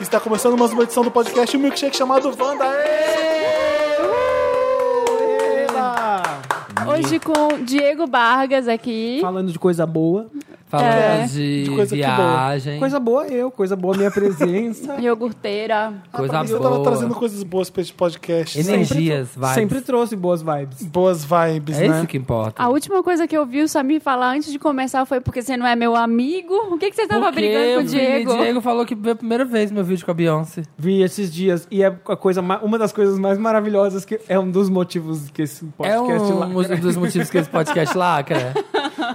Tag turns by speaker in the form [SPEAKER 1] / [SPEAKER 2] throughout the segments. [SPEAKER 1] Está começando mais uma edição do podcast um Milkshake chamado Wanda. Ê! Uh! Eba!
[SPEAKER 2] Hoje com Diego Vargas aqui.
[SPEAKER 3] Falando de coisa boa.
[SPEAKER 4] Falando
[SPEAKER 2] É.
[SPEAKER 4] de,
[SPEAKER 1] De coisa que
[SPEAKER 4] viagem,
[SPEAKER 3] Coisa boa é eu, coisa boa minha presença.
[SPEAKER 2] Iogurteira.
[SPEAKER 4] coisa
[SPEAKER 1] Rapaz, Eu tava
[SPEAKER 4] boa,
[SPEAKER 1] trazendo coisas boas pra esse podcast.
[SPEAKER 4] energias, vibes.
[SPEAKER 3] Sempre trouxe boas vibes.
[SPEAKER 1] Boas vibes,
[SPEAKER 4] é
[SPEAKER 1] né?
[SPEAKER 4] isso que importa.
[SPEAKER 2] A última coisa que eu vi o Samir falar antes de começar foi porque você não é meu amigo. O que, que você tava
[SPEAKER 4] Porque
[SPEAKER 2] brigando com o Diego?
[SPEAKER 4] Diego falou que foi a primeira vez meu vídeo com a Beyoncé.
[SPEAKER 3] Vi esses dias e é a coisa, ma- uma das coisas mais maravilhosas que é um dos motivos que esse
[SPEAKER 4] É
[SPEAKER 3] podcast lá.
[SPEAKER 4] um, um dos motivos que esse podcast lacra.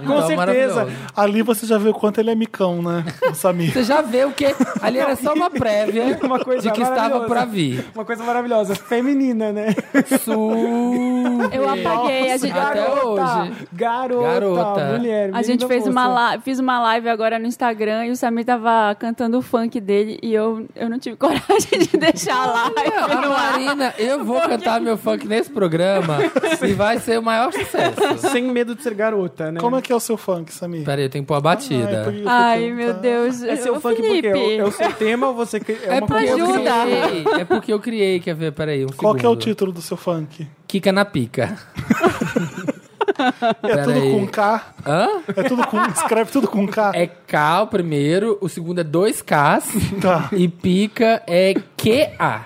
[SPEAKER 4] Então, é
[SPEAKER 3] Com certeza.
[SPEAKER 1] Ali você já vê o quanto ele é micão, né? O Samir.
[SPEAKER 4] Você já vê o que... Ali era só uma prévia
[SPEAKER 3] Uma coisa
[SPEAKER 4] de que estava
[SPEAKER 3] maravilhosa.
[SPEAKER 4] pra vir.
[SPEAKER 3] Uma coisa maravilhosa, feminina, né?
[SPEAKER 4] Super.
[SPEAKER 2] Eu apaguei. É, A gente,
[SPEAKER 4] Até hoje.
[SPEAKER 3] Garota,
[SPEAKER 4] Garota.
[SPEAKER 3] mulher.
[SPEAKER 2] a
[SPEAKER 3] menina
[SPEAKER 2] gente fez uma,
[SPEAKER 3] moça.
[SPEAKER 2] la- fiz uma live agora no Instagram e o Samir tava cantando o funk dele e eu, eu não tive coragem de deixar a
[SPEAKER 4] Não,
[SPEAKER 2] live.
[SPEAKER 4] a Marina, eu vou cantar meu funk nesse programa e vai ser o maior sucesso.
[SPEAKER 3] Sem medo de ser garota, né?
[SPEAKER 1] Como é que é o seu funk, Samir?
[SPEAKER 4] Peraí, eu tenho que pôr a
[SPEAKER 1] Ai,
[SPEAKER 4] batida.
[SPEAKER 1] por isso que
[SPEAKER 2] Ai,
[SPEAKER 1] eu-
[SPEAKER 2] meu
[SPEAKER 1] tá.
[SPEAKER 2] Deus.
[SPEAKER 3] é seu
[SPEAKER 2] Ô,
[SPEAKER 3] funk porque
[SPEAKER 2] Felipe.
[SPEAKER 3] é o, é o seu tema ou você cri- é, uma
[SPEAKER 4] porque eu
[SPEAKER 2] Ajuda.
[SPEAKER 4] criei, é porque eu criei, quer ver? Peraí, um
[SPEAKER 1] Qual
[SPEAKER 4] segundo.
[SPEAKER 1] que é o título do seu funk?
[SPEAKER 4] Kika na pica.
[SPEAKER 1] É tudo
[SPEAKER 4] Peraí.
[SPEAKER 1] com K?
[SPEAKER 4] Hã?
[SPEAKER 1] É tudo com... Escreve tudo com K?
[SPEAKER 4] É K o primeiro, o segundo é 2Ks
[SPEAKER 1] Tá,
[SPEAKER 4] e pica é QA.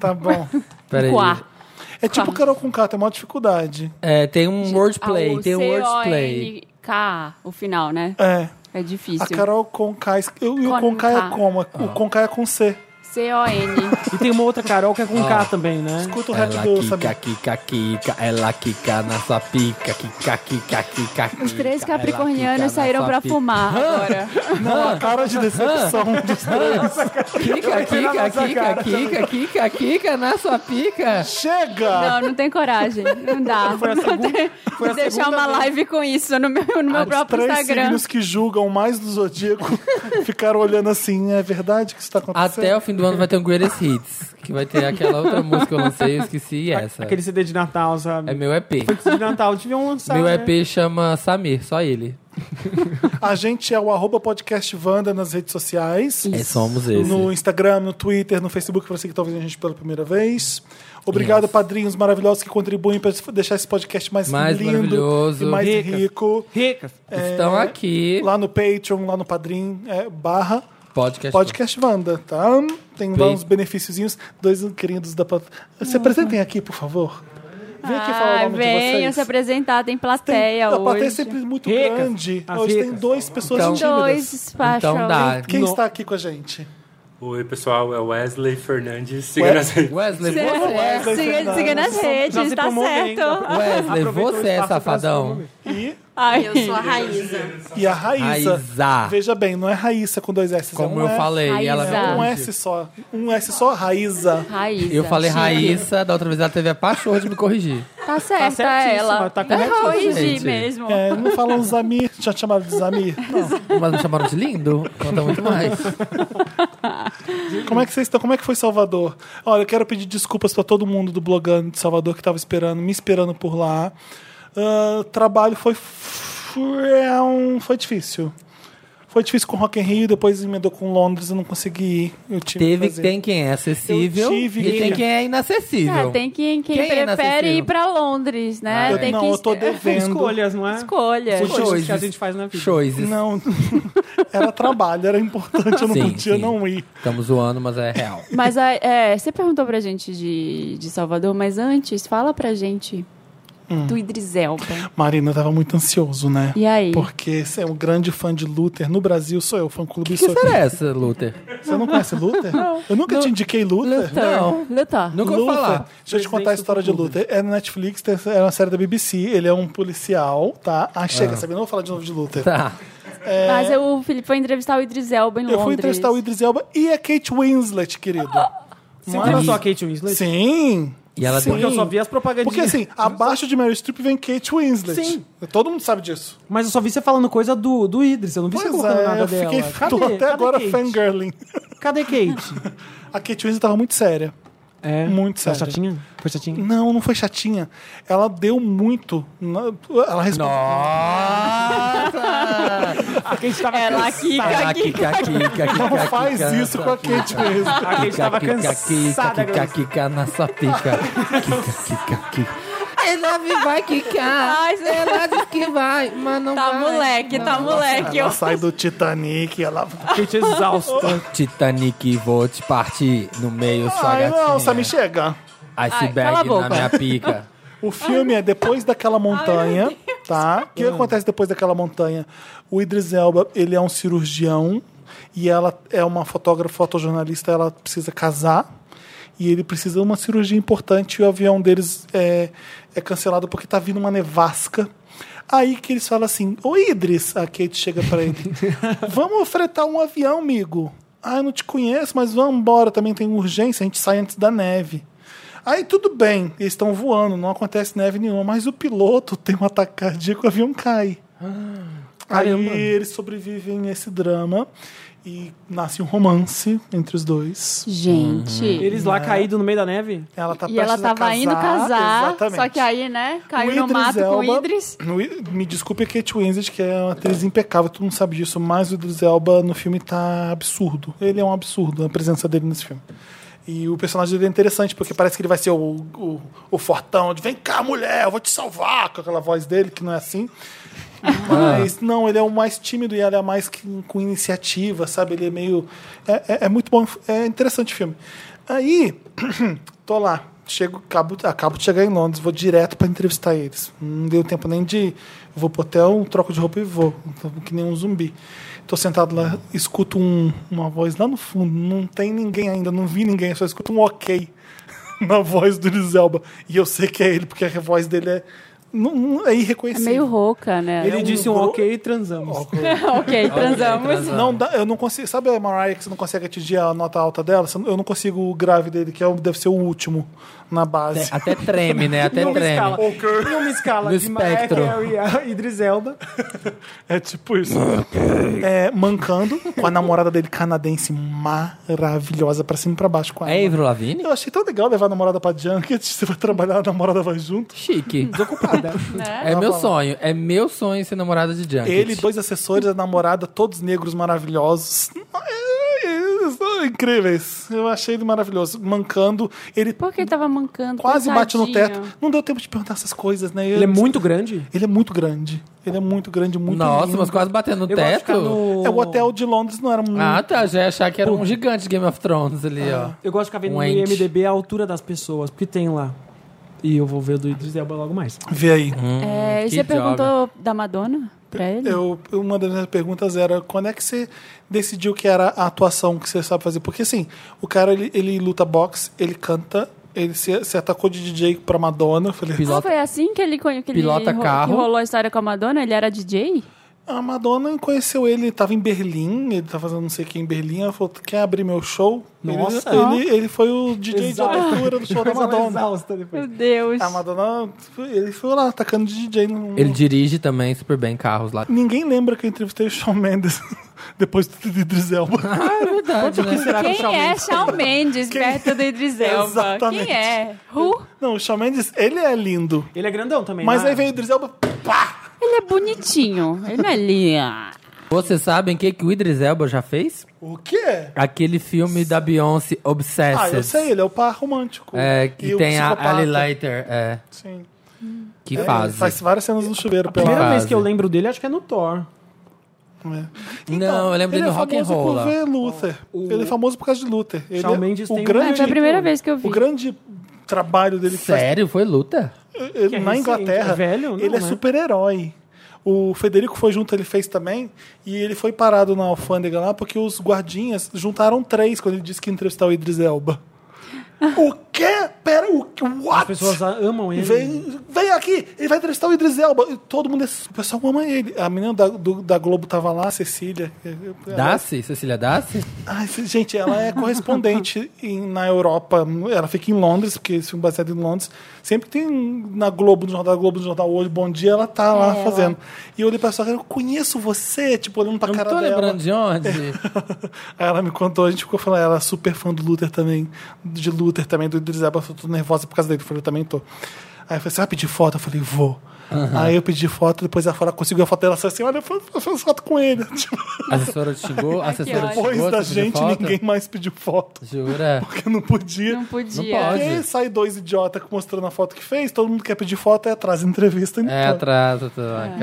[SPEAKER 1] tá bom.
[SPEAKER 4] Peraí.
[SPEAKER 2] Quá.
[SPEAKER 1] É
[SPEAKER 2] Tá.
[SPEAKER 1] tipo Carol com K, tem maior dificuldade.
[SPEAKER 4] É, tem um wordplay,
[SPEAKER 2] Ah, o
[SPEAKER 4] tem um wordplay.
[SPEAKER 2] C-O-N-K, o final, né?
[SPEAKER 1] É.
[SPEAKER 2] É
[SPEAKER 1] A
[SPEAKER 2] difícil.
[SPEAKER 1] Carol com K. Eu, e o
[SPEAKER 2] Com
[SPEAKER 1] com K é
[SPEAKER 2] K.
[SPEAKER 4] Ah.
[SPEAKER 1] como? O com K é com C.
[SPEAKER 2] C-O-N.
[SPEAKER 3] E tem uma outra Carol que é com
[SPEAKER 4] Ah.
[SPEAKER 3] K também, né?
[SPEAKER 1] Escuta o rap
[SPEAKER 4] Ela
[SPEAKER 1] do
[SPEAKER 4] quica,
[SPEAKER 1] Samir.
[SPEAKER 4] quica, quica, ela quica na sua pica, quica, quica, quica, quica.
[SPEAKER 2] Os três
[SPEAKER 4] ela quica na
[SPEAKER 2] capricornianos saíram
[SPEAKER 4] sua
[SPEAKER 2] pra
[SPEAKER 4] pica.
[SPEAKER 2] fumar agora.
[SPEAKER 1] Não, a cara de decepção
[SPEAKER 4] Ah,
[SPEAKER 1] dos três.
[SPEAKER 4] Quica, quica, quica, quica, quica, quica na sua pica.
[SPEAKER 1] Chega!
[SPEAKER 2] Não, é não tem coragem. Não dá.
[SPEAKER 3] Foi a
[SPEAKER 2] Não
[SPEAKER 3] segunda-
[SPEAKER 2] tem-
[SPEAKER 3] foi a
[SPEAKER 2] Deixar
[SPEAKER 3] segunda
[SPEAKER 2] uma
[SPEAKER 3] vez.
[SPEAKER 2] live com isso no meu, no meu próprio
[SPEAKER 1] Três
[SPEAKER 2] Instagram.
[SPEAKER 1] signos que julgam mais do Zodíaco ficaram olhando assim, é verdade que isso tá acontecendo?
[SPEAKER 4] Até o fim do ano vai ter um Greatest Hits, que vai ter aquela outra música que eu lancei, eu esqueci e essa.
[SPEAKER 3] Aquele CD de Natal, sabe?
[SPEAKER 4] É meu EP.
[SPEAKER 3] CD de Natal deviam lançar.
[SPEAKER 4] Meu
[SPEAKER 3] né?
[SPEAKER 4] EP chama Samir, só ele.
[SPEAKER 1] A gente é o arroba podcast Wanda nas redes sociais.
[SPEAKER 4] É, somos esse.
[SPEAKER 1] No Instagram, no Twitter, no Facebook, para você que está ouvindo a gente pela primeira vez. Obrigado, padrinhos maravilhosos que contribuem para deixar esse podcast mais,
[SPEAKER 4] Mais
[SPEAKER 1] lindo
[SPEAKER 4] maravilhoso.
[SPEAKER 1] e mais
[SPEAKER 3] Rica.
[SPEAKER 1] rico. É,
[SPEAKER 3] Ricas.
[SPEAKER 4] Estão aqui.
[SPEAKER 1] Lá no Patreon, lá no Padrim, é, barra
[SPEAKER 4] Podcast.
[SPEAKER 1] Podcast Wanda, tá? Tem lá
[SPEAKER 4] Bem-
[SPEAKER 1] uns benefícios, dois queridos da... pat- Se apresentem aqui, por favor. Vem aqui falar
[SPEAKER 2] Ah,
[SPEAKER 1] o nome de vocês.
[SPEAKER 2] Uhum. venham se apresentar, tem
[SPEAKER 1] Tem,
[SPEAKER 2] plateia
[SPEAKER 1] a plateia é
[SPEAKER 2] hoje.
[SPEAKER 1] sempre muito
[SPEAKER 3] Ricas,
[SPEAKER 1] grande.
[SPEAKER 3] as
[SPEAKER 1] Hoje tem
[SPEAKER 3] ricas.
[SPEAKER 1] dois pessoas
[SPEAKER 4] Então-
[SPEAKER 1] tímidas.
[SPEAKER 2] Dois despachos.
[SPEAKER 4] Então dá.
[SPEAKER 1] Quem
[SPEAKER 3] No-
[SPEAKER 1] está aqui com a gente?
[SPEAKER 5] Oi, pessoal, é Wesley Fernandes. Siga
[SPEAKER 1] Ué-
[SPEAKER 5] nas redes.
[SPEAKER 4] Wesley,
[SPEAKER 2] Cê-
[SPEAKER 4] você é.
[SPEAKER 1] Wesley
[SPEAKER 2] Siga, siga nas
[SPEAKER 3] Já se
[SPEAKER 2] redes, tá
[SPEAKER 3] promovem,
[SPEAKER 2] certo.
[SPEAKER 3] já-
[SPEAKER 4] Wesley,
[SPEAKER 3] Aproveitou
[SPEAKER 4] você
[SPEAKER 3] o
[SPEAKER 4] é
[SPEAKER 3] espaço pra se
[SPEAKER 4] safadão.
[SPEAKER 3] promover.
[SPEAKER 1] E,
[SPEAKER 2] Ai,
[SPEAKER 6] Eu sou a Raíza.
[SPEAKER 1] e a Raísa.
[SPEAKER 4] Raíza.
[SPEAKER 1] Veja bem, não é Raíssa com dois S.
[SPEAKER 4] Como
[SPEAKER 1] é um
[SPEAKER 4] eu
[SPEAKER 1] S-
[SPEAKER 4] falei,
[SPEAKER 2] Raíza.
[SPEAKER 4] ela
[SPEAKER 1] É um
[SPEAKER 4] me
[SPEAKER 1] S só. Um S só, Raíza.
[SPEAKER 2] Raíza.
[SPEAKER 4] Eu falei
[SPEAKER 2] Chique.
[SPEAKER 4] Raíssa, da outra vez ela teve a pachorra de me corrigir.
[SPEAKER 2] Tá certa
[SPEAKER 3] certíssima,
[SPEAKER 2] ela. Uhum.
[SPEAKER 3] tá
[SPEAKER 2] Eu
[SPEAKER 3] corretíssima,
[SPEAKER 2] corrigi
[SPEAKER 4] gente.
[SPEAKER 2] mesmo. Ah,
[SPEAKER 1] É, não falam Zamir, já te chamaram de Zamir. Não.
[SPEAKER 4] Mas me chamaram de lindo, conta muito mais.
[SPEAKER 1] Como é que vocês estão? Como é que foi Salvador? Olha, eu quero pedir desculpas pra todo mundo do blogando de Salvador que tava esperando, me esperando por lá. Ah, O trabalho foi foi, foi difícil. Foi difícil com Rock in Rio, depois emendou com Londres, eu não consegui ir. Eu tive que
[SPEAKER 4] Teve,
[SPEAKER 1] fazer.
[SPEAKER 4] tem quem é acessível
[SPEAKER 1] Eu tive
[SPEAKER 4] e tem
[SPEAKER 1] que-
[SPEAKER 4] quem é inacessível.
[SPEAKER 2] Ah, tem quem, quem,
[SPEAKER 4] Quem é
[SPEAKER 2] prefere
[SPEAKER 4] inacessível?
[SPEAKER 2] ir pra Londres, né?
[SPEAKER 4] Ah,
[SPEAKER 1] Eu-
[SPEAKER 2] tem
[SPEAKER 1] não,
[SPEAKER 2] que
[SPEAKER 1] eu tô devendo.
[SPEAKER 3] Escolhas, não é?
[SPEAKER 2] escolha.
[SPEAKER 3] Os
[SPEAKER 4] Coisas.
[SPEAKER 3] Coisas que a gente faz na vida.
[SPEAKER 4] Choices.
[SPEAKER 1] Não, era trabalho, era importante, eu não
[SPEAKER 4] Sim,
[SPEAKER 1] podia
[SPEAKER 4] sim.
[SPEAKER 1] não ir.
[SPEAKER 4] Estamos zoando, mas é real.
[SPEAKER 2] Mas a- é, você perguntou pra gente de, de Salvador, mas antes, fala pra gente
[SPEAKER 1] Hum.
[SPEAKER 2] do Idris Elba.
[SPEAKER 1] Marina, eu tava muito ansioso, né?
[SPEAKER 2] E aí?
[SPEAKER 1] Porque você é um grande fã de Luther no Brasil, sou eu, fã clube
[SPEAKER 4] Que
[SPEAKER 1] sou
[SPEAKER 4] história é essa, Luther?
[SPEAKER 1] Você não conhece Luther? Eu nunca te indiquei Luther.
[SPEAKER 2] Luther.
[SPEAKER 4] Não.
[SPEAKER 2] Luther.
[SPEAKER 4] Nunca ouvi falar.
[SPEAKER 1] Deixa eu te contar a história de Luther. É na Netflix, tem- é uma série da BBC, ele é um policial, tá? Ah, chega, sabe? Eu Não vou falar de novo de Luther.
[SPEAKER 4] Tá.
[SPEAKER 2] Mas eu- o Felipe foi entrevistar o Idris Elba
[SPEAKER 1] É.
[SPEAKER 2] em
[SPEAKER 1] Eu
[SPEAKER 2] Londres.
[SPEAKER 1] fui entrevistar o Idris Elba e a Kate Winslet, querido.
[SPEAKER 3] Sim,
[SPEAKER 1] Não
[SPEAKER 3] era
[SPEAKER 1] era
[SPEAKER 3] só a Kate Winslet?
[SPEAKER 1] Sim!
[SPEAKER 4] E ela
[SPEAKER 1] Sim.
[SPEAKER 3] Porque eu só vi as propagandinhas.
[SPEAKER 1] Porque assim, abaixo de Mary Streep vem Kate Winslet.
[SPEAKER 3] Sim.
[SPEAKER 1] Todo mundo sabe disso.
[SPEAKER 3] Mas eu só vi você falando coisa do, do Idris, eu não vi você
[SPEAKER 1] Pois
[SPEAKER 3] colocando
[SPEAKER 1] é,
[SPEAKER 3] nada
[SPEAKER 1] eu
[SPEAKER 3] dela.
[SPEAKER 1] fiquei tô até agora
[SPEAKER 3] Kate?
[SPEAKER 1] fangirling.
[SPEAKER 3] Cadê Kate?
[SPEAKER 1] A Kate Winslet tava muito séria.
[SPEAKER 3] É.
[SPEAKER 1] Muito
[SPEAKER 3] Tá
[SPEAKER 1] séria.
[SPEAKER 3] chatinha? Foi chatinha?
[SPEAKER 1] Não, não foi chatinha. Ela deu muito. na- Ela respondeu.
[SPEAKER 4] Nossa!
[SPEAKER 3] A que a gente tava
[SPEAKER 2] Ela
[SPEAKER 3] cansado.
[SPEAKER 2] aqui,
[SPEAKER 4] Kika,
[SPEAKER 2] aqui.
[SPEAKER 4] kika, kika, kika,
[SPEAKER 1] Não
[SPEAKER 4] kika,
[SPEAKER 1] faz
[SPEAKER 4] kika,
[SPEAKER 1] isso com a
[SPEAKER 4] kika,
[SPEAKER 1] Kate mesmo.
[SPEAKER 3] A que a gente tava
[SPEAKER 4] kika, kika,
[SPEAKER 3] cansada.
[SPEAKER 4] kika,
[SPEAKER 3] Grazi.
[SPEAKER 4] kika, na sua pica. Kika, kika, kika. I love you, É vai quicar.
[SPEAKER 2] Ai, você-
[SPEAKER 4] Ela diz É que vai, mas não
[SPEAKER 2] Tá
[SPEAKER 4] vai.
[SPEAKER 2] moleque, tá moleque.
[SPEAKER 1] Ela sai do Titanic, ela.
[SPEAKER 3] Kate exausta.
[SPEAKER 4] Titanic, vou te partir no meio, sua
[SPEAKER 1] Ai,
[SPEAKER 4] gatinha.
[SPEAKER 1] não, só me chega.
[SPEAKER 2] Ai, cala a
[SPEAKER 4] Iceberg
[SPEAKER 2] boca.
[SPEAKER 4] na minha pica.
[SPEAKER 1] O filme é depois daquela montanha, tá? O que acontece depois daquela montanha? O Idris Elba, ele é um cirurgião e ela é uma fotógrafa, fotojornalista, ela precisa casar e ele precisa de uma cirurgia importante e o avião deles é, é cancelado porque tá vindo uma nevasca. Aí que eles falam assim, ô Idris, a Kate chega pra ele, vamos fretar um avião, amigo. Ah, eu não te conheço, mas vamos embora, também tem urgência, a gente sai antes da neve. Aí tudo bem, eles estão voando, não acontece neve nenhuma, mas o piloto tem um ataque cardíaco, o avião cai.
[SPEAKER 3] caramba.
[SPEAKER 1] Aí eles sobrevivem a esse drama e nasce um romance entre os dois.
[SPEAKER 2] Gente.
[SPEAKER 3] Eles lá caídos no meio da neve.
[SPEAKER 1] Ela Hum. tá
[SPEAKER 2] E
[SPEAKER 1] prestes
[SPEAKER 2] ela
[SPEAKER 1] a
[SPEAKER 2] tava indo casar,
[SPEAKER 1] exatamente.
[SPEAKER 2] só que aí, né, caiu
[SPEAKER 1] O
[SPEAKER 2] no
[SPEAKER 1] Idris
[SPEAKER 2] mato com o
[SPEAKER 1] Elba-
[SPEAKER 2] Idris.
[SPEAKER 1] o I- Me desculpe a Kate Winslet, que é uma atriz impecável, todo mundo sabe disso, mas o Idris Elba no filme tá absurdo. Ele é um absurdo, a presença dele nesse filme. E o personagem dele é interessante, porque parece que ele vai ser o, o, o fortão de vem cá, mulher, eu vou te salvar, com aquela voz dele, que não é assim. Mas não, ele é o mais tímido e ela é a mais que- com iniciativa, sabe? Ele é meio. É, é- é muito bom, é interessante o filme. Aí, tô lá, chego, acabo, acabo de chegar em Londres, vou direto pra entrevistar eles. Não deu tempo nem de. Vou pro hotel, troco de roupa e vou, que nem um zumbi. Tô sentado lá, escuto um- uma voz lá no fundo, não tem ninguém ainda, não vi ninguém, só escuto um ok na voz do Lizelba. E eu sei que é ele, porque a voz dele é. Não, não- é
[SPEAKER 2] É
[SPEAKER 1] irreconhecível.
[SPEAKER 2] meio rouca, né?
[SPEAKER 3] Ele
[SPEAKER 1] um
[SPEAKER 3] disse um
[SPEAKER 1] gro-
[SPEAKER 3] ok e transamos.
[SPEAKER 2] ok, transamos.
[SPEAKER 1] Não dá, eu não consigo. Sabe a Mariah que você não consegue atingir a nota alta dela? Você não- Eu não consigo o grave dele, que é, o- deve ser o último na
[SPEAKER 3] É,
[SPEAKER 1] base.
[SPEAKER 4] Até treme, né? Até
[SPEAKER 3] Numa
[SPEAKER 4] treme.
[SPEAKER 3] escala. Numa escala
[SPEAKER 4] No
[SPEAKER 3] de Mariah
[SPEAKER 4] espectro.
[SPEAKER 3] Carey a Idris Elba.
[SPEAKER 1] É tipo isso. É, mancando com a namorada dele canadense maravilhosa, pra cima e pra baixo com ela.
[SPEAKER 4] É Ivro Lavigne?
[SPEAKER 1] Eu achei tão legal levar a namorada pra Junket. Você vai trabalhar, a namorada vai junto.
[SPEAKER 4] Chique.
[SPEAKER 3] Ocupada.
[SPEAKER 4] É meu sonho. É meu sonho ser namorada de Junket.
[SPEAKER 1] Ele, dois assessores, a namorada, todos negros maravilhosos. É, é, são Incríveis. Eu achei ele maravilhoso. Mancando, ele
[SPEAKER 2] Porque ele tava mancando.
[SPEAKER 1] quase bate no teto.
[SPEAKER 2] coitadinho.
[SPEAKER 1] Não deu tempo de perguntar essas coisas, né?
[SPEAKER 3] Ele é muito grande.
[SPEAKER 1] Ele é muito grande. Ele é muito grande, muito
[SPEAKER 4] Nossa,
[SPEAKER 1] lindo.
[SPEAKER 4] mas quase batendo no
[SPEAKER 3] Eu gosto de
[SPEAKER 4] teto.
[SPEAKER 3] ficar no...
[SPEAKER 1] É, o hotel de Londres não era muito.
[SPEAKER 4] Ah, tá. Já ia achar que era um gigante de Game of Thrones ali, ó.
[SPEAKER 3] Eu gosto de ficar vendo
[SPEAKER 4] Um
[SPEAKER 3] no
[SPEAKER 4] ente.
[SPEAKER 3] IMDB a altura das pessoas, porque tem lá. E eu vou ver o do Idris Elba logo mais.
[SPEAKER 1] Vê aí.
[SPEAKER 3] Hum.
[SPEAKER 2] É, e
[SPEAKER 4] que
[SPEAKER 2] você
[SPEAKER 4] jovem.
[SPEAKER 2] perguntou da Madonna pra ele?
[SPEAKER 1] Eu, uma das minhas perguntas era quando é que você decidiu que era a atuação que você sabe fazer? Porque assim, o cara ele, ele luta boxe, ele canta, ele se, se atacou de DJ pra Madonna. Eu falei,
[SPEAKER 2] Ah,
[SPEAKER 4] Pilota.
[SPEAKER 2] foi assim que ele conhe- que ele
[SPEAKER 4] Pilota
[SPEAKER 2] ro-
[SPEAKER 4] carro.
[SPEAKER 2] que rolou a história com a Madonna? Ele era DJ?
[SPEAKER 1] a Madonna conheceu ele, ele tava em Berlim, ele tava fazendo não sei o que em Berlim. Ela falou: quer abrir meu show? Ele-
[SPEAKER 3] Nossa.
[SPEAKER 1] Ele, ele, foi o DJ
[SPEAKER 3] Exato.
[SPEAKER 1] de abertura do show da
[SPEAKER 3] Mas ela
[SPEAKER 1] Madonna.
[SPEAKER 3] exausta depois.
[SPEAKER 2] Meu Deus.
[SPEAKER 1] A Ah, Madonna, ele foi lá atacando de DJ. Não,
[SPEAKER 4] Ele dirige também super bem carros lá.
[SPEAKER 1] Ninguém lembra que eu entrevistei o Shawn Mendes depois do Idris Elba.
[SPEAKER 4] Ah, é verdade, né?
[SPEAKER 2] Quem é Shawn Mendes perto do Idris Elba?
[SPEAKER 1] Exatamente.
[SPEAKER 2] Quem é? Who?
[SPEAKER 1] Não, o Shawn Mendes, ele é lindo.
[SPEAKER 3] Ele é grandão também,
[SPEAKER 1] Mas
[SPEAKER 3] né?
[SPEAKER 1] aí vem o Idris Elba, pá!
[SPEAKER 2] Ele é bonitinho. Ele não é linha.
[SPEAKER 4] Vocês sabem o que, que o Idris Elba já fez?
[SPEAKER 1] O quê?
[SPEAKER 4] Aquele filme da Beyoncé, Obsessed.
[SPEAKER 1] Ah, eu sei, ele é o par romântico.
[SPEAKER 4] É, que
[SPEAKER 1] E o
[SPEAKER 4] tem a
[SPEAKER 1] psicopata.
[SPEAKER 4] Ali Leiter. É,
[SPEAKER 1] Sim.
[SPEAKER 4] que
[SPEAKER 1] É,
[SPEAKER 4] fase.
[SPEAKER 1] ele faz várias cenas no chuveiro
[SPEAKER 3] A primeira
[SPEAKER 1] pela...
[SPEAKER 4] Fase.
[SPEAKER 3] vez que eu lembro dele, acho que é no Thor.
[SPEAKER 1] É.
[SPEAKER 4] Não, eu lembro
[SPEAKER 1] Ele
[SPEAKER 4] dele
[SPEAKER 1] é
[SPEAKER 4] no Rock and
[SPEAKER 1] famoso
[SPEAKER 4] Roll.
[SPEAKER 1] por
[SPEAKER 4] lá.
[SPEAKER 1] ver Luther.
[SPEAKER 3] O-
[SPEAKER 1] Ele é famoso por causa de Luther. Ele
[SPEAKER 3] Shawn
[SPEAKER 1] é-
[SPEAKER 3] Mendes
[SPEAKER 1] o
[SPEAKER 3] tem um-
[SPEAKER 1] grande,
[SPEAKER 2] Ah, foi a primeira vez que eu vi.
[SPEAKER 1] O grande trabalho dele que faz
[SPEAKER 4] Sério? Foi luta?
[SPEAKER 1] Ele-
[SPEAKER 3] Que é
[SPEAKER 1] na
[SPEAKER 3] recente,
[SPEAKER 1] Inglaterra,
[SPEAKER 3] é velho? Não,
[SPEAKER 1] ele é
[SPEAKER 3] né?
[SPEAKER 1] super-herói. O Federico foi junto, ele fez também, e ele foi parado na alfândega lá porque os guardinhas juntaram três quando ele disse que ia entrevistar o Idris Elba. o quê? Pera, o que? What?
[SPEAKER 3] As pessoas a- amam ele.
[SPEAKER 1] Vem, vem aqui, ele vai entrevistar o Idris Elba. E todo mundo, é o pessoal ama ele. A menina da, do- da Globo tava lá, a Cecília. É.
[SPEAKER 4] Dace? Cecília Dace?
[SPEAKER 1] Ai, gente, ela é correspondente em- na Europa. Ela fica em Londres, porque esse filme é baseado em Londres. Sempre tem um na Globo, no Jornal da Globo, no Jornal Hoje, Bom Dia, ela tá lá
[SPEAKER 4] É,
[SPEAKER 2] ela.
[SPEAKER 1] fazendo. E eu olhei pra ela eu conheço você, tipo, olhando pra
[SPEAKER 4] Não
[SPEAKER 1] cara
[SPEAKER 4] tô
[SPEAKER 1] dela.
[SPEAKER 4] lembrando de onde.
[SPEAKER 1] Aí ela me contou, a gente ficou falando, ela é super fã do Luther também, de Luther também, do Idris Elba, eu tô nervosa por causa dele, eu falei, eu também tô. Aí eu falei, você vai pedir foto? Eu falei, vou. Aí eu pedi foto, depois ela falou, conseguiu a foto dela, ela falou assim, olha, eu fa- eu faço foto com ele. Tipo,
[SPEAKER 4] A assessora te
[SPEAKER 1] É
[SPEAKER 4] xingou? A assessora te xingou?
[SPEAKER 1] depois da
[SPEAKER 4] você pediu
[SPEAKER 1] gente,
[SPEAKER 4] foto?
[SPEAKER 1] ninguém mais pediu foto,
[SPEAKER 4] Jura?
[SPEAKER 1] porque não podia.
[SPEAKER 2] Não
[SPEAKER 4] Não
[SPEAKER 2] podia.
[SPEAKER 4] pode.
[SPEAKER 1] Porque aí sai dois idiotas mostrando a foto que fez, todo mundo quer pedir foto, é atrás entrevista.
[SPEAKER 4] É,
[SPEAKER 1] então.
[SPEAKER 4] atrás.
[SPEAKER 2] É.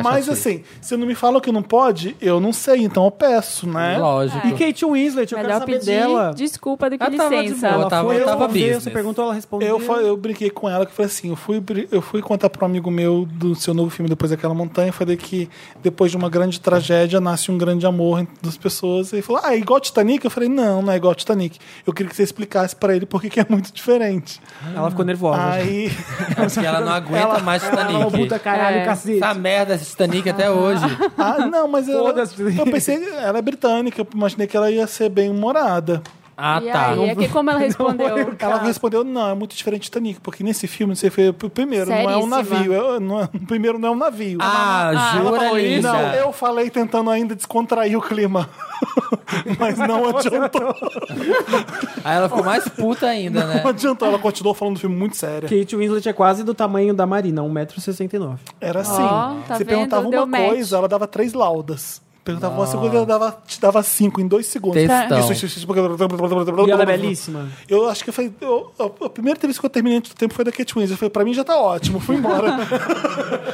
[SPEAKER 1] Mas assim, se não me falam que não pode, eu não sei, então eu peço, né?
[SPEAKER 4] Lógico.
[SPEAKER 3] E Kate Winslet, eu quero
[SPEAKER 2] Melhor
[SPEAKER 3] saber
[SPEAKER 2] pedir
[SPEAKER 3] dela.
[SPEAKER 2] desculpa do que
[SPEAKER 4] Ela tava de
[SPEAKER 2] licença.
[SPEAKER 4] boa,
[SPEAKER 3] Ela
[SPEAKER 4] tava-
[SPEAKER 3] foi, eu
[SPEAKER 4] tava
[SPEAKER 3] respondeu,
[SPEAKER 4] business.
[SPEAKER 3] Você perguntou, ela respondeu.
[SPEAKER 1] Eu, fa- eu brinquei com ela que falei assim: eu fui, bri- eu fui contar para um amigo meu do seu novo filme Depois daquela Montanha. Falei que depois de uma grande tragédia nasce um grande amor entre duas pessoas. E ele falou: Ah, é igual Titanic? Eu falei: Não, não é igual Titanic. Eu queria que você explicasse para ele porque que é muito diferente.
[SPEAKER 3] Ela ficou nervosa.
[SPEAKER 1] Aí.
[SPEAKER 4] Porque ela não aguenta mais
[SPEAKER 1] é
[SPEAKER 3] Ela, "Ô, puta
[SPEAKER 4] Titanic.
[SPEAKER 3] caralho,
[SPEAKER 2] É.
[SPEAKER 3] cacete.
[SPEAKER 4] Essa merda, esse Titanic até hoje.
[SPEAKER 1] ah, não, mas eu,
[SPEAKER 3] Foda-se.
[SPEAKER 1] eu pensei, ela é britânica, eu imaginei que ela ia ser bem humorada.
[SPEAKER 4] Ah,
[SPEAKER 2] e
[SPEAKER 4] tá.
[SPEAKER 2] aí, é que como ela respondeu? Tá.
[SPEAKER 1] Ela respondeu: não, é muito diferente de Titanic, porque nesse filme, não sei, foi o primeiro, não é um
[SPEAKER 2] Seríssima.
[SPEAKER 1] navio. é- não é- o primeiro não é um navio.
[SPEAKER 4] Ah,
[SPEAKER 1] Ela
[SPEAKER 4] jura,
[SPEAKER 1] falou,
[SPEAKER 4] linda.
[SPEAKER 1] Não, eu falei tentando ainda descontrair o clima. Mas não adiantou.
[SPEAKER 4] Aí ela ficou mais puta ainda, né?
[SPEAKER 2] É.
[SPEAKER 1] Não adiantou. Ela continuou falando do filme muito sério.
[SPEAKER 3] Kate Winslet é quase do tamanho da Marina, 1,69m.
[SPEAKER 1] Era assim.
[SPEAKER 2] Ó, tá
[SPEAKER 1] você
[SPEAKER 2] vendo?
[SPEAKER 1] perguntava
[SPEAKER 2] Deu
[SPEAKER 1] uma
[SPEAKER 2] match.
[SPEAKER 1] coisa, ela dava três laudas. Perguntava uma segunda, ela dava, te dava cinco em dois segundos.
[SPEAKER 4] Textão.
[SPEAKER 1] Isso, isso, isso.
[SPEAKER 3] E ela é belíssima.
[SPEAKER 1] Eu acho que foi. Eu, eu- a primeira entrevista que eu terminei antes do tempo foi da Kate Winslet. Eu falei, pra mim já tá ótimo, fui embora.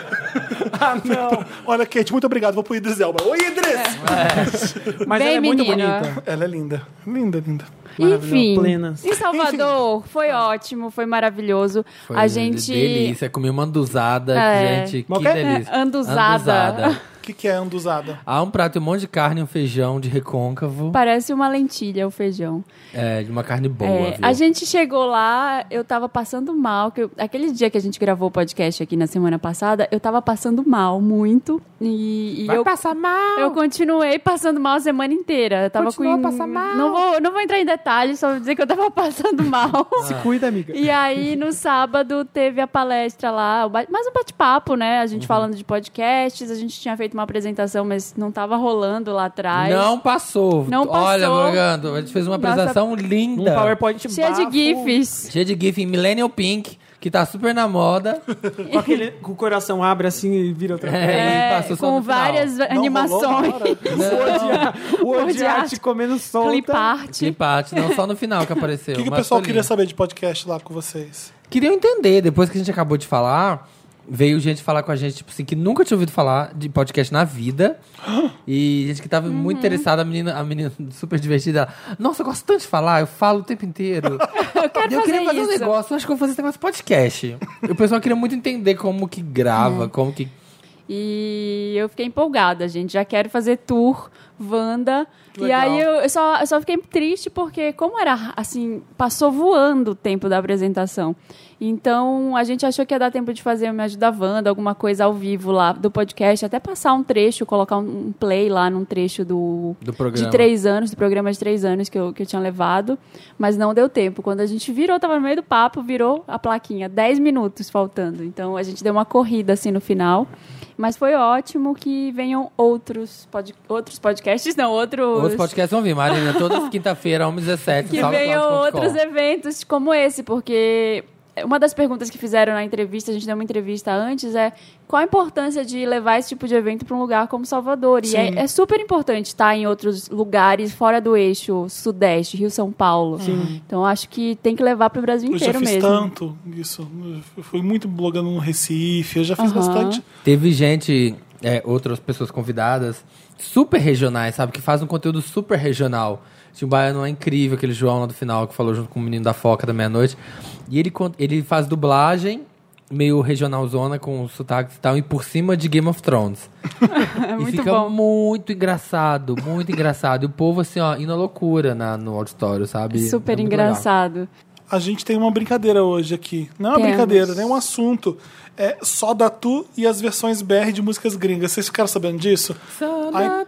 [SPEAKER 3] Ah, não.
[SPEAKER 1] Olha, Kate, muito obrigado. Vou pro Idris Elba. Oi, Idris!
[SPEAKER 2] É.
[SPEAKER 3] Mas
[SPEAKER 2] Bem,
[SPEAKER 3] ela é muito
[SPEAKER 2] menina.
[SPEAKER 3] bonita.
[SPEAKER 1] Ela é linda. Linda, linda.
[SPEAKER 2] Enfim,
[SPEAKER 3] plenas.
[SPEAKER 2] em Salvador foi ótimo, foi maravilhoso.
[SPEAKER 4] Foi
[SPEAKER 2] a gente
[SPEAKER 4] Delícia, comi uma anduzada.
[SPEAKER 2] É.
[SPEAKER 4] Gente, que
[SPEAKER 3] Mas o quê?
[SPEAKER 4] delícia.
[SPEAKER 2] É, anduzada.
[SPEAKER 1] O que, que é anduzada?
[SPEAKER 4] Há um prato, e um monte de carne, e um feijão de recôncavo.
[SPEAKER 2] parece uma lentilha o feijão.
[SPEAKER 4] É, de uma carne boa,
[SPEAKER 2] É,
[SPEAKER 4] viu?
[SPEAKER 2] a gente chegou lá, eu tava passando mal. Que eu- aquele dia que a gente gravou o podcast aqui na semana passada, eu tava passando mal muito. E, e eu,
[SPEAKER 4] passar mal.
[SPEAKER 2] eu continuei passando mal a semana inteira. Eu tava
[SPEAKER 4] Continuou
[SPEAKER 2] com.
[SPEAKER 4] a passar mal.
[SPEAKER 2] Não vou, não vou entrar em detalhes, só vou dizer que eu tava passando mal.
[SPEAKER 4] Ah.
[SPEAKER 3] Se cuida, amiga.
[SPEAKER 2] E aí, no sábado, teve a palestra lá, o ba- mais um bate-papo, né? A
[SPEAKER 4] Uhum.
[SPEAKER 2] gente falando de podcasts, a gente tinha feito uma apresentação, mas não tava rolando lá atrás.
[SPEAKER 4] Não passou.
[SPEAKER 2] Não
[SPEAKER 4] Olha,
[SPEAKER 2] passou.
[SPEAKER 4] Morgando, a gente fez uma
[SPEAKER 2] Nossa.
[SPEAKER 4] apresentação
[SPEAKER 3] Um
[SPEAKER 4] linda.
[SPEAKER 3] PowerPoint
[SPEAKER 2] Cheia de
[SPEAKER 3] bafo,
[SPEAKER 2] gifs.
[SPEAKER 4] Cheia de gif em Millennial Pink, que tá super na moda.
[SPEAKER 3] Com aquele... com o coração abre assim e vira outra coisa.
[SPEAKER 4] É,
[SPEAKER 2] É,
[SPEAKER 4] e passou só
[SPEAKER 2] com
[SPEAKER 4] no final.
[SPEAKER 2] várias
[SPEAKER 1] Não rolou na
[SPEAKER 2] animações,
[SPEAKER 1] hora?
[SPEAKER 3] O Word
[SPEAKER 2] Word
[SPEAKER 3] Art
[SPEAKER 2] art.
[SPEAKER 3] comendo solta.
[SPEAKER 2] clip art.
[SPEAKER 4] Clipart, não só no final que apareceu.
[SPEAKER 1] O que, que o
[SPEAKER 4] mas
[SPEAKER 1] pessoal
[SPEAKER 4] foi
[SPEAKER 1] queria
[SPEAKER 4] lindo.
[SPEAKER 1] saber de podcast lá com vocês?
[SPEAKER 4] Queriam entender, depois que a gente acabou de falar, veio gente falar com a gente, tipo assim, que nunca tinha ouvido falar de podcast na vida. E gente que tava
[SPEAKER 2] Uhum.
[SPEAKER 4] muito interessada, a menina, a menina super divertida. ela, Nossa, eu gosto tanto de falar, eu falo o tempo inteiro.
[SPEAKER 2] Eu quero
[SPEAKER 4] E eu
[SPEAKER 2] fazer
[SPEAKER 4] queria fazer um
[SPEAKER 2] isso.
[SPEAKER 4] negócio, eu acho que eu vou fazer esse negócio de podcast. E o pessoal queria muito entender como que
[SPEAKER 2] É.
[SPEAKER 4] grava, como que.
[SPEAKER 2] E eu fiquei empolgada, gente. Já quero fazer tour, Wanda.
[SPEAKER 1] Que
[SPEAKER 2] E
[SPEAKER 1] legal.
[SPEAKER 2] aí eu, eu só, eu só fiquei triste porque, como era assim, passou voando o tempo da apresentação. Então a gente achou que ia dar tempo de fazer o Me Ajuda Wanda, alguma coisa ao vivo lá do podcast, até passar um trecho, colocar um um play lá num trecho do,
[SPEAKER 4] Do programa.
[SPEAKER 2] de três anos, do programa de três anos que eu, que eu tinha levado. Mas não deu tempo. Quando a gente virou, tava no meio do papo, virou a plaquinha. Dez minutos faltando. Então a gente deu uma corrida assim no final. Mas foi ótimo que venham outros, pod- outros podcasts, não, outros.
[SPEAKER 4] Outros podcasts vão vir, Marina, todas quinta-feira, 1h17,
[SPEAKER 2] que venham outros eventos como esse, porque. Uma das perguntas que fizeram na entrevista, a gente deu uma entrevista antes, é qual a importância de levar esse tipo de evento para um lugar como Salvador? E é, é super importante estar em outros lugares fora do eixo Sudeste, Rio São Paulo. Então acho que tem que levar para o Brasil
[SPEAKER 1] Eu já
[SPEAKER 2] inteiro
[SPEAKER 1] fiz
[SPEAKER 2] mesmo.
[SPEAKER 1] tanto isso. Eu fui muito blogando no Recife, eu já fiz
[SPEAKER 2] Aham.
[SPEAKER 1] bastante.
[SPEAKER 4] Teve gente, é, outras pessoas convidadas, super regionais, sabe? Que faz um conteúdo super regional. Tinha um baiano incrível, aquele João lá do final, que falou junto com o menino da Foca da meia-noite. E ele, con- ele faz dublagem, meio regionalzona, com sotaques e tal, e por cima de Game of Thrones.
[SPEAKER 2] É
[SPEAKER 4] e
[SPEAKER 2] muito
[SPEAKER 4] fica
[SPEAKER 2] bom.
[SPEAKER 4] muito engraçado, muito engraçado. E o povo, assim, ó, indo à loucura na, no auditório, sabe? É
[SPEAKER 2] Super
[SPEAKER 4] muito legal.
[SPEAKER 2] engraçado.
[SPEAKER 1] A gente tem uma brincadeira hoje aqui. Não é uma
[SPEAKER 2] Temos.
[SPEAKER 1] brincadeira, nem um assunto. É só da tu e as versões BR de músicas gringas. Vocês ficaram sabendo disso? Ai,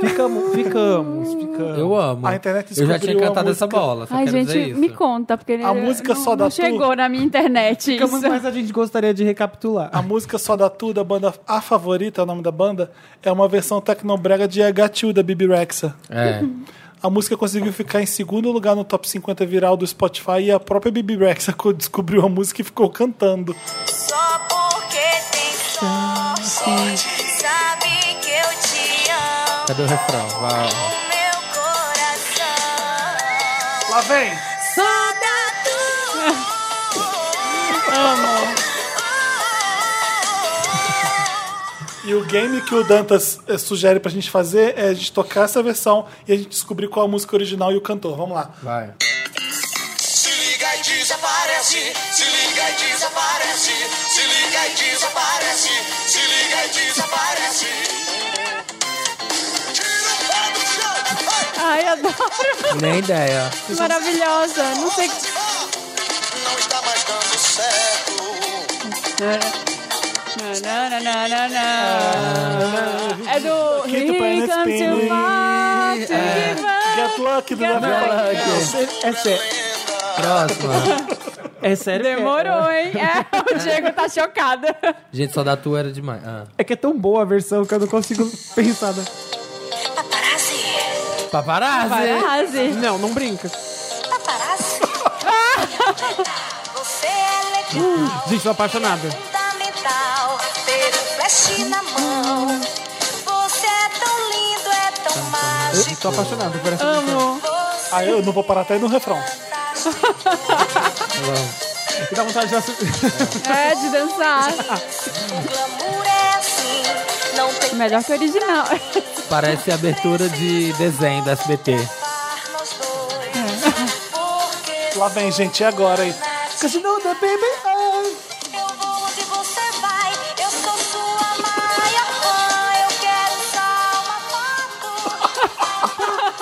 [SPEAKER 3] Ficamos, ficamos, ficamos.
[SPEAKER 4] Eu amo.
[SPEAKER 1] A internet
[SPEAKER 4] Eu já tinha
[SPEAKER 1] descobriu a
[SPEAKER 4] cantado
[SPEAKER 1] música-
[SPEAKER 4] essa bola, só
[SPEAKER 2] Ai,
[SPEAKER 4] quero dizer
[SPEAKER 2] gente,
[SPEAKER 4] isso.
[SPEAKER 2] me conta, porque
[SPEAKER 1] A música
[SPEAKER 2] não,
[SPEAKER 1] só dá
[SPEAKER 2] não
[SPEAKER 1] tu?
[SPEAKER 2] chegou na minha internet
[SPEAKER 3] Ficamos,
[SPEAKER 2] isso.
[SPEAKER 3] mas a gente gostaria de recapitular.
[SPEAKER 1] A música Só da Tu, da banda A Favorita, é o nome da banda, é uma versão tecnobrega de Agatil, da Bibi Rexa.
[SPEAKER 4] É.
[SPEAKER 1] A música conseguiu ficar em segundo lugar no top 50 viral do Spotify e a própria Bibi Rexa co- descobriu a música e ficou cantando.
[SPEAKER 6] Só Sabe que eu te amo,
[SPEAKER 4] Cadê o refrão? Vai.
[SPEAKER 6] meu coração.
[SPEAKER 1] Lá vem!
[SPEAKER 6] Só dá tu.
[SPEAKER 1] E o game que o Dantas eh, sugere pra gente fazer é a gente tocar essa versão e a gente descobrir qual a música original e o cantor. Vamos lá.
[SPEAKER 4] Vai.
[SPEAKER 7] Se liga e desaparece, se liga e desaparece, se liga e desaparece, se liga e desaparece. Tira o pé do chão, vai!
[SPEAKER 2] Ai, adoro.
[SPEAKER 4] Nem ideia.
[SPEAKER 2] Maravilhosa. Não sei.
[SPEAKER 7] Não está mais dando certo.
[SPEAKER 2] Na, na, na, na, na. É do
[SPEAKER 1] Aqui do
[SPEAKER 2] Here
[SPEAKER 1] Planet
[SPEAKER 2] Comes to
[SPEAKER 1] Spinning.
[SPEAKER 2] Fall to Give Up.
[SPEAKER 1] Get Lucky do
[SPEAKER 2] Get
[SPEAKER 1] Love
[SPEAKER 2] Lucky.
[SPEAKER 1] Island.
[SPEAKER 3] É, sé-
[SPEAKER 4] Próxima.
[SPEAKER 3] é sério. que é-
[SPEAKER 2] Demorou, hein? É, o Diego tá chocado.
[SPEAKER 4] Gente, só da tua era demais. Ah.
[SPEAKER 3] É, que é tão boa a versão que eu não consigo pensar. né?
[SPEAKER 6] Paparazzi,
[SPEAKER 4] Paparazzi!
[SPEAKER 2] Paparazzi.
[SPEAKER 3] Não, não brinca.
[SPEAKER 6] paparazzi. Você é legal,
[SPEAKER 3] Gente, tô apaixonada.
[SPEAKER 6] fundamental. Ter o flash na mão. Você é tão lindo, é tão mágico.
[SPEAKER 3] Tô apaixonada por essa
[SPEAKER 2] Amo.
[SPEAKER 6] Você
[SPEAKER 1] Aí eu não vou parar até no refrão.
[SPEAKER 6] é fantástico.
[SPEAKER 3] música. Dá vontade de assu-
[SPEAKER 2] É, de dançar.
[SPEAKER 6] O glamour é assim. Não tem
[SPEAKER 2] Melhor que o original.
[SPEAKER 4] Parece a abertura de desenho da SBT.
[SPEAKER 6] par nós dois. Porque
[SPEAKER 1] Lá vem, gente, é agora, hein?
[SPEAKER 6] eu vou onde você vai. Eu sou sua maior fã. Eu quero só uma foto.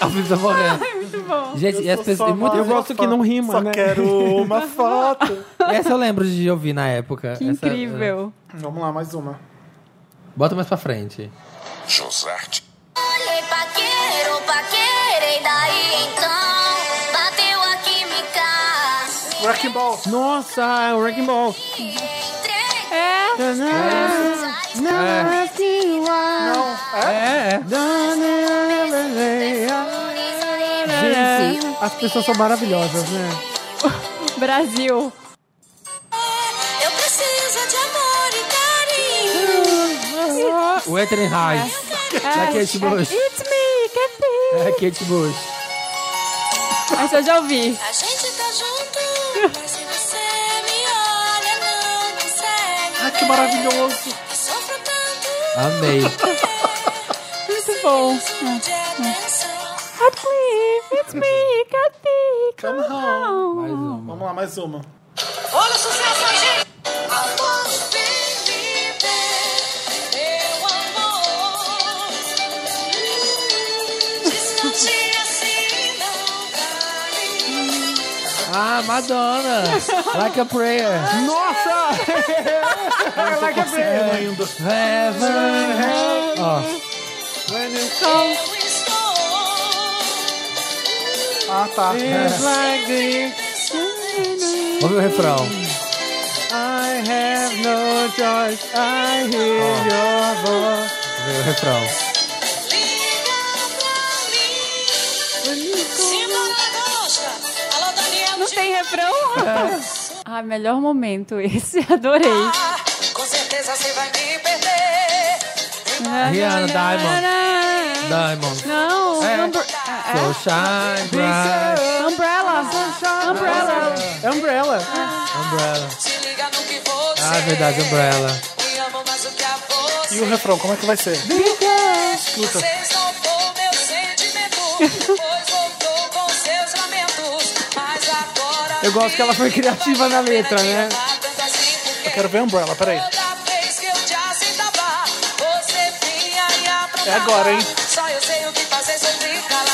[SPEAKER 4] A Felipe tá morrendo.
[SPEAKER 2] Muito bom.
[SPEAKER 4] Gente, e as pessoas. e muitas-
[SPEAKER 3] Eu gosto que não rima,
[SPEAKER 1] Só
[SPEAKER 3] né?
[SPEAKER 1] quero uma foto.
[SPEAKER 4] Essa eu lembro de ouvir na época.
[SPEAKER 2] Que
[SPEAKER 4] Essa- ah.
[SPEAKER 2] incrível.
[SPEAKER 1] Vamos lá, mais uma.
[SPEAKER 4] Bota mais pra frente.
[SPEAKER 7] Josarte.
[SPEAKER 6] Olhei paqueiro, paqueirei. Daí então, bateu a química.
[SPEAKER 1] Wrecking Ball.
[SPEAKER 3] Nossa, é o Wrecking Ball.
[SPEAKER 6] Me entreguei.
[SPEAKER 2] É.
[SPEAKER 4] É, é.
[SPEAKER 1] é.
[SPEAKER 3] Gente, as pessoas são maravilhosas, né?
[SPEAKER 2] Brasil.
[SPEAKER 6] Eu preciso de amor e carinho.
[SPEAKER 4] O Ethan Heights. Da Kate Bush.
[SPEAKER 2] É, It's me, Kevin.
[SPEAKER 4] É Kate Bush.
[SPEAKER 2] Essa eu já ouvi.
[SPEAKER 6] A gente tá junto, mas se você me olha, não consegue.
[SPEAKER 1] Ai, Ah, que maravilhoso.
[SPEAKER 6] Sofro tanto.
[SPEAKER 4] Amei.
[SPEAKER 2] Muito bom.
[SPEAKER 6] de atenção.
[SPEAKER 2] Kathleen, it's me, Kathleen.
[SPEAKER 1] Come home.
[SPEAKER 4] Mais uma.
[SPEAKER 1] Vamos lá, mais uma.
[SPEAKER 6] Olha o sucesso, gente! Amor, vem me ver, meu amor. Distante assim não dá
[SPEAKER 4] Ah, Madonna. Like a prayer.
[SPEAKER 3] Nossa! like a prayer.
[SPEAKER 1] Lindo.
[SPEAKER 4] Heaven, hell. Ó,
[SPEAKER 6] Eu estou
[SPEAKER 1] Ah, tá.
[SPEAKER 3] It's like this,
[SPEAKER 4] ouve o refrão.
[SPEAKER 3] I have no choice. I hear your voice.
[SPEAKER 4] Vê o refrão.
[SPEAKER 6] liga pra mim. Simbora, Gosta. Alô, Daniel.
[SPEAKER 2] Não tem refrão? Ah, melhor momento esse. Adorei.
[SPEAKER 7] Com certeza você vai me perder.
[SPEAKER 4] Rihanna, Diamond.
[SPEAKER 2] Diamond.
[SPEAKER 4] Diamond.
[SPEAKER 2] Não.
[SPEAKER 4] É.
[SPEAKER 2] Umbr-
[SPEAKER 4] So shine bright.
[SPEAKER 2] Umbrella. Umbrella.
[SPEAKER 3] É Umbrella.
[SPEAKER 4] Umbrella.
[SPEAKER 7] Se liga no que você
[SPEAKER 4] Ah, verdade, Umbrella.
[SPEAKER 7] Me amo mais do que a você.
[SPEAKER 1] E o refrão, como é que vai ser?
[SPEAKER 7] Vocês não vão meu sentimento, pois voltou com seus lamentos. Mas agora.
[SPEAKER 3] Eu gosto que ela foi criativa na letra, né?
[SPEAKER 1] Eu quero ver Umbrella, peraí.
[SPEAKER 7] Toda vez que eu te aceitava, você vinha e aprontava.
[SPEAKER 1] É agora, hein?
[SPEAKER 7] Só eu sei o que fazer sobre calada.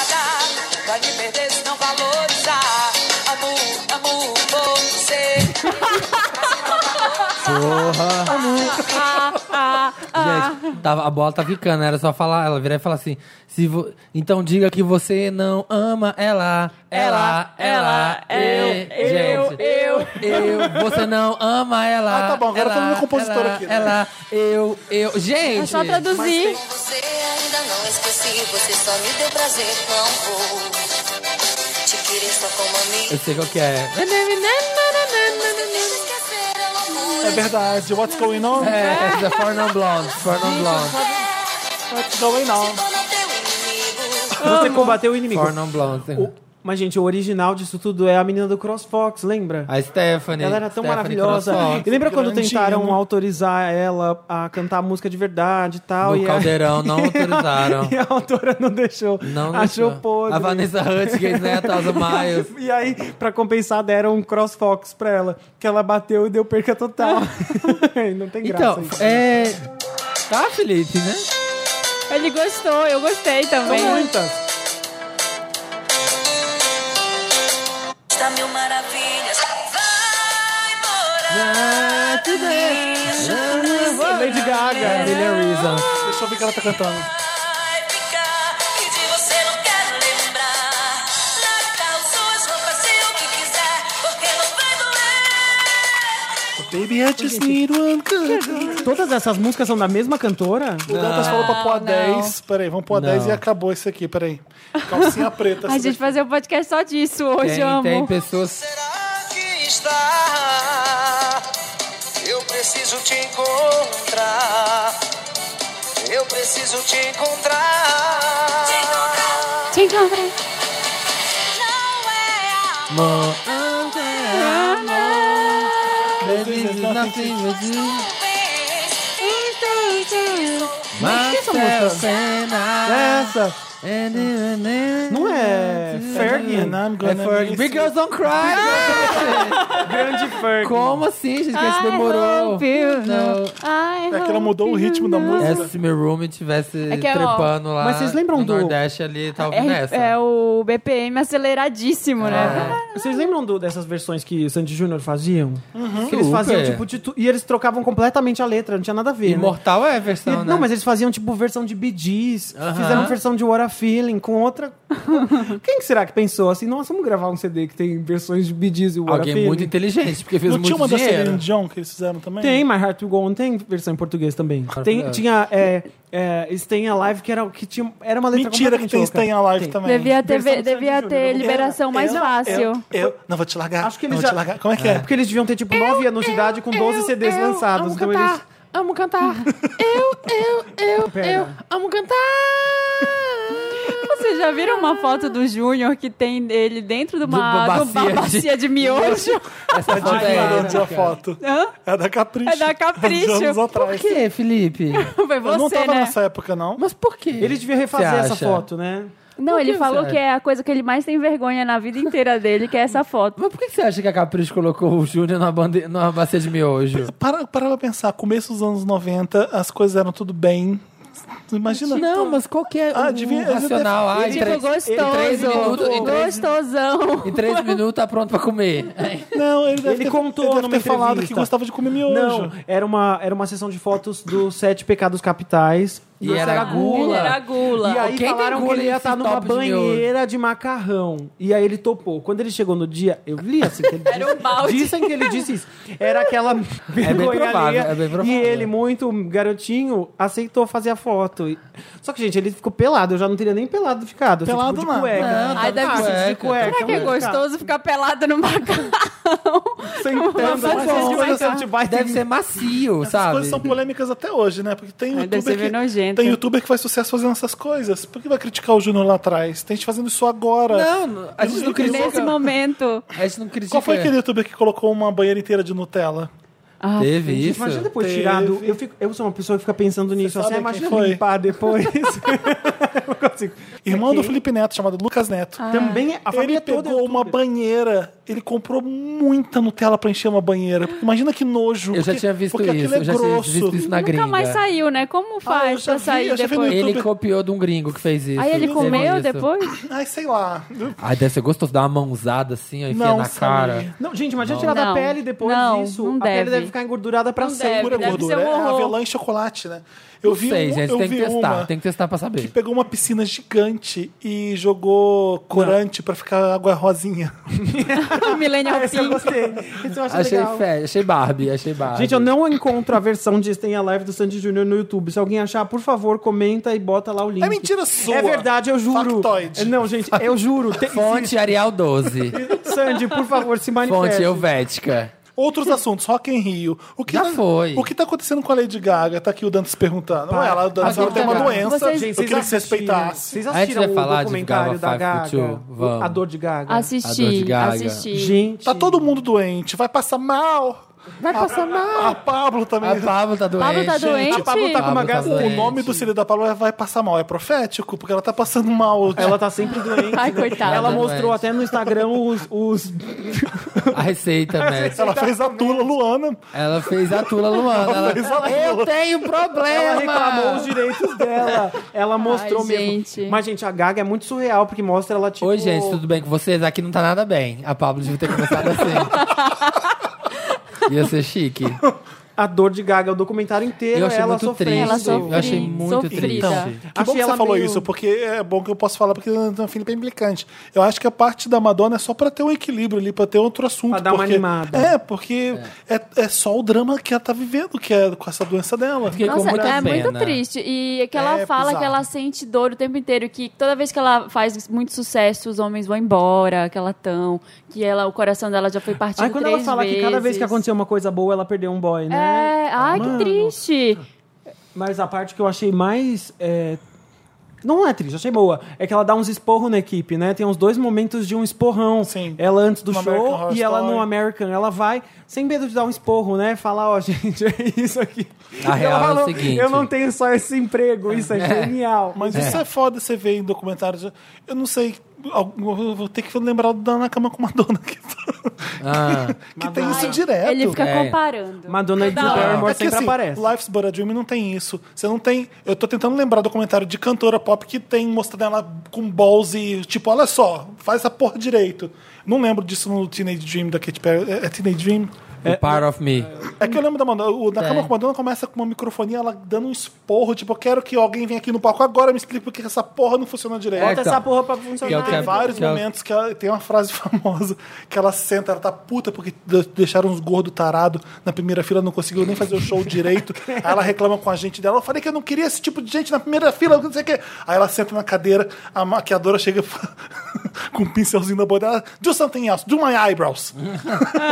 [SPEAKER 7] Vai me perder se não valorizar. Amo, amo você.
[SPEAKER 2] Ah.
[SPEAKER 4] Gente, tava, a bola tá ficando, era só falar, ela virar e falar assim: se vo- então diga que você não ama ela, ela, ela,
[SPEAKER 2] eu,
[SPEAKER 4] gente,
[SPEAKER 2] eu, eu.
[SPEAKER 4] eu, você não ama ela.
[SPEAKER 1] Ah, tá bom, agora
[SPEAKER 4] ela,
[SPEAKER 1] todo mundo é compositor
[SPEAKER 4] ela,
[SPEAKER 1] aqui, né?
[SPEAKER 4] Ela, eu, eu, gente.
[SPEAKER 2] É só traduzir.
[SPEAKER 7] Com você ainda não esqueci, você só me deu prazer, não vou. Te querer só como amigo.
[SPEAKER 2] É.
[SPEAKER 4] Eu sei qual que é.
[SPEAKER 6] Esquecer, eu não
[SPEAKER 1] É verdade. What's going on?
[SPEAKER 4] É, essa é For Non Blonde. For Non Blonde.
[SPEAKER 1] What's going on?
[SPEAKER 3] Você combateu o inimigo.
[SPEAKER 4] For Non Blonde.
[SPEAKER 3] O- Mas, gente, o original disso tudo é a menina do CrossFox, lembra?
[SPEAKER 4] A Stephanie.
[SPEAKER 3] Ela era tão
[SPEAKER 4] Stephanie
[SPEAKER 3] maravilhosa.
[SPEAKER 4] Crossfox,
[SPEAKER 3] E lembra quando
[SPEAKER 1] grandinho.
[SPEAKER 3] tentaram autorizar ela a cantar música de verdade e tal?
[SPEAKER 4] No
[SPEAKER 3] e a-
[SPEAKER 4] caldeirão, não autorizaram.
[SPEAKER 3] E a autora não deixou.
[SPEAKER 4] Não deixou.
[SPEAKER 3] Achou podre.
[SPEAKER 4] A Vanessa Hudgens, né? A Thousand Miles.
[SPEAKER 3] E aí, pra compensar, deram um crossfox pra ela. Que ela bateu e deu perca total. não tem graça
[SPEAKER 4] Então,
[SPEAKER 3] isso.
[SPEAKER 4] é... Tá, Felipe, né?
[SPEAKER 2] Ele gostou, eu gostei também.
[SPEAKER 3] São muitas.
[SPEAKER 6] Está mil maravilhas. Vai morar.
[SPEAKER 3] Lady
[SPEAKER 1] É.
[SPEAKER 3] Gaga.
[SPEAKER 4] Million Reasons.
[SPEAKER 1] Deixa eu ver o que ela tá cantando.
[SPEAKER 6] Vai ficar que de você não quero lembrar. Larga as suas roupas e o que quiser, porque não vai doer.
[SPEAKER 1] Baby, I just need one good.
[SPEAKER 3] Todas essas músicas são da mesma cantora?
[SPEAKER 1] O Dantas falou pra pôr a
[SPEAKER 2] não.
[SPEAKER 1] 10. Peraí, vamos pôr a 10
[SPEAKER 4] Não.
[SPEAKER 1] e acabou isso aqui, peraí. Calcinha preta. assim.
[SPEAKER 2] A gente fazer um podcast só disso hoje,
[SPEAKER 4] Tem,
[SPEAKER 2] amo.
[SPEAKER 4] tem pessoas...
[SPEAKER 7] Será que está? Eu preciso te encontrar. Eu preciso te encontrar.
[SPEAKER 2] Te encontrei.
[SPEAKER 6] Não é amor.
[SPEAKER 4] More than amor. Baby, there's nothing but you. Myself and I.
[SPEAKER 3] Essa.
[SPEAKER 4] And even then-
[SPEAKER 3] Não é Fergie?
[SPEAKER 1] And I'm
[SPEAKER 4] É
[SPEAKER 1] gonna
[SPEAKER 4] Fergie.
[SPEAKER 1] miss Ah!
[SPEAKER 4] Big Girls Don't Cry.
[SPEAKER 3] Grande Fergie.
[SPEAKER 4] Como assim, gente? Que isso
[SPEAKER 2] I
[SPEAKER 4] demorou.
[SPEAKER 2] hope you know.
[SPEAKER 4] Não.
[SPEAKER 2] I
[SPEAKER 1] É que ela
[SPEAKER 2] hope
[SPEAKER 1] mudou o
[SPEAKER 2] you
[SPEAKER 1] ritmo da
[SPEAKER 2] know.
[SPEAKER 1] música.
[SPEAKER 4] É, se meu room tivesse
[SPEAKER 2] É que é, ó,
[SPEAKER 4] trepando lá.
[SPEAKER 3] mas vocês lembram
[SPEAKER 4] no
[SPEAKER 3] do-
[SPEAKER 4] Nordeste ali, tava ouvindo essa.
[SPEAKER 2] É, é o BPM aceleradíssimo, né?
[SPEAKER 3] Vocês lembram do- dessas versões que o Sandy Júnior faziam? Que eles
[SPEAKER 4] Super.
[SPEAKER 3] faziam, tipo, de tu- e eles trocavam completamente a letra, não tinha nada a ver. né?
[SPEAKER 4] Imortal é a
[SPEAKER 3] E-
[SPEAKER 4] versão, né?
[SPEAKER 3] Não, mas eles faziam, tipo, versão de Bee Gees,
[SPEAKER 4] Aham.
[SPEAKER 3] fizeram versão de What a Feeling, com outra... Quem que será que pensou assim, nossa, vamos gravar um CD que tem versões de Bee Gees e What a
[SPEAKER 4] Alguém
[SPEAKER 3] Feeling?
[SPEAKER 4] muito inteligente, porque fez
[SPEAKER 1] Não tinha
[SPEAKER 4] muito
[SPEAKER 1] uma da Celine
[SPEAKER 4] dinheiro.
[SPEAKER 1] Dion que eles fizeram também?
[SPEAKER 3] Tem, My Heart Will Go On tem versão em português também. Tem, tinha, é, é, Stay Alive, que era, que tinha, era uma letra
[SPEAKER 1] Mentira que
[SPEAKER 3] completamente
[SPEAKER 1] tem
[SPEAKER 3] louca.
[SPEAKER 1] Stay Alive
[SPEAKER 4] É.
[SPEAKER 1] também.
[SPEAKER 2] Devia ter,
[SPEAKER 3] Versão do
[SPEAKER 2] devia
[SPEAKER 3] Sandy
[SPEAKER 2] ter
[SPEAKER 3] Júnior.
[SPEAKER 2] liberação mais
[SPEAKER 1] eu-
[SPEAKER 2] fácil.
[SPEAKER 1] Eu, eu- não vou te largar.
[SPEAKER 3] Acho que
[SPEAKER 1] não
[SPEAKER 3] eles
[SPEAKER 1] vou te
[SPEAKER 3] já-
[SPEAKER 1] largar. Como é que é?
[SPEAKER 3] Porque eles deviam ter, tipo, 9 anos de idade com 12 CDs lançados. então eles-
[SPEAKER 4] amo cantar. Eu, eu, eu, eu amo cantar.
[SPEAKER 2] Vocês já viram uma foto do Júnior que tem ele dentro de uma,
[SPEAKER 4] De uma
[SPEAKER 2] de uma
[SPEAKER 4] bacia de-
[SPEAKER 2] bacia de miojo?
[SPEAKER 4] Essa foto
[SPEAKER 1] Ai,
[SPEAKER 4] é
[SPEAKER 1] onde a foto.
[SPEAKER 2] Ah, Hã?
[SPEAKER 1] É da Capricho.
[SPEAKER 2] É da Capricho.
[SPEAKER 1] Uns anos
[SPEAKER 2] Por
[SPEAKER 4] Por
[SPEAKER 1] atrás.
[SPEAKER 4] que, Felipe?
[SPEAKER 2] Foi
[SPEAKER 1] Eu não
[SPEAKER 2] você,
[SPEAKER 1] tava
[SPEAKER 2] né?
[SPEAKER 1] nessa época, não.
[SPEAKER 4] Mas por que?
[SPEAKER 3] Eles deviam refazer
[SPEAKER 4] Você
[SPEAKER 3] essa
[SPEAKER 4] acha?
[SPEAKER 3] foto, né?
[SPEAKER 2] Não, ele
[SPEAKER 4] que
[SPEAKER 2] falou
[SPEAKER 4] você-
[SPEAKER 2] que é a coisa que ele mais tem vergonha na vida inteira dele, que é essa foto.
[SPEAKER 4] Mas por que você acha que a Capricho colocou o Júnior numa, bande... numa bacia de miojo?
[SPEAKER 1] Para, para pra pensar, começo dos anos 90, as coisas eram tudo bem. Imagina.
[SPEAKER 4] Não, mas qual que é
[SPEAKER 1] Ah,
[SPEAKER 4] o
[SPEAKER 1] devia-
[SPEAKER 4] racional? Ah, em
[SPEAKER 2] Tipo,
[SPEAKER 4] três, em três
[SPEAKER 2] gostoso.
[SPEAKER 4] minutos, em três,
[SPEAKER 2] Gostosão.
[SPEAKER 4] em três minutos tá pronto pra comer.
[SPEAKER 1] Não, ele deve
[SPEAKER 3] Ele
[SPEAKER 1] ter,
[SPEAKER 3] contou
[SPEAKER 1] ele deve
[SPEAKER 3] numa
[SPEAKER 1] ter falado que
[SPEAKER 3] entrevista.
[SPEAKER 1] gostava de comer miojo.
[SPEAKER 3] Não, era uma, era uma sessão de fotos dos sete pecados capitais.
[SPEAKER 4] E
[SPEAKER 3] Nossa,
[SPEAKER 4] era
[SPEAKER 2] Ele
[SPEAKER 4] gula.
[SPEAKER 2] era gula.
[SPEAKER 3] E aí
[SPEAKER 4] Quem tem
[SPEAKER 3] falaram que
[SPEAKER 4] gula
[SPEAKER 3] ele ia
[SPEAKER 4] nesse
[SPEAKER 3] estar numa
[SPEAKER 4] top de miojo?
[SPEAKER 3] banheira de macarrão. E aí ele topou. Quando ele chegou no dia, eu li assim que ele disse.
[SPEAKER 2] um balde.
[SPEAKER 3] Dizem que ele disse isso. Era aquela vergonha
[SPEAKER 4] provável,
[SPEAKER 3] alheia.
[SPEAKER 4] é bem provável.
[SPEAKER 3] E ele, muito garotinho, aceitou fazer a foto. E- Só que, gente, ele ficou pelado. Eu já não teria nem pelado ficado. assim,
[SPEAKER 1] Pelado
[SPEAKER 3] tipo, de
[SPEAKER 1] não.
[SPEAKER 3] cueca.
[SPEAKER 4] Não,
[SPEAKER 2] Ai, deve
[SPEAKER 4] ser
[SPEAKER 3] Ah, de cueca.
[SPEAKER 2] Será que é
[SPEAKER 3] Vamos ficar
[SPEAKER 2] gostoso ficar pelado no macarrão?
[SPEAKER 3] Sentando.
[SPEAKER 2] Uma
[SPEAKER 3] Mas
[SPEAKER 2] foto
[SPEAKER 3] as coisas
[SPEAKER 2] de
[SPEAKER 3] são de baita
[SPEAKER 4] Deve ser macio,
[SPEAKER 1] As
[SPEAKER 4] sabe?
[SPEAKER 1] coisas são polêmicas até hoje, né? Porque tem
[SPEAKER 2] Ai, deve ser
[SPEAKER 1] youtuber,
[SPEAKER 2] bem
[SPEAKER 1] que,
[SPEAKER 2] nojento.
[SPEAKER 1] tem youtuber que faz sucesso fazendo essas coisas. Por que vai criticar o Júnior lá atrás? Tem gente fazendo isso agora.
[SPEAKER 4] Não, não, a gente não
[SPEAKER 2] Nesse
[SPEAKER 4] critica.
[SPEAKER 2] momento.
[SPEAKER 4] A gente não critica.
[SPEAKER 1] Qual foi aquele youtuber que colocou uma banheira inteira de Nutella?
[SPEAKER 2] Ah,
[SPEAKER 4] Teve isso?
[SPEAKER 3] Imagina depois
[SPEAKER 1] Teve.
[SPEAKER 3] tirado. Eu, fico- eu sou uma pessoa que fica pensando nisso.
[SPEAKER 1] sabe
[SPEAKER 3] Assim, ah,
[SPEAKER 1] quem
[SPEAKER 3] imagina
[SPEAKER 1] foi?
[SPEAKER 3] limpar depois. Não consigo.
[SPEAKER 1] Irmão do
[SPEAKER 3] Ok.
[SPEAKER 1] Felipe Neto, chamado Lucas Neto.
[SPEAKER 4] Ah.
[SPEAKER 3] Também a família
[SPEAKER 1] Ele pegou
[SPEAKER 3] toda. é
[SPEAKER 1] uma banheira, ele comprou muita Nutella pra encher uma banheira. Porque Imagina que nojo.
[SPEAKER 4] Eu já
[SPEAKER 1] porque-
[SPEAKER 4] tinha visto
[SPEAKER 1] porque aquilo
[SPEAKER 4] isso, eu já
[SPEAKER 1] é
[SPEAKER 4] tinha
[SPEAKER 1] grosso.
[SPEAKER 4] visto isso na
[SPEAKER 2] Nunca
[SPEAKER 4] gringa.
[SPEAKER 2] mais saiu, né? Como
[SPEAKER 1] eu
[SPEAKER 2] faz
[SPEAKER 1] já
[SPEAKER 2] pra
[SPEAKER 1] vi,
[SPEAKER 2] sair
[SPEAKER 1] eu já vi no
[SPEAKER 2] depois?
[SPEAKER 4] Ele
[SPEAKER 1] YouTube.
[SPEAKER 4] copiou de um gringo que fez isso.
[SPEAKER 2] Aí ele
[SPEAKER 4] Teve
[SPEAKER 2] comeu
[SPEAKER 4] isso.
[SPEAKER 2] depois?
[SPEAKER 1] Ai, sei lá.
[SPEAKER 4] Ai, deve ser gostoso dar uma mãozada assim, ó, enfia
[SPEAKER 1] Não,
[SPEAKER 4] na
[SPEAKER 1] Samir.
[SPEAKER 4] cara.
[SPEAKER 3] Não, gente, imagina tirar da
[SPEAKER 2] Não.
[SPEAKER 3] pele depois
[SPEAKER 2] Não,
[SPEAKER 3] disso.
[SPEAKER 2] não
[SPEAKER 3] a pele
[SPEAKER 2] deve.
[SPEAKER 3] deve ficar engordurada pra
[SPEAKER 2] Não
[SPEAKER 3] sempre.
[SPEAKER 1] Pura
[SPEAKER 2] deve ser
[SPEAKER 1] gordura.
[SPEAKER 2] um
[SPEAKER 1] É
[SPEAKER 2] horror.
[SPEAKER 1] avelã e chocolate, né? Eu
[SPEAKER 4] Não
[SPEAKER 1] vi
[SPEAKER 4] sei,
[SPEAKER 1] um,
[SPEAKER 4] gente,
[SPEAKER 1] eu
[SPEAKER 4] tem que
[SPEAKER 1] vi
[SPEAKER 4] testar.
[SPEAKER 1] uma
[SPEAKER 4] Tem que testar pra
[SPEAKER 1] que
[SPEAKER 4] saber.
[SPEAKER 1] pegou uma piscina gigante e jogou corante pra ficar água rosinha.
[SPEAKER 4] Ah,
[SPEAKER 2] O Millennial
[SPEAKER 3] Esse eu
[SPEAKER 2] Pink.
[SPEAKER 3] gostei. Esse eu acho
[SPEAKER 4] Achei
[SPEAKER 3] legal.
[SPEAKER 4] fé, achei Barbie, achei Barbie.
[SPEAKER 3] Gente, eu não encontro a versão de Stay Alive do Sandy Júnior no YouTube. Se alguém achar, por favor, comenta e bota lá o link.
[SPEAKER 1] É mentira sua.
[SPEAKER 3] É verdade, eu juro.
[SPEAKER 1] Factoid.
[SPEAKER 3] Não, gente, eu juro. Tem-
[SPEAKER 4] Fonte Arial 12.
[SPEAKER 3] Sandy, por favor, se manifeste.
[SPEAKER 4] Fonte Helvética.
[SPEAKER 1] Outros assuntos, Rock em Rio. O que
[SPEAKER 4] Já foi.
[SPEAKER 1] O que tá acontecendo com a Lady Gaga? Tá aqui o Dantas perguntando. Ué, ela, a Dantas, ela
[SPEAKER 3] Lady
[SPEAKER 4] tá
[SPEAKER 1] tem uma
[SPEAKER 3] Gaga.
[SPEAKER 1] doença.
[SPEAKER 2] Vocês-
[SPEAKER 1] eu queria que você
[SPEAKER 3] assistiram-
[SPEAKER 1] respeitasse.
[SPEAKER 3] Vocês
[SPEAKER 4] A gente
[SPEAKER 3] assistiram
[SPEAKER 4] vai falar
[SPEAKER 3] o
[SPEAKER 4] de
[SPEAKER 3] documentário da
[SPEAKER 4] Gava
[SPEAKER 3] Gaga?
[SPEAKER 4] Five Foot Two, vamos.
[SPEAKER 3] A dor de
[SPEAKER 4] A
[SPEAKER 3] Gaga.
[SPEAKER 4] dor de
[SPEAKER 2] Assisti,
[SPEAKER 4] Gaga.
[SPEAKER 2] assisti.
[SPEAKER 3] Gente.
[SPEAKER 1] Tá todo mundo doente, vai passar mal.
[SPEAKER 4] Vai passar mal.
[SPEAKER 3] Ah,
[SPEAKER 1] A Pablo também.
[SPEAKER 4] A Pablo tá doente.
[SPEAKER 2] Pablo tá doente.
[SPEAKER 1] a Pablo tá com
[SPEAKER 4] Pablo
[SPEAKER 1] uma
[SPEAKER 4] tá
[SPEAKER 1] gasta. O
[SPEAKER 4] doente.
[SPEAKER 1] nome do filho da Pablo é Vai Passar Mal. É profético, porque ela tá passando mal.
[SPEAKER 3] Ela tá sempre doente.
[SPEAKER 2] Ai,
[SPEAKER 3] né?
[SPEAKER 2] coitada.
[SPEAKER 3] Ela
[SPEAKER 4] Tá
[SPEAKER 3] mostrou
[SPEAKER 4] doente.
[SPEAKER 3] até no Instagram os, os
[SPEAKER 4] A receita, médica.
[SPEAKER 1] Ela fez a Tula Luana.
[SPEAKER 4] Ela fez a Tula Luana. Ela-
[SPEAKER 1] fez a
[SPEAKER 4] eu
[SPEAKER 1] Tula.
[SPEAKER 4] tenho
[SPEAKER 3] Ela
[SPEAKER 4] problema.
[SPEAKER 3] reclamou os direitos dela. Ela mostrou
[SPEAKER 2] Ai,
[SPEAKER 3] mesmo.
[SPEAKER 2] gente.
[SPEAKER 3] Mas, gente, a Gaga é muito surreal, porque mostra ela, tipo...
[SPEAKER 4] Oi, gente, tudo bem com vocês? Aqui não tá nada bem. A Pablo devia ter começado assim. Ia ser chique.
[SPEAKER 3] A dor de Gaga, o documentário inteiro,
[SPEAKER 4] Eu achei
[SPEAKER 3] ela
[SPEAKER 4] muito
[SPEAKER 3] sofrendo.
[SPEAKER 4] triste.
[SPEAKER 2] Ela
[SPEAKER 4] Eu achei muito
[SPEAKER 2] sofrida.
[SPEAKER 4] triste. Então,
[SPEAKER 1] Que bom que
[SPEAKER 3] Achei
[SPEAKER 1] você
[SPEAKER 3] ela
[SPEAKER 1] falou
[SPEAKER 3] meio-
[SPEAKER 1] isso, porque é bom que eu posso falar, porque o Felipe é implicante. Eu acho que a parte da Madonna é só pra ter um equilíbrio ali, pra ter outro assunto.
[SPEAKER 3] Pra dar uma
[SPEAKER 1] porque-
[SPEAKER 3] animada.
[SPEAKER 1] É, porque é. é só o drama que ela tá vivendo, que é com essa doença dela.
[SPEAKER 4] Fiquei com
[SPEAKER 2] Nossa,
[SPEAKER 4] muita
[SPEAKER 2] é
[SPEAKER 4] pena.
[SPEAKER 2] muito triste. E é que ela
[SPEAKER 1] É
[SPEAKER 2] fala
[SPEAKER 1] bizarro.
[SPEAKER 2] que ela sente dor o tempo inteiro, que toda vez que ela faz muito sucesso, os homens vão embora, que ela tão, que ela, o coração dela já foi partido
[SPEAKER 3] Aí quando ela
[SPEAKER 2] três
[SPEAKER 3] fala
[SPEAKER 2] vezes.
[SPEAKER 3] que cada vez que aconteceu uma coisa boa, ela perdeu um boy,
[SPEAKER 2] É,
[SPEAKER 3] né?
[SPEAKER 2] ai,
[SPEAKER 3] Mano.
[SPEAKER 2] que triste.
[SPEAKER 3] Mas a parte que eu achei mais... é, Não é triste, achei boa. É que ela dá uns esporros na equipe, né? Tem uns dois momentos de um esporrão.
[SPEAKER 1] Sim.
[SPEAKER 3] Ela antes do
[SPEAKER 1] No American
[SPEAKER 3] show
[SPEAKER 1] Horror
[SPEAKER 3] e ela no
[SPEAKER 1] Story.
[SPEAKER 3] American. Ela vai sem medo de dar um esporro, né? Falar, ó, gente, é isso aqui.
[SPEAKER 4] A
[SPEAKER 3] Ela
[SPEAKER 4] real é o
[SPEAKER 3] falou,
[SPEAKER 4] seguinte.
[SPEAKER 3] Eu não tenho só esse emprego, isso é, genial.
[SPEAKER 1] Mas isso é foda você ver em documentários. Eu não sei. algum- Eu vou ter que lembrar do Dan na cama com Madonna, que,
[SPEAKER 4] Ah,
[SPEAKER 1] que tem isso direto.
[SPEAKER 2] Ele fica
[SPEAKER 4] É.
[SPEAKER 2] comparando.
[SPEAKER 3] Madonna e Drew
[SPEAKER 2] Toda hora.
[SPEAKER 3] Barrymore
[SPEAKER 1] que,
[SPEAKER 3] sempre
[SPEAKER 1] assim,
[SPEAKER 3] aparece.
[SPEAKER 1] Life's But a Dream não tem isso. Você não tem. Eu tô tentando lembrar do comentário de cantora pop que tem mostrando ela com balls e tipo, olha só, faz essa porra direito. Não lembro disso no Teenage Dream da Katy Perry. É, é Teenage Dream?
[SPEAKER 4] o Part of Me.
[SPEAKER 1] É que eu lembro da Madonna. O Na Cama com Madonna começa com uma microfonia, ela dando um esporro, tipo, eu quero que alguém venha aqui no palco agora e me explique porque essa porra não funciona direito.
[SPEAKER 3] Bota
[SPEAKER 4] É,
[SPEAKER 3] essa
[SPEAKER 4] então.
[SPEAKER 3] porra pra
[SPEAKER 4] Que é
[SPEAKER 3] funcionar.
[SPEAKER 4] o que a-
[SPEAKER 1] Tem vários
[SPEAKER 4] que é o-
[SPEAKER 1] momentos que ela, tem uma frase famosa que ela senta, ela tá puta porque de- deixaram uns gordos tarados na primeira fila, não conseguiu nem fazer o show direito. Aí ela reclama com a gente dela. Eu falei que eu não queria esse tipo de gente na primeira fila, não sei o quê. Aí ela senta na cadeira, a maquiadora chega com um pincelzinho na boca dela. Do something else, do my eyebrows.
[SPEAKER 4] Hum.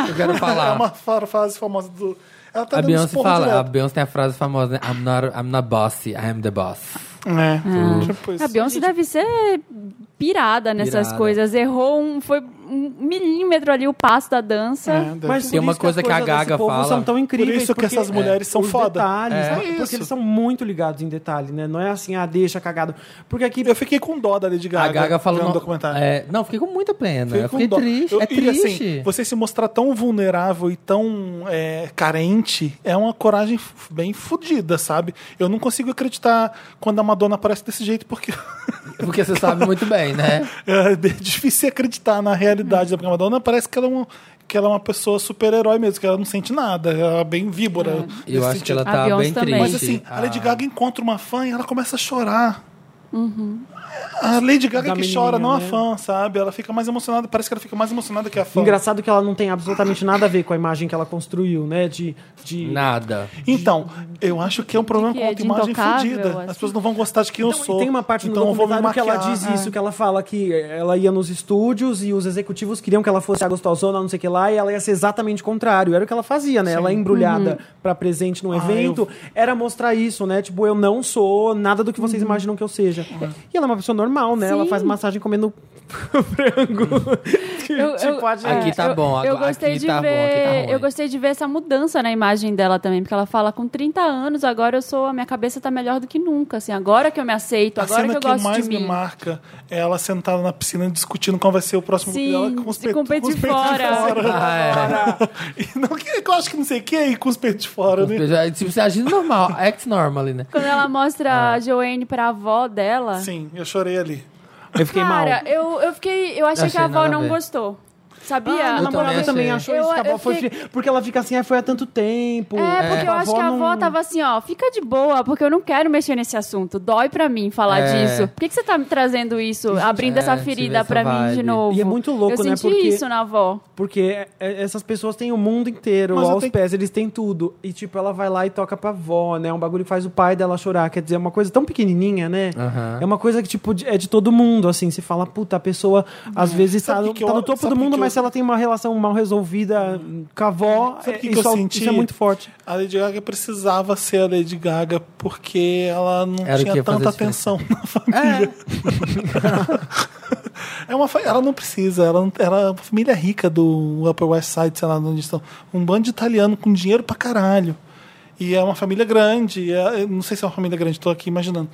[SPEAKER 4] Eu quero
[SPEAKER 1] É
[SPEAKER 4] falar.
[SPEAKER 1] uma fa- frase famosa do. Ela tá
[SPEAKER 4] A
[SPEAKER 1] dando
[SPEAKER 4] Beyoncé
[SPEAKER 1] esporro
[SPEAKER 4] fala, a
[SPEAKER 1] direto.
[SPEAKER 4] Beyoncé tem a frase famosa, né? I'm not, I'm not bossy, I am the boss.
[SPEAKER 1] É,
[SPEAKER 4] Hum.
[SPEAKER 1] tipo isso.
[SPEAKER 2] A Beyoncé deve ser pirada nessas
[SPEAKER 4] Pirada.
[SPEAKER 2] coisas. Errou um, foi um milímetro ali o passo da dança.
[SPEAKER 1] É, deve-
[SPEAKER 3] Mas
[SPEAKER 1] por
[SPEAKER 3] por
[SPEAKER 4] Tem uma
[SPEAKER 3] isso
[SPEAKER 4] coisa
[SPEAKER 3] as
[SPEAKER 4] que a
[SPEAKER 3] coisas
[SPEAKER 4] Gaga
[SPEAKER 3] desse povo
[SPEAKER 4] fala.
[SPEAKER 3] são tão incríveis.
[SPEAKER 1] isso que
[SPEAKER 3] porque
[SPEAKER 1] essas mulheres são
[SPEAKER 3] os
[SPEAKER 1] foda.
[SPEAKER 3] Detalhes,
[SPEAKER 1] É.
[SPEAKER 3] né?
[SPEAKER 1] É
[SPEAKER 3] Porque
[SPEAKER 1] isso.
[SPEAKER 3] eles são muito ligados em detalhe, né? Não é assim, ah, deixa cagado. Porque aqui
[SPEAKER 1] Eu fiquei com dó da Lady Gaga.
[SPEAKER 4] A Gaga falou...
[SPEAKER 1] vendo
[SPEAKER 4] Não,
[SPEAKER 1] o Tá, um documentário.
[SPEAKER 4] é, não, fiquei com muita pena.
[SPEAKER 1] Fiquei
[SPEAKER 4] Né? Eu
[SPEAKER 1] com
[SPEAKER 4] fiquei
[SPEAKER 1] dó.
[SPEAKER 4] triste.
[SPEAKER 1] Eu-
[SPEAKER 4] é
[SPEAKER 1] e, assim,
[SPEAKER 4] triste.
[SPEAKER 1] você se mostrar tão vulnerável e tão é, carente é uma coragem f- bem fodida, sabe? Eu não consigo acreditar quando a Madonna aparece desse jeito, porque
[SPEAKER 4] Porque você sabe muito bem, né?
[SPEAKER 1] é bem difícil acreditar na realidade. né? Porque a Madonna parece que ela é uma, que ela é uma pessoa super-herói mesmo, que ela não sente nada, ela é bem víbora. nesse
[SPEAKER 4] Eu acho que
[SPEAKER 1] sentido.
[SPEAKER 4] ela
[SPEAKER 2] A
[SPEAKER 4] tá
[SPEAKER 2] Beyoncé
[SPEAKER 4] bem
[SPEAKER 2] também.
[SPEAKER 4] triste.
[SPEAKER 1] Mas assim, a Lady Gaga encontra uma fã e ela começa a chorar. A Lady Gaga
[SPEAKER 3] Da
[SPEAKER 1] que chora, não a
[SPEAKER 4] né?
[SPEAKER 3] menininha,
[SPEAKER 1] fã, sabe? Ela fica mais emocionada, parece que ela fica mais emocionada que a fã.
[SPEAKER 3] Engraçado que ela não tem absolutamente nada a ver com a imagem que ela construiu, né? De. de...
[SPEAKER 4] Nada.
[SPEAKER 1] Então, eu acho que é um problema
[SPEAKER 2] De
[SPEAKER 1] com
[SPEAKER 2] que?
[SPEAKER 1] a
[SPEAKER 2] De
[SPEAKER 1] imagem
[SPEAKER 2] intocável,
[SPEAKER 1] fodida.
[SPEAKER 2] assim?
[SPEAKER 1] As pessoas não vão gostar de quem eu
[SPEAKER 3] Então, e
[SPEAKER 1] sou.
[SPEAKER 3] tem uma parte no
[SPEAKER 1] então eu vou me
[SPEAKER 3] documentário que ela
[SPEAKER 1] maquiar.
[SPEAKER 3] diz isso, que ela fala que ela ia nos estúdios e os executivos queriam que ela fosse a gostosona, não sei o que lá, e ela ia ser exatamente o contrário. Era o que ela fazia, né? Ela embrulhada pra presente num evento, era mostrar isso, né? Tipo, eu não sou nada do que vocês imaginam que eu seja. E ela Uhum. é uma pessoa normal, né? Ela
[SPEAKER 2] Sim.
[SPEAKER 3] faz massagem comendo frango.
[SPEAKER 2] Eu-
[SPEAKER 3] Tipo
[SPEAKER 2] eu- é,
[SPEAKER 4] Aqui tá
[SPEAKER 2] eu-
[SPEAKER 4] bom,
[SPEAKER 2] Eu
[SPEAKER 4] agora-
[SPEAKER 2] gostei
[SPEAKER 4] aqui
[SPEAKER 2] de
[SPEAKER 4] tá bom, aqui tá
[SPEAKER 2] ver,
[SPEAKER 4] ruim.
[SPEAKER 2] eu gostei de ver essa mudança na imagem dela também, porque ela fala com 30 anos, agora eu sou, a minha cabeça tá melhor do que nunca, assim, agora que eu me aceito,
[SPEAKER 3] Tá
[SPEAKER 1] A
[SPEAKER 2] agora
[SPEAKER 1] cena
[SPEAKER 2] que
[SPEAKER 1] que,
[SPEAKER 2] eu gosto
[SPEAKER 1] mais
[SPEAKER 2] de
[SPEAKER 1] me
[SPEAKER 2] mim.
[SPEAKER 1] marca é ela sentada na piscina discutindo qual vai ser o próximo
[SPEAKER 2] Sim,
[SPEAKER 1] look dela com os
[SPEAKER 2] de-
[SPEAKER 1] peitos
[SPEAKER 2] com o peito
[SPEAKER 1] com os
[SPEAKER 2] de
[SPEAKER 1] peitos
[SPEAKER 2] fora.
[SPEAKER 4] Ah, é.
[SPEAKER 1] E não, que, eu acho que não sei o que aí com os peitos de fora, né?
[SPEAKER 4] Tipo, você agindo normal, act normally, né?
[SPEAKER 2] Quando ela mostra a
[SPEAKER 4] É.
[SPEAKER 2] Joanne pra avó dela,
[SPEAKER 1] Sim, eu chorei ali.
[SPEAKER 3] Eu fiquei
[SPEAKER 2] cara, eu, eu fiquei, eu achei,
[SPEAKER 4] Achei
[SPEAKER 2] que a avó
[SPEAKER 4] nada a
[SPEAKER 2] não
[SPEAKER 4] ver.
[SPEAKER 2] gostou. Sabia?
[SPEAKER 3] Ah, a
[SPEAKER 4] Eu
[SPEAKER 3] namorada também,
[SPEAKER 4] também
[SPEAKER 3] achou
[SPEAKER 2] achei.
[SPEAKER 3] isso,
[SPEAKER 2] Eu-
[SPEAKER 3] que a avó
[SPEAKER 2] eu
[SPEAKER 3] foi
[SPEAKER 2] fiquei-
[SPEAKER 3] fri- Porque ela fica assim, ah, foi há tanto tempo.
[SPEAKER 4] tipo,
[SPEAKER 2] É, porque eu acho que a avó
[SPEAKER 3] não-
[SPEAKER 2] tava assim, ó, fica de boa, porque eu não quero mexer nesse assunto. Dói pra mim falar
[SPEAKER 4] É.
[SPEAKER 2] disso. Por que, que você tá me trazendo isso, abrindo
[SPEAKER 4] é,
[SPEAKER 2] essa
[SPEAKER 4] tive
[SPEAKER 2] ferida
[SPEAKER 4] essa
[SPEAKER 2] pra mim de
[SPEAKER 4] vibe.
[SPEAKER 2] novo?
[SPEAKER 3] E é muito louco,
[SPEAKER 2] eu
[SPEAKER 3] né,
[SPEAKER 2] senti
[SPEAKER 3] porque-
[SPEAKER 2] isso na avó.
[SPEAKER 3] Porque é- é- essas pessoas têm o mundo inteiro
[SPEAKER 1] Mas eu
[SPEAKER 3] aos
[SPEAKER 1] tenho-
[SPEAKER 3] pés, eles têm tudo. E, tipo, ela vai lá e toca pra avó, né? É um bagulho que faz o pai dela chorar. Quer dizer, é uma coisa tão pequenininha, né?
[SPEAKER 4] Aham.
[SPEAKER 3] É uma coisa que, tipo, de- é de todo mundo, assim. Se fala, puta, a pessoa às vezes tá,
[SPEAKER 1] Sabe
[SPEAKER 3] no-
[SPEAKER 1] que que
[SPEAKER 3] tá
[SPEAKER 1] eu-
[SPEAKER 3] no topo
[SPEAKER 1] sabe
[SPEAKER 3] do
[SPEAKER 1] que
[SPEAKER 3] mundo,
[SPEAKER 1] que eu
[SPEAKER 3] mas mas se ela tem uma relação mal resolvida com a avó,
[SPEAKER 1] Sabe o que
[SPEAKER 3] é-
[SPEAKER 1] que eu
[SPEAKER 3] isso, é-
[SPEAKER 1] senti?
[SPEAKER 3] isso é muito forte.
[SPEAKER 1] A Lady Gaga precisava ser a Lady Gaga porque ela não
[SPEAKER 4] Era o que
[SPEAKER 1] tinha
[SPEAKER 4] ia fazer
[SPEAKER 1] tanta
[SPEAKER 4] diferença.
[SPEAKER 1] atenção na família. É. uma fa- ela não precisa, ela, não- ela é uma família rica do Upper West Side, sei lá onde estão. Um bando de italiano com dinheiro pra caralho. E é uma família grande, é- eu não sei se é uma família grande, tô aqui imaginando.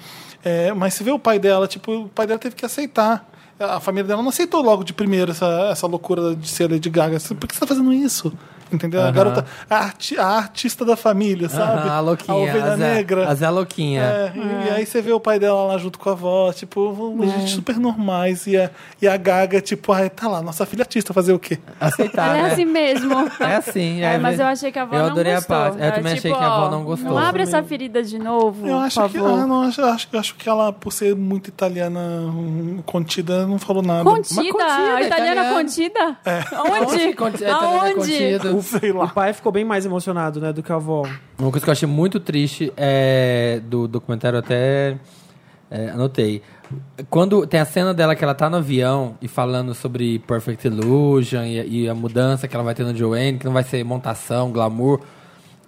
[SPEAKER 1] É, mas se vê o pai dela, tipo, o pai dela teve que aceitar. A família dela não aceitou logo de primeiro essa, essa loucura de ser Lady Gaga. Por que você tá fazendo isso? Entendeu? A garota, a, arti- a artista da família, sabe?
[SPEAKER 4] Aham, a
[SPEAKER 1] a
[SPEAKER 4] Ah, louquinha. é,
[SPEAKER 1] ovelha
[SPEAKER 4] a Zé-
[SPEAKER 1] negra.
[SPEAKER 4] A Zé Louquinha.
[SPEAKER 1] É, e- E aí você vê o pai dela lá junto com a avó, tipo, gente super normais. E a, e a Gaga, tipo, ah, tá lá, nossa filha artista, fazer o quê?
[SPEAKER 4] Aceitar,
[SPEAKER 2] Ela é
[SPEAKER 4] né?
[SPEAKER 2] assim mesmo.
[SPEAKER 4] É assim.
[SPEAKER 2] É,
[SPEAKER 4] é,
[SPEAKER 2] mas eu achei que a avó
[SPEAKER 4] eu
[SPEAKER 2] não
[SPEAKER 4] adorei a
[SPEAKER 2] gostou.
[SPEAKER 4] parte. Eu
[SPEAKER 2] Ela,
[SPEAKER 4] também
[SPEAKER 2] tipo,
[SPEAKER 4] achei que a avó
[SPEAKER 2] ó,
[SPEAKER 4] não gostou.
[SPEAKER 2] Não abre essa ferida de novo,
[SPEAKER 1] Eu acho
[SPEAKER 2] por
[SPEAKER 1] que,
[SPEAKER 2] favor.
[SPEAKER 1] ah, não, acho, acho, acho que ela, por ser muito italiana hum, contida, não falou nada.
[SPEAKER 2] Contida,
[SPEAKER 4] Mas contida,
[SPEAKER 2] a italiana
[SPEAKER 4] italiana.
[SPEAKER 2] contida? Onde?
[SPEAKER 4] Onde conti- a italiana é contida?
[SPEAKER 1] Não sei
[SPEAKER 3] O
[SPEAKER 1] lá.
[SPEAKER 3] pai ficou bem mais emocionado, né, do que a avó.
[SPEAKER 4] Uma coisa que eu achei muito triste é do documentário até é, anotei. Quando tem a cena dela que ela tá no avião e falando sobre Perfect Illusion e, e a mudança que ela vai ter no Joanne, que não vai ser montação, glamour.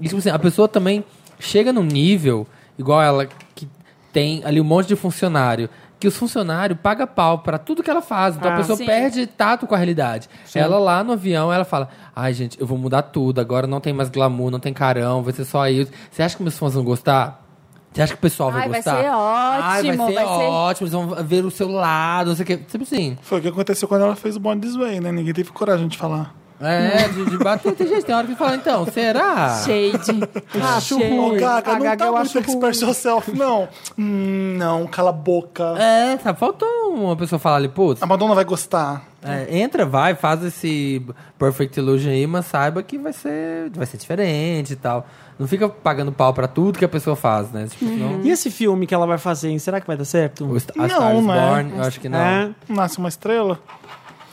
[SPEAKER 4] E, tipo assim, a pessoa também chega num nível, igual ela, que tem ali um monte de funcionário, que os funcionários pagam pau pra tudo que ela faz. Então a
[SPEAKER 3] Ah,
[SPEAKER 4] pessoa
[SPEAKER 2] sim.
[SPEAKER 4] perde tato com a realidade. Ela lá no avião, ela fala: Ai, gente, eu vou mudar tudo. Agora não tem mais glamour, não tem carão, vai ser só isso. Você acha que meus fãs vão gostar? Você acha que o pessoal vai
[SPEAKER 2] Ai, vai
[SPEAKER 4] gostar?
[SPEAKER 2] ser
[SPEAKER 4] Ai, vai
[SPEAKER 2] ótimo,
[SPEAKER 4] ser
[SPEAKER 2] vai ser-
[SPEAKER 4] ótimo, eles vão ver o seu lado, não sei o que. Tipo assim,
[SPEAKER 1] Foi o que aconteceu quando ela fez o Born This Way, né? Ninguém teve coragem de falar.
[SPEAKER 4] é, de, de bater. Tem gente, tem hora que fala, então, será?
[SPEAKER 2] Ah. Shade. Ah,
[SPEAKER 3] Acho
[SPEAKER 2] Shade.
[SPEAKER 1] Ô,
[SPEAKER 3] ruim.
[SPEAKER 1] Gaga,
[SPEAKER 3] A
[SPEAKER 1] não
[SPEAKER 3] Gaga
[SPEAKER 1] tá
[SPEAKER 3] eu
[SPEAKER 1] muito
[SPEAKER 3] acho
[SPEAKER 1] express yourself, não. Hum, não, cala a boca.
[SPEAKER 4] É, sabe, faltou uma pessoa falar ali, putz,
[SPEAKER 1] A Madonna vai gostar.
[SPEAKER 4] é, entra, vai, faz esse Perfect Illusion aí, mas saiba que vai ser, vai ser diferente e tal. Não fica pagando pau pra tudo que a pessoa faz, né?
[SPEAKER 2] Uhum.
[SPEAKER 4] Tipo, senão-
[SPEAKER 3] E esse filme que ela vai fazer, hein, será que vai dar certo?
[SPEAKER 4] O St- A
[SPEAKER 1] Não,
[SPEAKER 4] Star is
[SPEAKER 1] né?
[SPEAKER 4] Born, eu acho que não. É,
[SPEAKER 3] É.
[SPEAKER 1] Nasce uma estrela.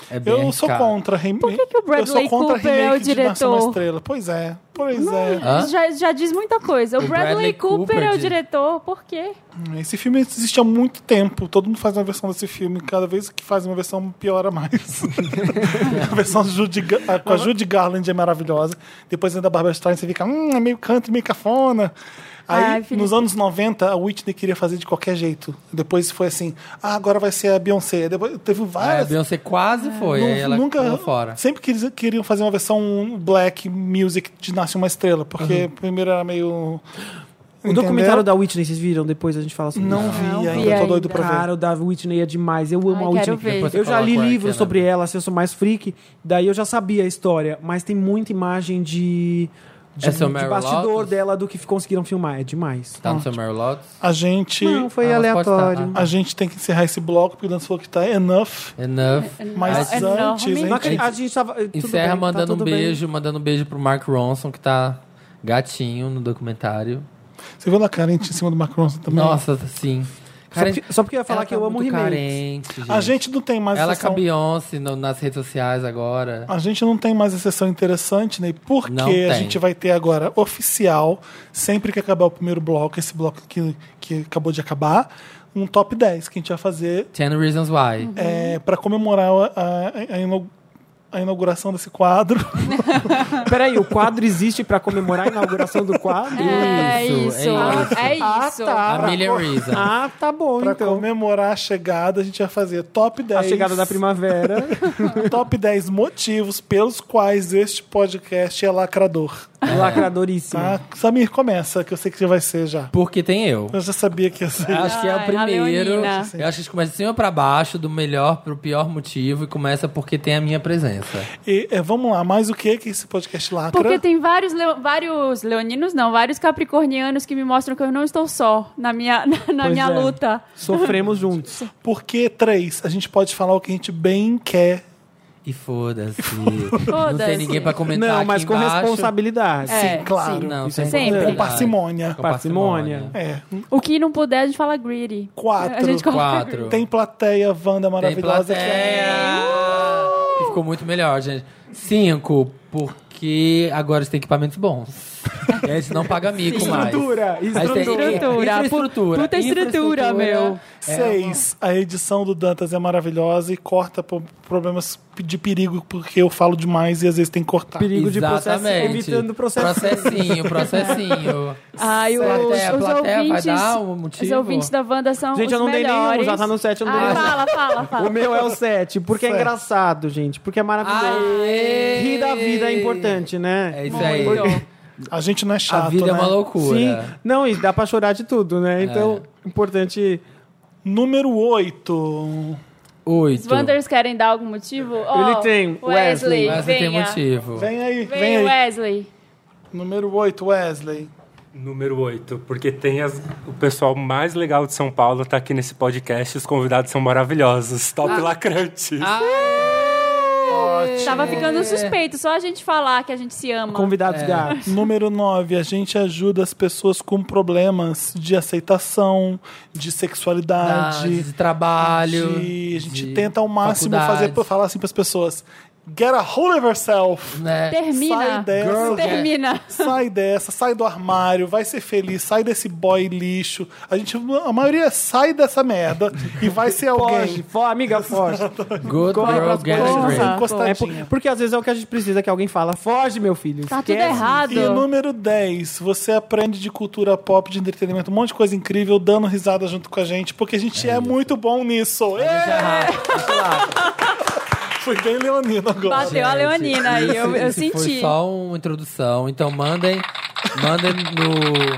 [SPEAKER 4] bem
[SPEAKER 1] Eu sou
[SPEAKER 4] arriscado.
[SPEAKER 1] contra remake. Por
[SPEAKER 2] que o
[SPEAKER 1] Eu sou
[SPEAKER 2] Bradley
[SPEAKER 1] contra
[SPEAKER 2] Cooper é
[SPEAKER 1] remake
[SPEAKER 2] o
[SPEAKER 1] de Nasce uma
[SPEAKER 2] diretor?
[SPEAKER 1] estrela. Pois é, pois é.
[SPEAKER 4] Hã?
[SPEAKER 2] Já, já diz muita coisa. O,
[SPEAKER 4] O
[SPEAKER 2] Bradley,
[SPEAKER 4] Bradley
[SPEAKER 2] Cooper, é o
[SPEAKER 4] Cooper de-
[SPEAKER 2] diretor, por quê?
[SPEAKER 1] Esse filme existe há muito tempo. Todo mundo faz uma versão desse filme. Cada vez que faz uma versão, piora mais. a versão do Judy Ga- a- com a Judy Garland é maravilhosa. Depois ainda da Barbara Streisand, você fica, hum, é meio canto, meio cafona. Aí,
[SPEAKER 2] Ai, Felipe.
[SPEAKER 1] nos anos 90, a Whitney queria fazer de qualquer jeito. Depois foi assim, ah, agora vai ser a Beyoncé. Depois, teve
[SPEAKER 4] É, a
[SPEAKER 1] várias...
[SPEAKER 4] Beyoncé quase foi,
[SPEAKER 1] Nu-
[SPEAKER 4] aí ela
[SPEAKER 1] nunca
[SPEAKER 4] pulou fora.
[SPEAKER 1] Sempre que eles queriam fazer uma versão black music de Nasce uma Estrela, porque primeiro era meio.
[SPEAKER 3] O documentário da Whitney, vocês viram? Depois a gente fala sobre
[SPEAKER 1] Não
[SPEAKER 3] isso.
[SPEAKER 1] vi
[SPEAKER 2] Não vi
[SPEAKER 1] ainda, tô doido
[SPEAKER 2] ainda.
[SPEAKER 1] pra ver.
[SPEAKER 3] Cara, o da Whitney é demais. Eu amo
[SPEAKER 2] Ai,
[SPEAKER 3] a
[SPEAKER 2] quero
[SPEAKER 3] Whitney.
[SPEAKER 2] ver. Depois
[SPEAKER 4] você
[SPEAKER 3] Eu já
[SPEAKER 4] coloca
[SPEAKER 3] li
[SPEAKER 4] o
[SPEAKER 3] livros
[SPEAKER 4] Arcana.
[SPEAKER 3] sobre ela, assim, eu sou mais freak. Daí eu já sabia a história. Mas tem muita imagem de, de,
[SPEAKER 4] É seu
[SPEAKER 3] de
[SPEAKER 4] Meryl
[SPEAKER 3] bastidor
[SPEAKER 4] Lotus?
[SPEAKER 3] dela do que conseguiram filmar. É demais.
[SPEAKER 4] Tá no seu Mary Lotus?
[SPEAKER 1] A gente.
[SPEAKER 3] Não, foi
[SPEAKER 4] Ah, mas pode
[SPEAKER 3] aleatório.
[SPEAKER 4] estar,
[SPEAKER 1] A gente tem que encerrar esse bloco, porque o Dance falou que tá
[SPEAKER 3] É,
[SPEAKER 1] enough.
[SPEAKER 4] Enough.
[SPEAKER 1] Mas
[SPEAKER 2] É
[SPEAKER 1] antes,
[SPEAKER 2] enorme.
[SPEAKER 1] hein?
[SPEAKER 3] Não acredito, a gente tava. tudo
[SPEAKER 4] Encerra
[SPEAKER 3] bem, tá
[SPEAKER 4] mandando um
[SPEAKER 3] tudo bem.
[SPEAKER 4] beijo, mandando um beijo pro Mark Ronson, que tá gatinho no documentário.
[SPEAKER 1] Você viu lá carente em cima do Macron também?
[SPEAKER 4] Nossa, sim.
[SPEAKER 3] Só
[SPEAKER 4] Cara,
[SPEAKER 3] porque, só porque eu ia falar
[SPEAKER 4] ela
[SPEAKER 3] que
[SPEAKER 4] tá
[SPEAKER 3] eu amo
[SPEAKER 4] muito
[SPEAKER 3] remakes.
[SPEAKER 4] carente, gente.
[SPEAKER 1] A gente não tem mais
[SPEAKER 4] Ela com a
[SPEAKER 1] exceção.
[SPEAKER 4] Beyoncé no- nas redes sociais agora.
[SPEAKER 1] A gente não tem mais exceção interessante, né? Porque
[SPEAKER 4] Não
[SPEAKER 1] a
[SPEAKER 4] tem.
[SPEAKER 1] gente vai ter agora oficial, sempre que acabar o primeiro bloco, esse bloco que, que acabou de acabar, um top 10 que a gente vai fazer
[SPEAKER 4] Ten Reasons Why.
[SPEAKER 3] Uhum.
[SPEAKER 1] é, para comemorar a, a- a ino- a inauguração desse quadro.
[SPEAKER 3] Peraí, o quadro existe pra comemorar a inauguração do quadro?
[SPEAKER 2] É
[SPEAKER 4] Isso,
[SPEAKER 2] isso,
[SPEAKER 4] é
[SPEAKER 2] é
[SPEAKER 3] Ah,
[SPEAKER 2] isso.
[SPEAKER 3] tá.
[SPEAKER 4] A Million Reasons.
[SPEAKER 3] Ah, tá bom,
[SPEAKER 1] Para
[SPEAKER 3] então.
[SPEAKER 1] comemorar a chegada, a gente vai fazer top 10.
[SPEAKER 3] A chegada da primavera.
[SPEAKER 1] Top 10 motivos pelos quais este podcast é lacrador.
[SPEAKER 3] Lacradoríssimo.
[SPEAKER 1] Tá? Samir, começa, que eu sei que já vai ser já.
[SPEAKER 4] Porque tem eu.
[SPEAKER 1] Eu já sabia que ia ser.
[SPEAKER 4] Eu Acho que é o
[SPEAKER 2] Ai, a
[SPEAKER 4] primeiro.
[SPEAKER 2] Leonina.
[SPEAKER 4] Eu acho que começa de cima pra baixo, do melhor pro pior motivo, e começa porque tem a minha presença.
[SPEAKER 1] E, é, vamos lá, mais o que que esse podcast lacra?
[SPEAKER 2] Porque tem vários, leo- vários leoninos, não, vários capricornianos que me mostram que eu não estou só na minha, na, na
[SPEAKER 3] Pois
[SPEAKER 2] minha
[SPEAKER 3] é.
[SPEAKER 2] luta.
[SPEAKER 3] Sofremos juntos.
[SPEAKER 1] Porque, três, a gente pode falar o que a gente bem quer.
[SPEAKER 4] E foda-se. Não
[SPEAKER 2] Foda-se.
[SPEAKER 4] tem ninguém pra comentar
[SPEAKER 3] Não,
[SPEAKER 4] aqui
[SPEAKER 3] mas com
[SPEAKER 4] embaixo.
[SPEAKER 3] responsabilidade.
[SPEAKER 2] É,
[SPEAKER 1] claro.
[SPEAKER 2] sim.
[SPEAKER 4] Não,
[SPEAKER 3] Isso
[SPEAKER 4] tem
[SPEAKER 3] é
[SPEAKER 4] responsabilidade.
[SPEAKER 2] Sempre.
[SPEAKER 1] Com parcimônia.
[SPEAKER 4] Com
[SPEAKER 3] Parcimônia.
[SPEAKER 1] É.
[SPEAKER 2] O que não puder, a gente fala greedy.
[SPEAKER 1] Quatro.
[SPEAKER 2] A gente coloca
[SPEAKER 4] Quatro.
[SPEAKER 2] greedy.
[SPEAKER 1] Tem plateia Wanda
[SPEAKER 4] Tem
[SPEAKER 1] maravilhosa. que é-
[SPEAKER 4] plateia. Que ficou muito melhor, gente. Cinco, porque agora a gente tem equipamentos bons. E a gente não paga mico mais.
[SPEAKER 3] Estrutura,
[SPEAKER 4] Mas tem-
[SPEAKER 3] estrutura.
[SPEAKER 4] Infraestrutura.
[SPEAKER 8] Pu- puta estrutura,
[SPEAKER 4] infraestrutura.
[SPEAKER 8] meu.
[SPEAKER 4] É,
[SPEAKER 1] Seis, a edição do Dantas é maravilhosa e corta por problemas de perigo, porque eu falo demais e às vezes tem que cortar.
[SPEAKER 3] Perigo de processo,
[SPEAKER 4] Exatamente.
[SPEAKER 3] evitando processo.
[SPEAKER 4] Processinho, processinho.
[SPEAKER 8] Ai,
[SPEAKER 4] Plateia,
[SPEAKER 8] o...
[SPEAKER 4] plateia, vai dar um
[SPEAKER 2] os
[SPEAKER 4] motivo?
[SPEAKER 2] ouvintes da Wanda são
[SPEAKER 3] Gente,
[SPEAKER 2] os
[SPEAKER 3] eu não dei nenhum,
[SPEAKER 2] melhores.
[SPEAKER 3] já tá no sete, eu não dei
[SPEAKER 2] Ah,
[SPEAKER 3] nenhum.
[SPEAKER 2] fala, fala, fala.
[SPEAKER 3] O meu é o 7, porque é
[SPEAKER 1] Sete.
[SPEAKER 3] engraçado, gente, porque é maravilhoso.
[SPEAKER 4] Aê!
[SPEAKER 3] Rir da vida é importante, né?
[SPEAKER 4] É isso aí.
[SPEAKER 1] A gente não é chato,
[SPEAKER 4] a vida
[SPEAKER 1] né?
[SPEAKER 4] é uma loucura.
[SPEAKER 3] Sim, não, e dá pra chorar de tudo, né? Então,
[SPEAKER 4] É.
[SPEAKER 3] importante.
[SPEAKER 1] Número 8.
[SPEAKER 2] Os
[SPEAKER 4] Oito.
[SPEAKER 2] Wanders querem dar algum motivo? Ó,
[SPEAKER 3] Ele tem, Wesley.
[SPEAKER 2] Wesley,
[SPEAKER 4] Mas não
[SPEAKER 2] venha.
[SPEAKER 4] tem motivo.
[SPEAKER 1] Vem aí, vem,
[SPEAKER 2] Vem,
[SPEAKER 1] aí.
[SPEAKER 2] Wesley.
[SPEAKER 1] Número 8, Wesley.
[SPEAKER 5] Número 8, porque tem as- o pessoal mais legal de São Paulo tá aqui nesse podcast, os convidados são maravilhosos, top lacrante.
[SPEAKER 4] É.
[SPEAKER 2] Tava ficando suspeito, só a gente falar que a gente se ama.
[SPEAKER 3] Convidados
[SPEAKER 4] É.
[SPEAKER 3] gatos.
[SPEAKER 1] Número 9, a gente ajuda as pessoas com problemas de aceitação, de
[SPEAKER 4] Ah,
[SPEAKER 1] sexualidade,
[SPEAKER 4] de trabalho.
[SPEAKER 1] de- a gente
[SPEAKER 4] de
[SPEAKER 1] tenta ao máximo
[SPEAKER 4] faculdade.
[SPEAKER 1] fazer falar assim para as pessoas: get a hold of yourself.
[SPEAKER 4] Né?
[SPEAKER 1] Sai
[SPEAKER 2] Termina.
[SPEAKER 1] dessa.
[SPEAKER 4] Girl,
[SPEAKER 2] Termina.
[SPEAKER 1] Sai dessa, sai do armário, vai ser feliz, sai desse boy lixo. A gente, a maioria sai dessa merda e vai ser
[SPEAKER 3] Foge,
[SPEAKER 1] alguém.
[SPEAKER 3] fo- amiga, foge.
[SPEAKER 4] Good girl, get ready.
[SPEAKER 2] coisas. Porra.
[SPEAKER 3] É por-
[SPEAKER 1] Encostadinha.
[SPEAKER 3] porque às vezes é o que a gente precisa, que alguém fala, foge, meu filho.
[SPEAKER 2] Tá tudo
[SPEAKER 3] esquece.
[SPEAKER 2] errado.
[SPEAKER 1] E número 10, você aprende de cultura pop, de entretenimento, um monte de coisa incrível, dando risada junto com a gente, porque a gente é, muito bom nisso. É, Fui bem leonino agora.
[SPEAKER 2] Bateu a Leonina aí,
[SPEAKER 4] Esse-
[SPEAKER 2] eu, eu
[SPEAKER 4] esse Foi
[SPEAKER 2] senti.
[SPEAKER 4] só uma introdução. Então mandem, mandem no.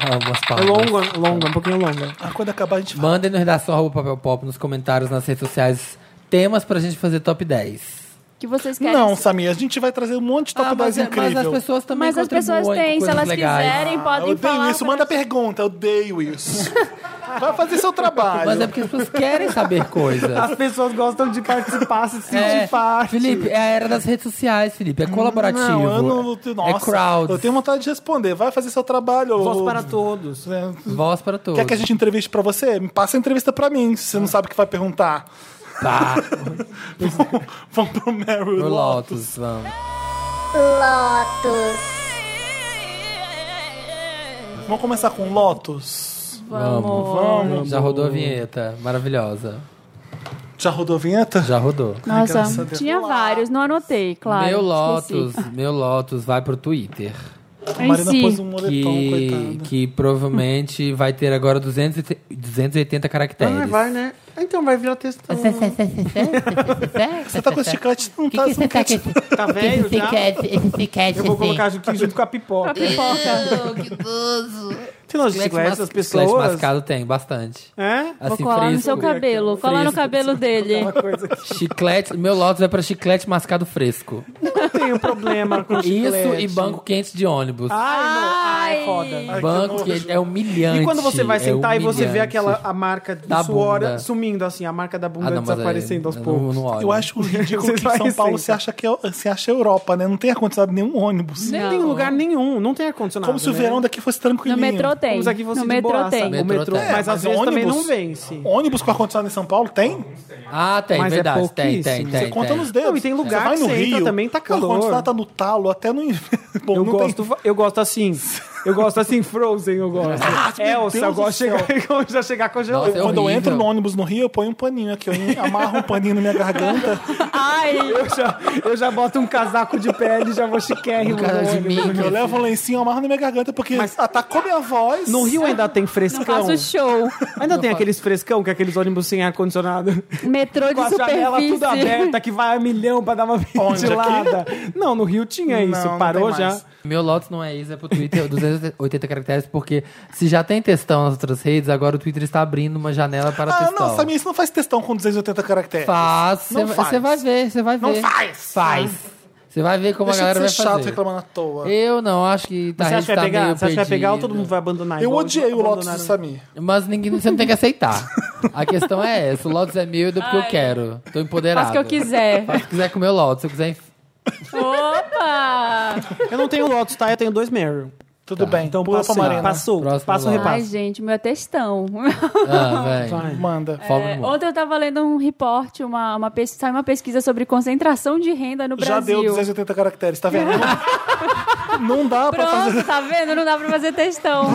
[SPEAKER 4] Ah, umas
[SPEAKER 3] É
[SPEAKER 4] palmas.
[SPEAKER 3] longa, longa, um pouquinho longa.
[SPEAKER 1] Ah, quando acabar a gente fala.
[SPEAKER 4] Mandem no redação arroba papel pop nos comentários nas redes sociais temas pra gente fazer top 10.
[SPEAKER 2] Que vocês querem.
[SPEAKER 1] Não, Samir, a gente vai trazer um monte de top
[SPEAKER 4] Ah,
[SPEAKER 1] 10
[SPEAKER 4] mas, é- mas as
[SPEAKER 1] incrível.
[SPEAKER 4] pessoas também
[SPEAKER 2] Mas as pessoas
[SPEAKER 4] contribuem com
[SPEAKER 2] têm, se
[SPEAKER 4] coisas
[SPEAKER 2] elas
[SPEAKER 4] legais.
[SPEAKER 2] quiserem,
[SPEAKER 1] Ah, eu
[SPEAKER 2] podem
[SPEAKER 1] odeio
[SPEAKER 2] falar.
[SPEAKER 1] isso,
[SPEAKER 2] pra-
[SPEAKER 1] manda pergunta, eu odeio isso. Vai fazer seu trabalho.
[SPEAKER 4] Mas é porque as pessoas querem saber coisas.
[SPEAKER 3] As pessoas gostam de participar, se sentir
[SPEAKER 4] É,
[SPEAKER 3] parte.
[SPEAKER 4] Felipe, é a era das redes sociais, Felipe. É colaborativo.
[SPEAKER 1] Não, eu não. Nossa,
[SPEAKER 4] é crowd.
[SPEAKER 1] Eu tenho vontade de responder. Vai fazer seu trabalho.
[SPEAKER 3] Voz
[SPEAKER 1] ô-
[SPEAKER 3] para
[SPEAKER 4] É,
[SPEAKER 3] todos.
[SPEAKER 1] né?
[SPEAKER 4] Voz pra todos.
[SPEAKER 1] Quer que a gente entreviste pra você? Me passa a entrevista pra mim, se você não sabe o que vai perguntar.
[SPEAKER 4] Tá.
[SPEAKER 3] é.
[SPEAKER 1] Vamos pro Mary
[SPEAKER 4] Pro Lotus,
[SPEAKER 1] Lotus.
[SPEAKER 4] vamos.
[SPEAKER 1] Vamos começar com Lotus.
[SPEAKER 4] Vamos,
[SPEAKER 1] Vamos.
[SPEAKER 4] Já rodou a vinheta. Maravilhosa.
[SPEAKER 1] Já rodou a vinheta?
[SPEAKER 4] Já rodou.
[SPEAKER 1] graças a
[SPEAKER 2] Nossa,
[SPEAKER 1] Deus.
[SPEAKER 2] tinha vários, não anotei, claro.
[SPEAKER 4] meu
[SPEAKER 2] esqueci.
[SPEAKER 4] Lotus, meu Lotus vai pro Twitter.
[SPEAKER 1] A
[SPEAKER 2] Em
[SPEAKER 1] Marina
[SPEAKER 2] si.
[SPEAKER 1] pôs um moletom,
[SPEAKER 4] Que,
[SPEAKER 1] coitada.
[SPEAKER 4] que provavelmente vai ter agora 280, 280 caracteres.
[SPEAKER 3] Ah, vai, né? Ah, Então vai virar textão.
[SPEAKER 1] Você tá com esse chiclete, não tá... não quer te-
[SPEAKER 3] Tá velho já? Eu vou colocar aqui junto com a
[SPEAKER 2] Pra
[SPEAKER 3] pipoca.
[SPEAKER 2] pipoca.
[SPEAKER 3] Tem nojo de
[SPEAKER 4] Chiclete
[SPEAKER 3] chiclete
[SPEAKER 4] mas-
[SPEAKER 3] das
[SPEAKER 4] chiclete
[SPEAKER 3] pessoas?
[SPEAKER 4] mascado tem, bastante.
[SPEAKER 3] É?
[SPEAKER 2] Vou
[SPEAKER 4] Assim,
[SPEAKER 2] colar no
[SPEAKER 4] fresco.
[SPEAKER 2] seu cabelo. Colar no
[SPEAKER 4] Fresco.
[SPEAKER 2] cabelo dele.
[SPEAKER 3] Coisa que
[SPEAKER 4] Chiclete, meu Lotus vai pra chiclete mascado fresco.
[SPEAKER 3] eu tenho problema com chiclete.
[SPEAKER 4] Isso e banco quente de ônibus.
[SPEAKER 3] Ai,
[SPEAKER 2] Ai.
[SPEAKER 3] não. Ai, foda.
[SPEAKER 4] banco
[SPEAKER 1] nojo.
[SPEAKER 4] quente é humilhante.
[SPEAKER 3] E quando você vai
[SPEAKER 4] é
[SPEAKER 3] sentar e você vê
[SPEAKER 4] humilhante.
[SPEAKER 3] aquela a marca do
[SPEAKER 4] Da
[SPEAKER 3] suor
[SPEAKER 4] bunda.
[SPEAKER 3] sumindo, assim, a marca da bunda
[SPEAKER 4] Ah, não, mas aí,
[SPEAKER 3] desaparecendo aos
[SPEAKER 4] eu
[SPEAKER 3] poucos.
[SPEAKER 4] Não, não olho.
[SPEAKER 1] Eu acho ridículo que
[SPEAKER 3] Você vai
[SPEAKER 1] São Paulo
[SPEAKER 3] receita.
[SPEAKER 1] se acha, que é, se acha Europa, né? Não tem acontecido nenhum ônibus.
[SPEAKER 3] Nem
[SPEAKER 2] Não.
[SPEAKER 3] tem lugar nenhum, não tem ar-condicionado.
[SPEAKER 1] Como se o
[SPEAKER 3] né?
[SPEAKER 1] verão daqui fosse
[SPEAKER 2] No
[SPEAKER 1] tranquilinho.
[SPEAKER 2] metrô tem.
[SPEAKER 3] Como se aqui fosse
[SPEAKER 2] No
[SPEAKER 3] de
[SPEAKER 2] metrô
[SPEAKER 3] boaça.
[SPEAKER 2] tem.
[SPEAKER 4] Metrô
[SPEAKER 3] O metrô,
[SPEAKER 4] tem.
[SPEAKER 3] mas
[SPEAKER 1] É,
[SPEAKER 3] às vezes também
[SPEAKER 1] ônibus-
[SPEAKER 3] não vence.
[SPEAKER 1] Ônibus com ar-condicionado em São Paulo? Tem?
[SPEAKER 4] Ah, tem,
[SPEAKER 3] Mas é
[SPEAKER 4] verdade. tem, tem,
[SPEAKER 3] pouquíssimo.
[SPEAKER 4] tem.
[SPEAKER 1] Você conta
[SPEAKER 4] tem.
[SPEAKER 1] nos dedos.
[SPEAKER 3] Não, e tem lugar
[SPEAKER 1] você vai
[SPEAKER 3] que
[SPEAKER 1] no
[SPEAKER 3] você entra
[SPEAKER 1] Rio,
[SPEAKER 3] também, tá calor.
[SPEAKER 1] O ar-condicionado tá no talo, até no inverno. Bom,
[SPEAKER 3] Eu
[SPEAKER 1] não
[SPEAKER 3] gosto,
[SPEAKER 1] tem...
[SPEAKER 3] eu gosto assim. Eu gosto assim, Frozen, eu gosto. Elsa,
[SPEAKER 1] Ah, Deus
[SPEAKER 3] eu
[SPEAKER 1] do
[SPEAKER 3] gosto de chegar, já chegar congelado.
[SPEAKER 4] Nossa, é
[SPEAKER 1] Quando eu
[SPEAKER 4] horrível.
[SPEAKER 1] entro no ônibus no Rio, eu ponho um paninho aqui. Eu amarro um paninho na minha garganta.
[SPEAKER 2] Ai,
[SPEAKER 3] Eu já, eu já boto um casaco de pele e já vou chiquérrimo.
[SPEAKER 4] Um
[SPEAKER 3] né?
[SPEAKER 4] cara
[SPEAKER 3] no
[SPEAKER 4] de
[SPEAKER 3] ônibus.
[SPEAKER 4] mim.
[SPEAKER 1] Eu levo um lencinho, eu amarro na minha garganta, porque atacou minha voz.
[SPEAKER 3] No Rio ainda tem frescão.
[SPEAKER 2] faço show.
[SPEAKER 3] Ainda tem aqueles frescão, que é aqueles ônibus sem ar-condicionado.
[SPEAKER 2] Metrô
[SPEAKER 3] Com
[SPEAKER 2] de
[SPEAKER 3] a janela
[SPEAKER 2] superfície.
[SPEAKER 3] tudo aberta, que vai a milhão pra dar uma
[SPEAKER 1] Onde,
[SPEAKER 3] ventilada. Não, no Rio tinha isso.
[SPEAKER 1] Não, não
[SPEAKER 3] Parou
[SPEAKER 1] tem
[SPEAKER 3] já.
[SPEAKER 1] mais.
[SPEAKER 4] Meu Lotus não é isso, é pro Twitter 280 caracteres, porque se já tem textão nas outras redes, agora o Twitter está abrindo uma janela para
[SPEAKER 1] Ah,
[SPEAKER 4] textão.
[SPEAKER 1] não, Samir, isso não faz textão com 280 caracteres.
[SPEAKER 4] Faz, você
[SPEAKER 1] Não
[SPEAKER 4] vai-
[SPEAKER 1] faz.
[SPEAKER 4] você vai ver, você vai ver.
[SPEAKER 1] Não faz.
[SPEAKER 4] Faz. Você vai ver como
[SPEAKER 1] Deixa
[SPEAKER 4] a galera
[SPEAKER 1] de ser
[SPEAKER 4] vai
[SPEAKER 1] chato
[SPEAKER 4] fazer.
[SPEAKER 1] reclamando à toa.
[SPEAKER 4] Eu não, acho que tá
[SPEAKER 3] Você acha que
[SPEAKER 4] tá
[SPEAKER 3] vai pegar?
[SPEAKER 4] meio
[SPEAKER 3] Você acha que vai pegar ou
[SPEAKER 4] perdida.
[SPEAKER 3] todo mundo vai abandonar?
[SPEAKER 1] Eu
[SPEAKER 3] igual
[SPEAKER 1] odiei o Lotus do
[SPEAKER 3] abandonaram?
[SPEAKER 1] Samir.
[SPEAKER 4] Mas ninguém, você não tem que aceitar. A questão é essa, o Lotus é meu e eu dou porque eu quero. Tô empoderado.
[SPEAKER 2] Faço o que eu quiser.
[SPEAKER 4] Se quiser comer o Lotus, se eu quiser... enf-
[SPEAKER 2] Opa!
[SPEAKER 3] Eu não tenho Lotus, tá? Eu tenho dois Meryl.
[SPEAKER 1] Tudo bem.
[SPEAKER 3] Então
[SPEAKER 1] Pula
[SPEAKER 3] passei.
[SPEAKER 1] pra né? Marina.
[SPEAKER 3] Passou.
[SPEAKER 4] Próximo
[SPEAKER 3] Passa o
[SPEAKER 4] bloco.
[SPEAKER 2] Ai,
[SPEAKER 3] repasso.
[SPEAKER 2] gente, meu é textão.
[SPEAKER 4] Ah, véi.
[SPEAKER 3] Vai.
[SPEAKER 1] Manda.
[SPEAKER 4] Folga
[SPEAKER 2] É,
[SPEAKER 4] no mundo.
[SPEAKER 2] ontem eu tava lendo um reporte, uma, uma, pes- saiu uma pesquisa sobre concentração de renda
[SPEAKER 4] É,
[SPEAKER 2] no
[SPEAKER 1] Já
[SPEAKER 2] Brasil.
[SPEAKER 1] deu 280 caracteres, tá vendo? Não, não dá pra fazer.
[SPEAKER 2] Pronto, tá vendo? Não dá pra fazer textão.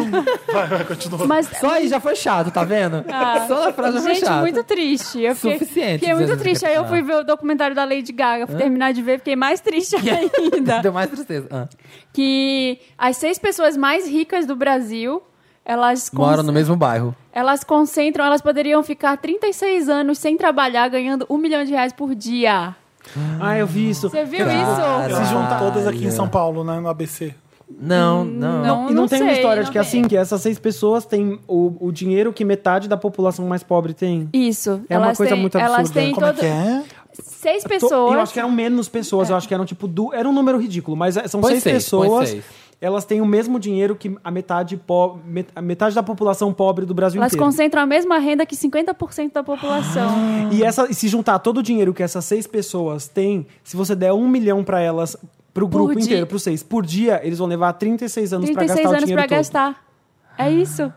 [SPEAKER 1] Vai, vai, continua.
[SPEAKER 2] Mas,
[SPEAKER 4] Só aí já foi chato, tá vendo?
[SPEAKER 2] ah,
[SPEAKER 4] Só na frase já foi
[SPEAKER 2] gente,
[SPEAKER 4] chato.
[SPEAKER 2] muito triste. Eu fiquei,
[SPEAKER 4] Suficiente,
[SPEAKER 2] fiquei muito
[SPEAKER 4] dizendo
[SPEAKER 2] triste.
[SPEAKER 4] que-
[SPEAKER 2] Aí eu
[SPEAKER 4] Ah.
[SPEAKER 2] fui ver o documentário da Lady Gaga, fui terminar de ver, fiquei mais triste ainda.
[SPEAKER 4] Deu mais tristeza. Ah.
[SPEAKER 2] que as seis pessoas mais ricas do Brasil, elas, con-
[SPEAKER 4] Moram no mesmo bairro.
[SPEAKER 2] elas concentram, elas poderiam ficar 36 anos sem trabalhar, ganhando um milhão de reais por dia.
[SPEAKER 3] Ah, eu vi isso.
[SPEAKER 2] Você viu
[SPEAKER 4] Caralho.
[SPEAKER 1] Se
[SPEAKER 2] isso?
[SPEAKER 1] juntam todas aqui em São Paulo, né? No ABC.
[SPEAKER 4] Não, não.
[SPEAKER 2] Hum, não.
[SPEAKER 3] E não, tem uma
[SPEAKER 2] sei,
[SPEAKER 3] história de
[SPEAKER 2] não
[SPEAKER 3] que assim, que essas seis pessoas têm o, o dinheiro que metade da população mais pobre tem.
[SPEAKER 2] Isso.
[SPEAKER 3] É uma
[SPEAKER 2] elas
[SPEAKER 3] coisa
[SPEAKER 2] têm,
[SPEAKER 3] muito
[SPEAKER 2] Elas
[SPEAKER 3] absurda.
[SPEAKER 2] têm
[SPEAKER 1] Como
[SPEAKER 2] todo-
[SPEAKER 1] é que é?
[SPEAKER 3] Eu
[SPEAKER 2] seis
[SPEAKER 3] tô-
[SPEAKER 2] pessoas.
[SPEAKER 3] Eu acho que é eram menos pessoas, eu acho que eram tipo. Du, era um número ridículo, mas é, são
[SPEAKER 4] Põe
[SPEAKER 3] seis,
[SPEAKER 4] seis, põe
[SPEAKER 3] pessoas.
[SPEAKER 4] seis.
[SPEAKER 3] Elas têm o mesmo dinheiro que a metade, po, met- a metade da população pobre do Brasil
[SPEAKER 2] elas
[SPEAKER 3] inteiro.
[SPEAKER 2] concentram a mesma renda que 50%
[SPEAKER 3] Ah,
[SPEAKER 2] da população.
[SPEAKER 3] E, essa, e se juntar todo o dinheiro que essas seis pessoas têm, se você der um milhão pra elas, pro
[SPEAKER 2] Por
[SPEAKER 3] grupo
[SPEAKER 2] dia.
[SPEAKER 3] inteiro, pros seis, por dia, eles vão levar 36 anos pra
[SPEAKER 2] 36
[SPEAKER 3] gastar o
[SPEAKER 2] anos
[SPEAKER 3] dinheiro
[SPEAKER 2] pra
[SPEAKER 3] todo. Ah,
[SPEAKER 2] gastar. É isso.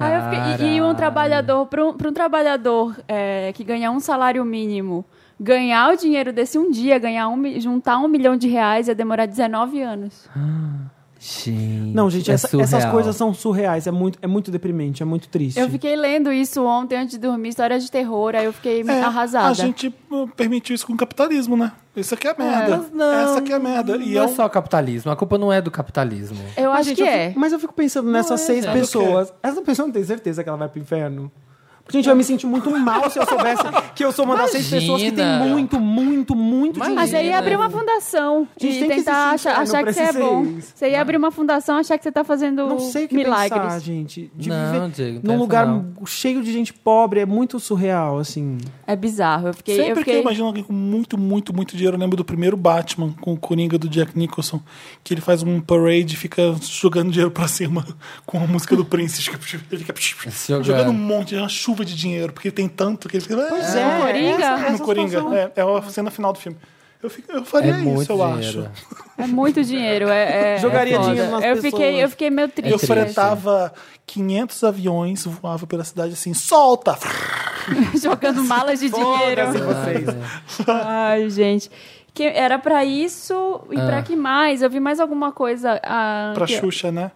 [SPEAKER 2] Aí eu fiquei- e, e um
[SPEAKER 4] Caralho.
[SPEAKER 2] trabalhador, para um, pra um trabalhador é, que ganha um salário mínimo, ganhar o dinheiro desse um dia, ganhar um, mi- juntar um milhão de reais ia demorar 19 anos.
[SPEAKER 4] Gente,
[SPEAKER 3] Não, gente,
[SPEAKER 4] é
[SPEAKER 3] essa- essas
[SPEAKER 4] surreal.
[SPEAKER 3] coisas são surreais. É muito, é muito deprimente, é muito triste.
[SPEAKER 2] Eu fiquei lendo isso ontem antes de dormir, histórias de terror, aí eu fiquei
[SPEAKER 1] É,
[SPEAKER 2] arrasada.
[SPEAKER 1] A gente uh, permitiu isso com o capitalismo, né? Isso aqui é a merda.
[SPEAKER 4] Mas não,
[SPEAKER 1] Essa aqui é a merda. E
[SPEAKER 4] não é
[SPEAKER 1] é um-
[SPEAKER 4] só capitalismo. A culpa não é do capitalismo.
[SPEAKER 2] Eu
[SPEAKER 3] Mas,
[SPEAKER 2] acho
[SPEAKER 3] gente,
[SPEAKER 2] que
[SPEAKER 3] eu
[SPEAKER 2] é.
[SPEAKER 3] fico- mas eu fico pensando nessas seis
[SPEAKER 1] é.
[SPEAKER 3] pessoas. Essa pessoa não tem certeza que ela vai pro inferno? Porque, gente, eu ia me sentir muito mal se eu soubesse que eu sou uma das seis
[SPEAKER 4] Imagina.
[SPEAKER 3] pessoas que tem muito, muito, muito
[SPEAKER 4] Imagina.
[SPEAKER 3] dinheiro.
[SPEAKER 2] Mas aí é ia abrir uma fundação
[SPEAKER 3] Gente,
[SPEAKER 2] e
[SPEAKER 3] tem que
[SPEAKER 2] tentar
[SPEAKER 3] existir
[SPEAKER 2] achar,
[SPEAKER 3] inferno
[SPEAKER 2] achar
[SPEAKER 3] pra
[SPEAKER 2] que você é
[SPEAKER 3] esses
[SPEAKER 2] bom.
[SPEAKER 3] seis.
[SPEAKER 2] Você ia abrir uma fundação achar que você tá fazendo
[SPEAKER 3] Não sei o que
[SPEAKER 2] milagres.
[SPEAKER 3] pensar, gente. De
[SPEAKER 4] Não,
[SPEAKER 3] viver
[SPEAKER 4] Diego, não tem
[SPEAKER 3] num
[SPEAKER 4] essa
[SPEAKER 3] lugar
[SPEAKER 4] não.
[SPEAKER 3] cheio de gente pobre é muito surreal, assim.
[SPEAKER 2] É bizarro. Eu fiquei,
[SPEAKER 1] Sempre
[SPEAKER 2] eu
[SPEAKER 1] que eu
[SPEAKER 2] fiquei...
[SPEAKER 1] imagino alguém com muito, muito, muito dinheiro, eu lembro do primeiro Batman com o Coringa do Jack Nicholson, que ele faz um parade e fica jogando dinheiro pra cima com a música do Prince. Ele fica
[SPEAKER 4] Jogando.
[SPEAKER 1] jogando um monte, é uma chuva de dinheiro, porque ele tem tanto que ele fica. "Ah,
[SPEAKER 3] Pois
[SPEAKER 2] é, no Coringa?
[SPEAKER 3] essa- essa
[SPEAKER 1] no Coringa.
[SPEAKER 3] situação.
[SPEAKER 1] É, é a cena final do filme. Eu, fico- eu faria
[SPEAKER 4] é muito
[SPEAKER 1] isso, eu
[SPEAKER 4] dinheiro.
[SPEAKER 1] acho.
[SPEAKER 2] É muito dinheiro. É, é-
[SPEAKER 3] Jogaria
[SPEAKER 2] é foda.
[SPEAKER 3] dinheiro nas
[SPEAKER 2] eu
[SPEAKER 3] pessoas.
[SPEAKER 2] Fiquei, eu fiquei
[SPEAKER 4] É
[SPEAKER 2] meio
[SPEAKER 1] eu
[SPEAKER 2] triste.
[SPEAKER 1] fretava 500 aviões, voava pela cidade assim, solta!
[SPEAKER 2] Jogando malas de dinheiro.
[SPEAKER 3] vocês.
[SPEAKER 4] né?
[SPEAKER 2] Ai, gente. Que era pra isso e
[SPEAKER 3] É.
[SPEAKER 2] pra que mais? Eu vi mais alguma coisa. Ah,
[SPEAKER 1] Pra
[SPEAKER 2] que-
[SPEAKER 1] Xuxa, né?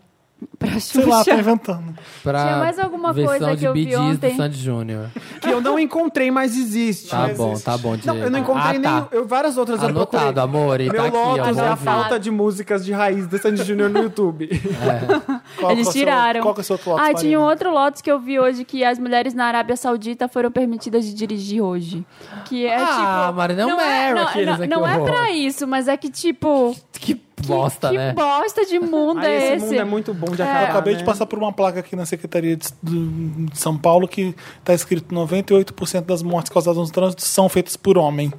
[SPEAKER 2] Pra
[SPEAKER 1] Sei lá, tô
[SPEAKER 2] Xuxa.
[SPEAKER 1] inventando.
[SPEAKER 4] Pra
[SPEAKER 2] Tinha mais alguma
[SPEAKER 4] versão
[SPEAKER 2] coisa que
[SPEAKER 4] de
[SPEAKER 2] eu vi
[SPEAKER 4] Bee Gees
[SPEAKER 2] ontem?
[SPEAKER 4] do Sandy Júnior.
[SPEAKER 3] que eu não encontrei, mas existe.
[SPEAKER 4] Tá
[SPEAKER 3] Mas
[SPEAKER 4] bom,
[SPEAKER 3] existe.
[SPEAKER 4] tá bom, Diego.
[SPEAKER 3] Não, eu não encontrei
[SPEAKER 4] Ah, tá.
[SPEAKER 3] nem. Eu, várias outras eu
[SPEAKER 4] Anotado,
[SPEAKER 3] procurei.
[SPEAKER 4] amor. E
[SPEAKER 3] Meu
[SPEAKER 4] tá aqui, ó.
[SPEAKER 3] Lotus é a
[SPEAKER 4] vamos ver.
[SPEAKER 3] falta de músicas de raiz da Sandy Júnior no YouTube.
[SPEAKER 1] Qual que é o
[SPEAKER 2] Eles
[SPEAKER 1] seu-
[SPEAKER 2] tiraram.
[SPEAKER 1] Qual que é o seu outro
[SPEAKER 2] Ah,
[SPEAKER 1] Lotus,
[SPEAKER 2] tinha um
[SPEAKER 1] Marina?
[SPEAKER 2] outro Lotus que eu vi hoje que as mulheres na Arábia Saudita foram permitidas de dirigir hoje. Que é
[SPEAKER 4] Ah,
[SPEAKER 2] tipo.
[SPEAKER 4] Marina, é um
[SPEAKER 2] é,
[SPEAKER 4] Mary,
[SPEAKER 2] não,
[SPEAKER 4] aqueles,
[SPEAKER 2] não,
[SPEAKER 4] né,
[SPEAKER 2] não
[SPEAKER 4] que
[SPEAKER 2] é
[SPEAKER 4] horror.
[SPEAKER 2] pra isso, mas é que tipo.
[SPEAKER 4] Que bosta,
[SPEAKER 2] que
[SPEAKER 4] né?
[SPEAKER 2] bosta de mundo
[SPEAKER 3] Ai,
[SPEAKER 2] é
[SPEAKER 3] esse,
[SPEAKER 2] esse?
[SPEAKER 3] mundo é muito bom de
[SPEAKER 2] É.
[SPEAKER 3] acabar.
[SPEAKER 1] Eu acabei
[SPEAKER 3] né?
[SPEAKER 1] de passar por uma placa aqui na Secretaria de, do- de São Paulo que está escrito 98% das mortes causadas no trânsito são feitas por homem.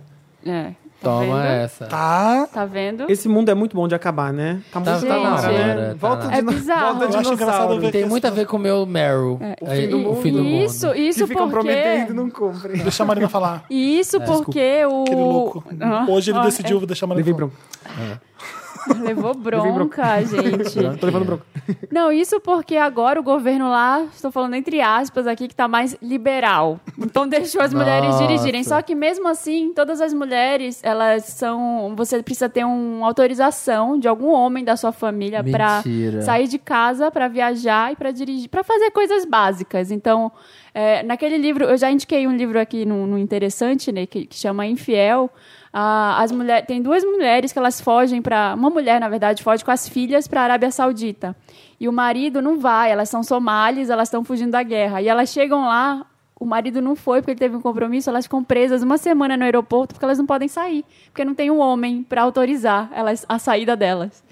[SPEAKER 2] É, tá
[SPEAKER 4] Toma
[SPEAKER 2] vendo?
[SPEAKER 4] essa.
[SPEAKER 1] Tá?
[SPEAKER 2] Tá vendo?
[SPEAKER 3] Esse mundo é muito bom de acabar, né? Tá muito
[SPEAKER 4] Tá-
[SPEAKER 2] tá na
[SPEAKER 3] hora,
[SPEAKER 2] hora,
[SPEAKER 4] tá
[SPEAKER 3] Volta
[SPEAKER 4] na
[SPEAKER 3] de
[SPEAKER 2] hora.
[SPEAKER 3] no-
[SPEAKER 2] É bizarro.
[SPEAKER 3] Volta de
[SPEAKER 1] Eu acho engraçado ver-
[SPEAKER 3] dinossauro.
[SPEAKER 4] Tem muito a ver com o meu Meryl.
[SPEAKER 2] É.
[SPEAKER 4] Aí,
[SPEAKER 2] E- Isso, isso
[SPEAKER 3] que ficam prometendo e
[SPEAKER 2] porque.
[SPEAKER 3] não cumprem.
[SPEAKER 1] Deixa a Marina falar.
[SPEAKER 2] Isso porque
[SPEAKER 1] Aquele
[SPEAKER 2] o.
[SPEAKER 1] louco.
[SPEAKER 2] Ah,
[SPEAKER 1] Hoje ele
[SPEAKER 2] ah,
[SPEAKER 1] decidiu deixar a Marina
[SPEAKER 3] Levei
[SPEAKER 1] falar.
[SPEAKER 3] bronca.
[SPEAKER 2] é, levou bronca, gente.
[SPEAKER 3] Tô levando bronca.
[SPEAKER 2] Não, isso porque agora o governo lá, estou falando entre aspas aqui, que tá mais liberal. Então deixou as mulheres
[SPEAKER 4] Nossa.
[SPEAKER 2] dirigirem. Só que mesmo assim, todas as mulheres, elas são. Você precisa ter uma autorização de algum homem da sua família para
[SPEAKER 4] Mentira.
[SPEAKER 2] sair de casa, para viajar e para dirigir, para fazer coisas básicas. Então, é, naquele livro, eu já indiquei um livro aqui no, no interessante, né, que, que chama Infiel. Ah, as mulheres, tem duas mulheres que elas fogem para uma mulher, na verdade, foge com as filhas para a Arábia Saudita. E o marido não vai, elas são somalis, elas estão fugindo da guerra. E elas chegam lá, o marido não foi porque ele teve um compromisso, elas ficam presas uma semana no aeroporto porque elas não podem sair, porque não tem um homem para autorizar elas a saída delas.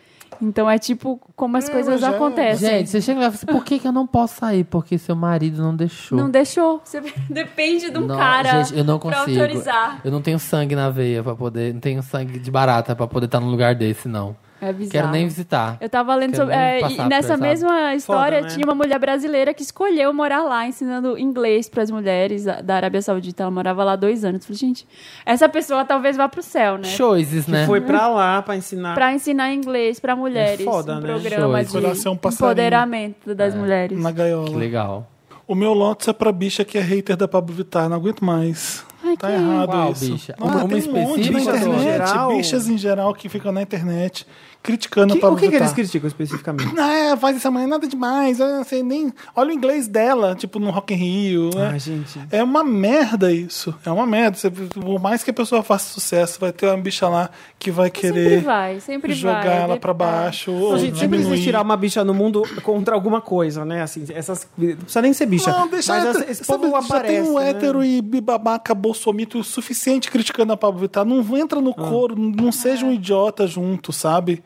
[SPEAKER 2] Então é tipo como as coisas
[SPEAKER 1] mas é-
[SPEAKER 2] acontecem.
[SPEAKER 4] Gente, você chega lá e fala assim, por que, que eu não posso sair? Porque seu marido não deixou.
[SPEAKER 2] Não deixou. Você depende de um
[SPEAKER 4] Não,
[SPEAKER 2] cara
[SPEAKER 4] gente, eu não
[SPEAKER 2] pra
[SPEAKER 4] consigo.
[SPEAKER 2] autorizar.
[SPEAKER 4] Eu não tenho sangue na veia pra poder. Não tenho sangue de barata pra poder estar num lugar desse, não.
[SPEAKER 2] É bizarro.
[SPEAKER 4] Quero nem visitar.
[SPEAKER 2] Eu tava lendo
[SPEAKER 4] Quero
[SPEAKER 2] sobre.
[SPEAKER 4] nem
[SPEAKER 2] é, e
[SPEAKER 4] passar
[SPEAKER 2] nessa
[SPEAKER 4] por essa-
[SPEAKER 2] mesma história,
[SPEAKER 3] né?
[SPEAKER 2] tinha uma mulher brasileira que escolheu morar lá, ensinando inglês pras mulheres da da Arábia Saudita. Ela morava lá dois anos. Eu Falei, gente, essa pessoa talvez vá pro céu, né?
[SPEAKER 4] Choices, né?
[SPEAKER 3] É. Foi pra lá pra ensinar.
[SPEAKER 2] Pra ensinar inglês pra mulheres.
[SPEAKER 1] É
[SPEAKER 3] foda,
[SPEAKER 2] um
[SPEAKER 3] né?
[SPEAKER 2] programa
[SPEAKER 4] Show.
[SPEAKER 2] de
[SPEAKER 1] Escolher ser um passarinho.
[SPEAKER 2] empoderamento
[SPEAKER 4] É.
[SPEAKER 2] das
[SPEAKER 3] um-
[SPEAKER 2] mulheres.
[SPEAKER 1] Na gaiola.
[SPEAKER 4] Que legal.
[SPEAKER 1] O meu Lotus é pra bicha que é hater da Pablo Vittar, não aguento mais.
[SPEAKER 2] Ai,
[SPEAKER 1] tá
[SPEAKER 2] que-
[SPEAKER 1] errado
[SPEAKER 4] Qual
[SPEAKER 1] isso.
[SPEAKER 4] bicha?
[SPEAKER 1] Não,
[SPEAKER 4] Uma-
[SPEAKER 1] tem
[SPEAKER 4] uma
[SPEAKER 1] um monte na
[SPEAKER 4] específica,
[SPEAKER 1] internet,
[SPEAKER 3] em geral?
[SPEAKER 1] bichas em geral que ficam na internet criticando
[SPEAKER 3] Que-
[SPEAKER 1] a Pablo
[SPEAKER 3] o que, que
[SPEAKER 1] Vittar.
[SPEAKER 3] eles criticam especificamente?
[SPEAKER 1] Ah, faz essa manhã nada demais. Eu não sei nem. Olha o inglês dela, tipo no Rock in Rio. né?
[SPEAKER 3] Ai, Ah, gente.
[SPEAKER 1] É uma merda isso. É uma merda. Você- Por mais que a pessoa faça sucesso, vai ter uma bicha lá que vai
[SPEAKER 2] Sempre
[SPEAKER 1] querer
[SPEAKER 2] vai, sempre
[SPEAKER 1] jogar
[SPEAKER 2] vai.
[SPEAKER 1] ela
[SPEAKER 2] de-
[SPEAKER 1] pra baixo. ou
[SPEAKER 3] Não, né? gente, sempre
[SPEAKER 1] diminuir.
[SPEAKER 3] existe tirar uma bicha no mundo contra alguma coisa, né? Assim, essas. Não precisa nem ser bicha.
[SPEAKER 1] Não, deixa
[SPEAKER 3] mas
[SPEAKER 1] hétero-
[SPEAKER 3] essa- esse
[SPEAKER 1] sabe,
[SPEAKER 3] povo
[SPEAKER 1] já tem
[SPEAKER 3] aparece.
[SPEAKER 1] um
[SPEAKER 3] né?
[SPEAKER 1] hétero e bibabaca bolsomito o suficiente criticando a Pablo Vittar. Não entra no coro, não seja um
[SPEAKER 3] É.
[SPEAKER 1] idiota junto, sabe?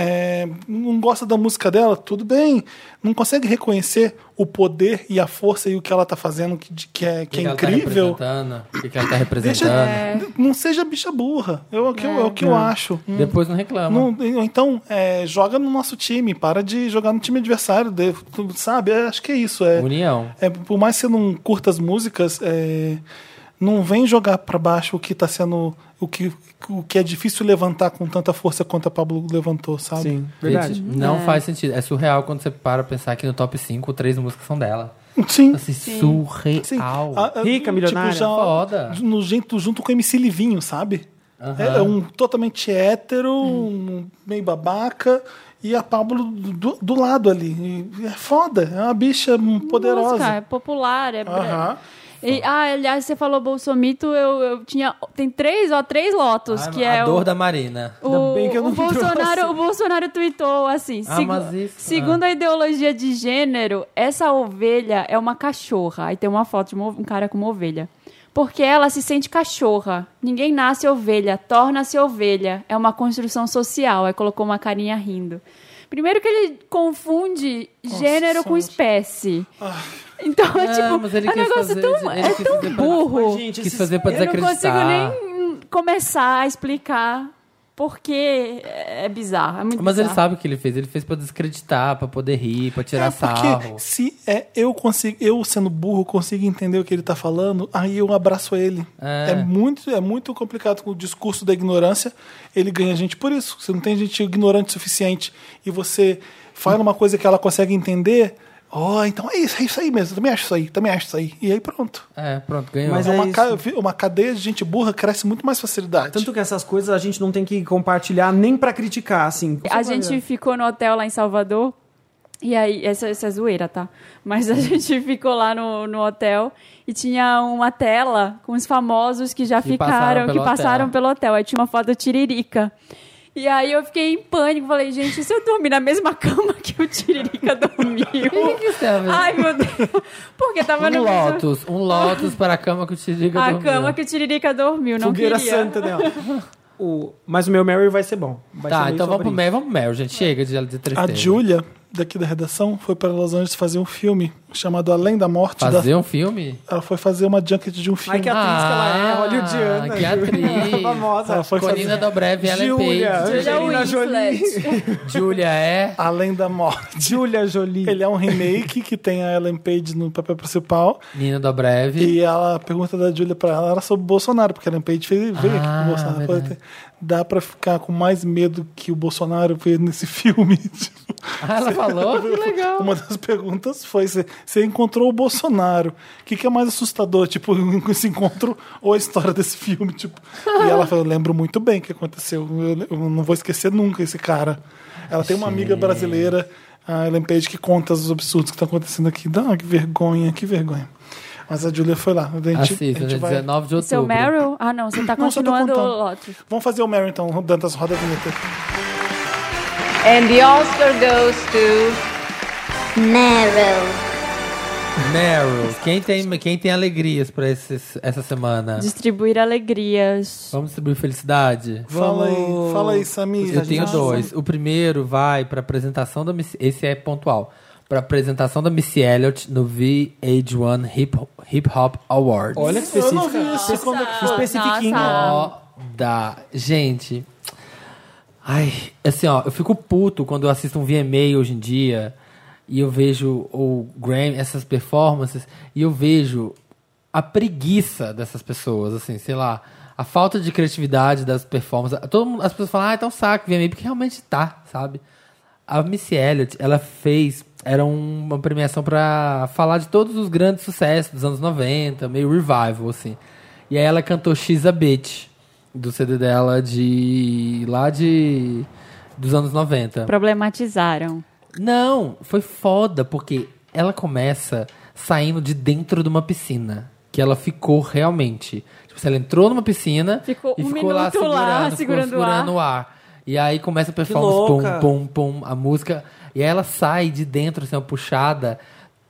[SPEAKER 1] É, não gosta da música dela? Tudo bem. Não consegue reconhecer o poder e a força e o que ela tá fazendo, que, de- que é,
[SPEAKER 4] O
[SPEAKER 1] que é
[SPEAKER 4] ela tá
[SPEAKER 1] incrível.
[SPEAKER 4] representando? O que, que ela tá representando?
[SPEAKER 1] Deixa-
[SPEAKER 2] É.
[SPEAKER 3] É.
[SPEAKER 1] Não seja bicha burra. É o que, eu, é o que eu acho.
[SPEAKER 4] Depois não reclama.
[SPEAKER 1] Não, ou então, é, joga no nosso time, para de jogar no time adversário, de- tu- sabe? É, acho que é isso. É,
[SPEAKER 4] União.
[SPEAKER 1] é, por mais que você não curta as músicas, é, não vem jogar para baixo o que tá sendo. O que, o que é difícil levantar com tanta força quanto a Pablo levantou, sabe?
[SPEAKER 3] Sim, verdade.
[SPEAKER 4] Gente, não faz sentido. É surreal quando você para pra pensar que no top 5, três músicas são dela.
[SPEAKER 1] Sim.
[SPEAKER 4] Assim,
[SPEAKER 1] Sim. Ah, tipo,
[SPEAKER 4] surreal.
[SPEAKER 1] A- a-
[SPEAKER 3] Rica, milionária,
[SPEAKER 4] foda.
[SPEAKER 1] No jeito, junto com o MC Livinho, sabe? É, é um totalmente hétero, um meio babaca, e a Pablo do, do lado ali. E é foda, é uma bicha poderosa.
[SPEAKER 2] Música, é popular, é.
[SPEAKER 1] Aham.
[SPEAKER 2] E, ah, aliás, você falou Bolsomito, eu, eu tinha. Tem três, ó, três Lotus,
[SPEAKER 4] Ai,
[SPEAKER 2] que
[SPEAKER 4] Ah, a
[SPEAKER 2] é
[SPEAKER 4] dor
[SPEAKER 2] o.
[SPEAKER 4] da Marina.
[SPEAKER 2] O,
[SPEAKER 3] bem que eu não
[SPEAKER 2] o Bolsonaro,
[SPEAKER 3] trouxe.
[SPEAKER 2] o Bolsonaro tweetou assim:
[SPEAKER 4] Ah,
[SPEAKER 2] segu-
[SPEAKER 4] mas isso, ah.
[SPEAKER 2] segundo a ideologia de gênero, essa ovelha é uma cachorra. Aí tem uma foto de uma- um cara com uma ovelha. Porque ela se sente cachorra. Ninguém nasce ovelha, torna-se ovelha. É uma construção social. Aí colocou uma carinha rindo. Primeiro que ele confunde gênero com espécie. Então, é
[SPEAKER 4] Não,
[SPEAKER 2] tipo,
[SPEAKER 4] Ah. mas ele
[SPEAKER 2] é um
[SPEAKER 4] quis
[SPEAKER 2] negócio
[SPEAKER 4] fazer
[SPEAKER 2] tão,
[SPEAKER 4] de- ele
[SPEAKER 2] é
[SPEAKER 4] quis
[SPEAKER 2] tão
[SPEAKER 4] fazer pra-
[SPEAKER 2] burro.
[SPEAKER 3] Mas, gente,
[SPEAKER 4] Quis
[SPEAKER 3] esses-
[SPEAKER 4] fazer pra
[SPEAKER 2] Eu não consigo
[SPEAKER 4] desacreditar.
[SPEAKER 2] nem começar a explicar porque é bizarro. É muito
[SPEAKER 4] Mas ele
[SPEAKER 2] bizarro.
[SPEAKER 4] sabe o que ele fez. Ele fez pra desacreditar, pra poder rir, pra tirar
[SPEAKER 1] É
[SPEAKER 4] sarro.
[SPEAKER 1] porque se é, eu consigo, eu sendo burro consigo entender o que ele tá falando, aí eu abraço ele.
[SPEAKER 4] É.
[SPEAKER 1] É, muito, é muito complicado com o discurso da ignorância. Ele ganha gente por isso. Você não tem gente ignorante o suficiente e você fala uma coisa que ela consegue entender. Ó, então é isso, é isso aí mesmo. Também acho isso aí, também acho isso aí. E aí pronto.
[SPEAKER 4] É, pronto, ganhou.
[SPEAKER 3] Mas
[SPEAKER 1] é
[SPEAKER 3] é
[SPEAKER 1] uma,
[SPEAKER 3] isso.
[SPEAKER 1] ca- uma cadeia de gente burra cresce muito mais facilidade.
[SPEAKER 3] Tanto que essas coisas a gente não tem que compartilhar nem pra criticar, assim.
[SPEAKER 2] A gente ficou no hotel lá em Salvador. E aí, essa, essa é zoeira, tá? Mas a gente ficou lá no, no hotel e tinha uma tela com os famosos que já
[SPEAKER 4] Que passaram
[SPEAKER 2] ficaram,
[SPEAKER 4] pelo
[SPEAKER 2] que passaram
[SPEAKER 4] hotel.
[SPEAKER 2] pelo hotel. Aí tinha uma foto do Tiririca. E aí eu fiquei em pânico, falei, gente, e se eu dormir na mesma cama que o Tiririca dormiu?
[SPEAKER 4] que serve?
[SPEAKER 2] Ai, meu Deus. Porque tava
[SPEAKER 4] Um
[SPEAKER 2] no mesmo...
[SPEAKER 4] Lotus, um Lotus para a cama que o Tiririca
[SPEAKER 2] A
[SPEAKER 4] dormiu.
[SPEAKER 2] cama que o Tiririca dormiu, não
[SPEAKER 3] Fogueira
[SPEAKER 2] queria.
[SPEAKER 3] santa
[SPEAKER 1] né,
[SPEAKER 3] dela. O- Mas o meu Mary vai ser bom. Vai ser
[SPEAKER 4] Tá,
[SPEAKER 3] meio
[SPEAKER 4] então vamos
[SPEAKER 3] é sobre
[SPEAKER 4] pro Mel, vamos pro Mel, gente. Chega de, de tristeza.
[SPEAKER 1] A Júlia, daqui da redação, foi para Los Angeles fazer um filme chamado Além da Morte. da-
[SPEAKER 4] Fazer um filme?
[SPEAKER 1] Ela foi fazer uma junket de um
[SPEAKER 3] isso.
[SPEAKER 1] filme.
[SPEAKER 3] Ai, que atriz que ela é,
[SPEAKER 4] Ah,
[SPEAKER 3] hollywoodiana. é
[SPEAKER 4] que atriz.
[SPEAKER 3] Famosa.
[SPEAKER 1] Ela foi
[SPEAKER 4] Corina
[SPEAKER 1] fazer
[SPEAKER 4] Dobrev, Ellen Page.
[SPEAKER 2] Julia
[SPEAKER 3] Angelina
[SPEAKER 2] Winslet.
[SPEAKER 4] Júlia é...
[SPEAKER 1] Além da Morte.
[SPEAKER 3] Julia Jolie.
[SPEAKER 1] Ele é um remake que tem a Ellen Page no papel principal.
[SPEAKER 4] Nina Dobrev.
[SPEAKER 1] E ela, a pergunta da Julia pra ela era sobre o Bolsonaro, porque a Ellen Page fez, veio aqui com
[SPEAKER 4] Ah,
[SPEAKER 1] o Bolsonaro. Falou,
[SPEAKER 4] verdade.
[SPEAKER 1] Dá pra ficar com mais medo que o Bolsonaro fez nesse filme? Tipo,
[SPEAKER 4] Ah, ela falou? Que legal.
[SPEAKER 1] Uma das perguntas foi: você você encontrou o Bolsonaro. O que, que é mais assustador? Tipo, esse encontro ou a história desse filme? Tipo, e ela falou: eu lembro muito bem o que aconteceu. Eu, eu não vou esquecer nunca esse cara. Ela tem uma amiga brasileira, a Ellen Page, que conta os absurdos que estão acontecendo aqui. Não, que vergonha, que vergonha. Mas a Julia foi lá. A gente,
[SPEAKER 4] Assista,
[SPEAKER 1] a gente
[SPEAKER 4] dia
[SPEAKER 1] vai...
[SPEAKER 4] 19 de outubro.
[SPEAKER 2] Seu Meryl? Ah, não, você tá
[SPEAKER 1] Não, só tô
[SPEAKER 2] continuando o
[SPEAKER 1] contando.
[SPEAKER 2] lote.
[SPEAKER 1] Vamos fazer o Mary então, Dantas Roda a Vinheta.
[SPEAKER 8] And the Oscar goes to
[SPEAKER 9] Meryl.
[SPEAKER 4] Meryl. Quem tem, quem tem alegrias pra esses- essa semana?
[SPEAKER 2] Distribuir alegrias.
[SPEAKER 4] Vamos distribuir felicidade?
[SPEAKER 1] Fala aí,
[SPEAKER 3] Vamos.
[SPEAKER 1] fala aí, Samir.
[SPEAKER 4] Eu tenho
[SPEAKER 1] Nossa.
[SPEAKER 4] dois. O primeiro vai pra apresentação da Missy... Esse é pontual. Pra apresentação da Missy Elliott no VH1 Hip, Hip Hop Awards.
[SPEAKER 3] Olha que
[SPEAKER 1] Eu não
[SPEAKER 3] específica.
[SPEAKER 1] vi isso. Quando é que foi?
[SPEAKER 3] Especifiquinho.
[SPEAKER 2] Nossa.
[SPEAKER 4] Ó, da Gente. Ai, assim, ó, eu fico puto quando eu assisto um VMA hoje em dia e eu vejo o Grammy, essas performances, e eu vejo a preguiça dessas pessoas, assim, sei lá, a falta de criatividade das performances. Todo mundo- as pessoas falam, ah, então saco VMA, porque realmente tá, sabe? A Missy Elliott, ela fez. Era um- uma premiação pra falar de todos os grandes sucessos dos anos 90, meio revival, assim. E aí ela cantou She's a Bitch, do CD dela de. lá de. dos anos 90.
[SPEAKER 2] Problematizaram.
[SPEAKER 4] Não, foi foda, porque ela começa saindo de dentro de uma piscina. Que ela ficou realmente. Tipo, ela entrou numa piscina
[SPEAKER 2] Ficou
[SPEAKER 4] e
[SPEAKER 2] um
[SPEAKER 4] ficou lá
[SPEAKER 2] minuto
[SPEAKER 4] segurando,
[SPEAKER 2] lá,
[SPEAKER 4] ficou
[SPEAKER 2] segurando o
[SPEAKER 4] segurando o ar. E aí começa a performance,
[SPEAKER 3] louca!
[SPEAKER 4] pum, pum, pum, a música. E aí ela sai de dentro, assim, ó, puxada,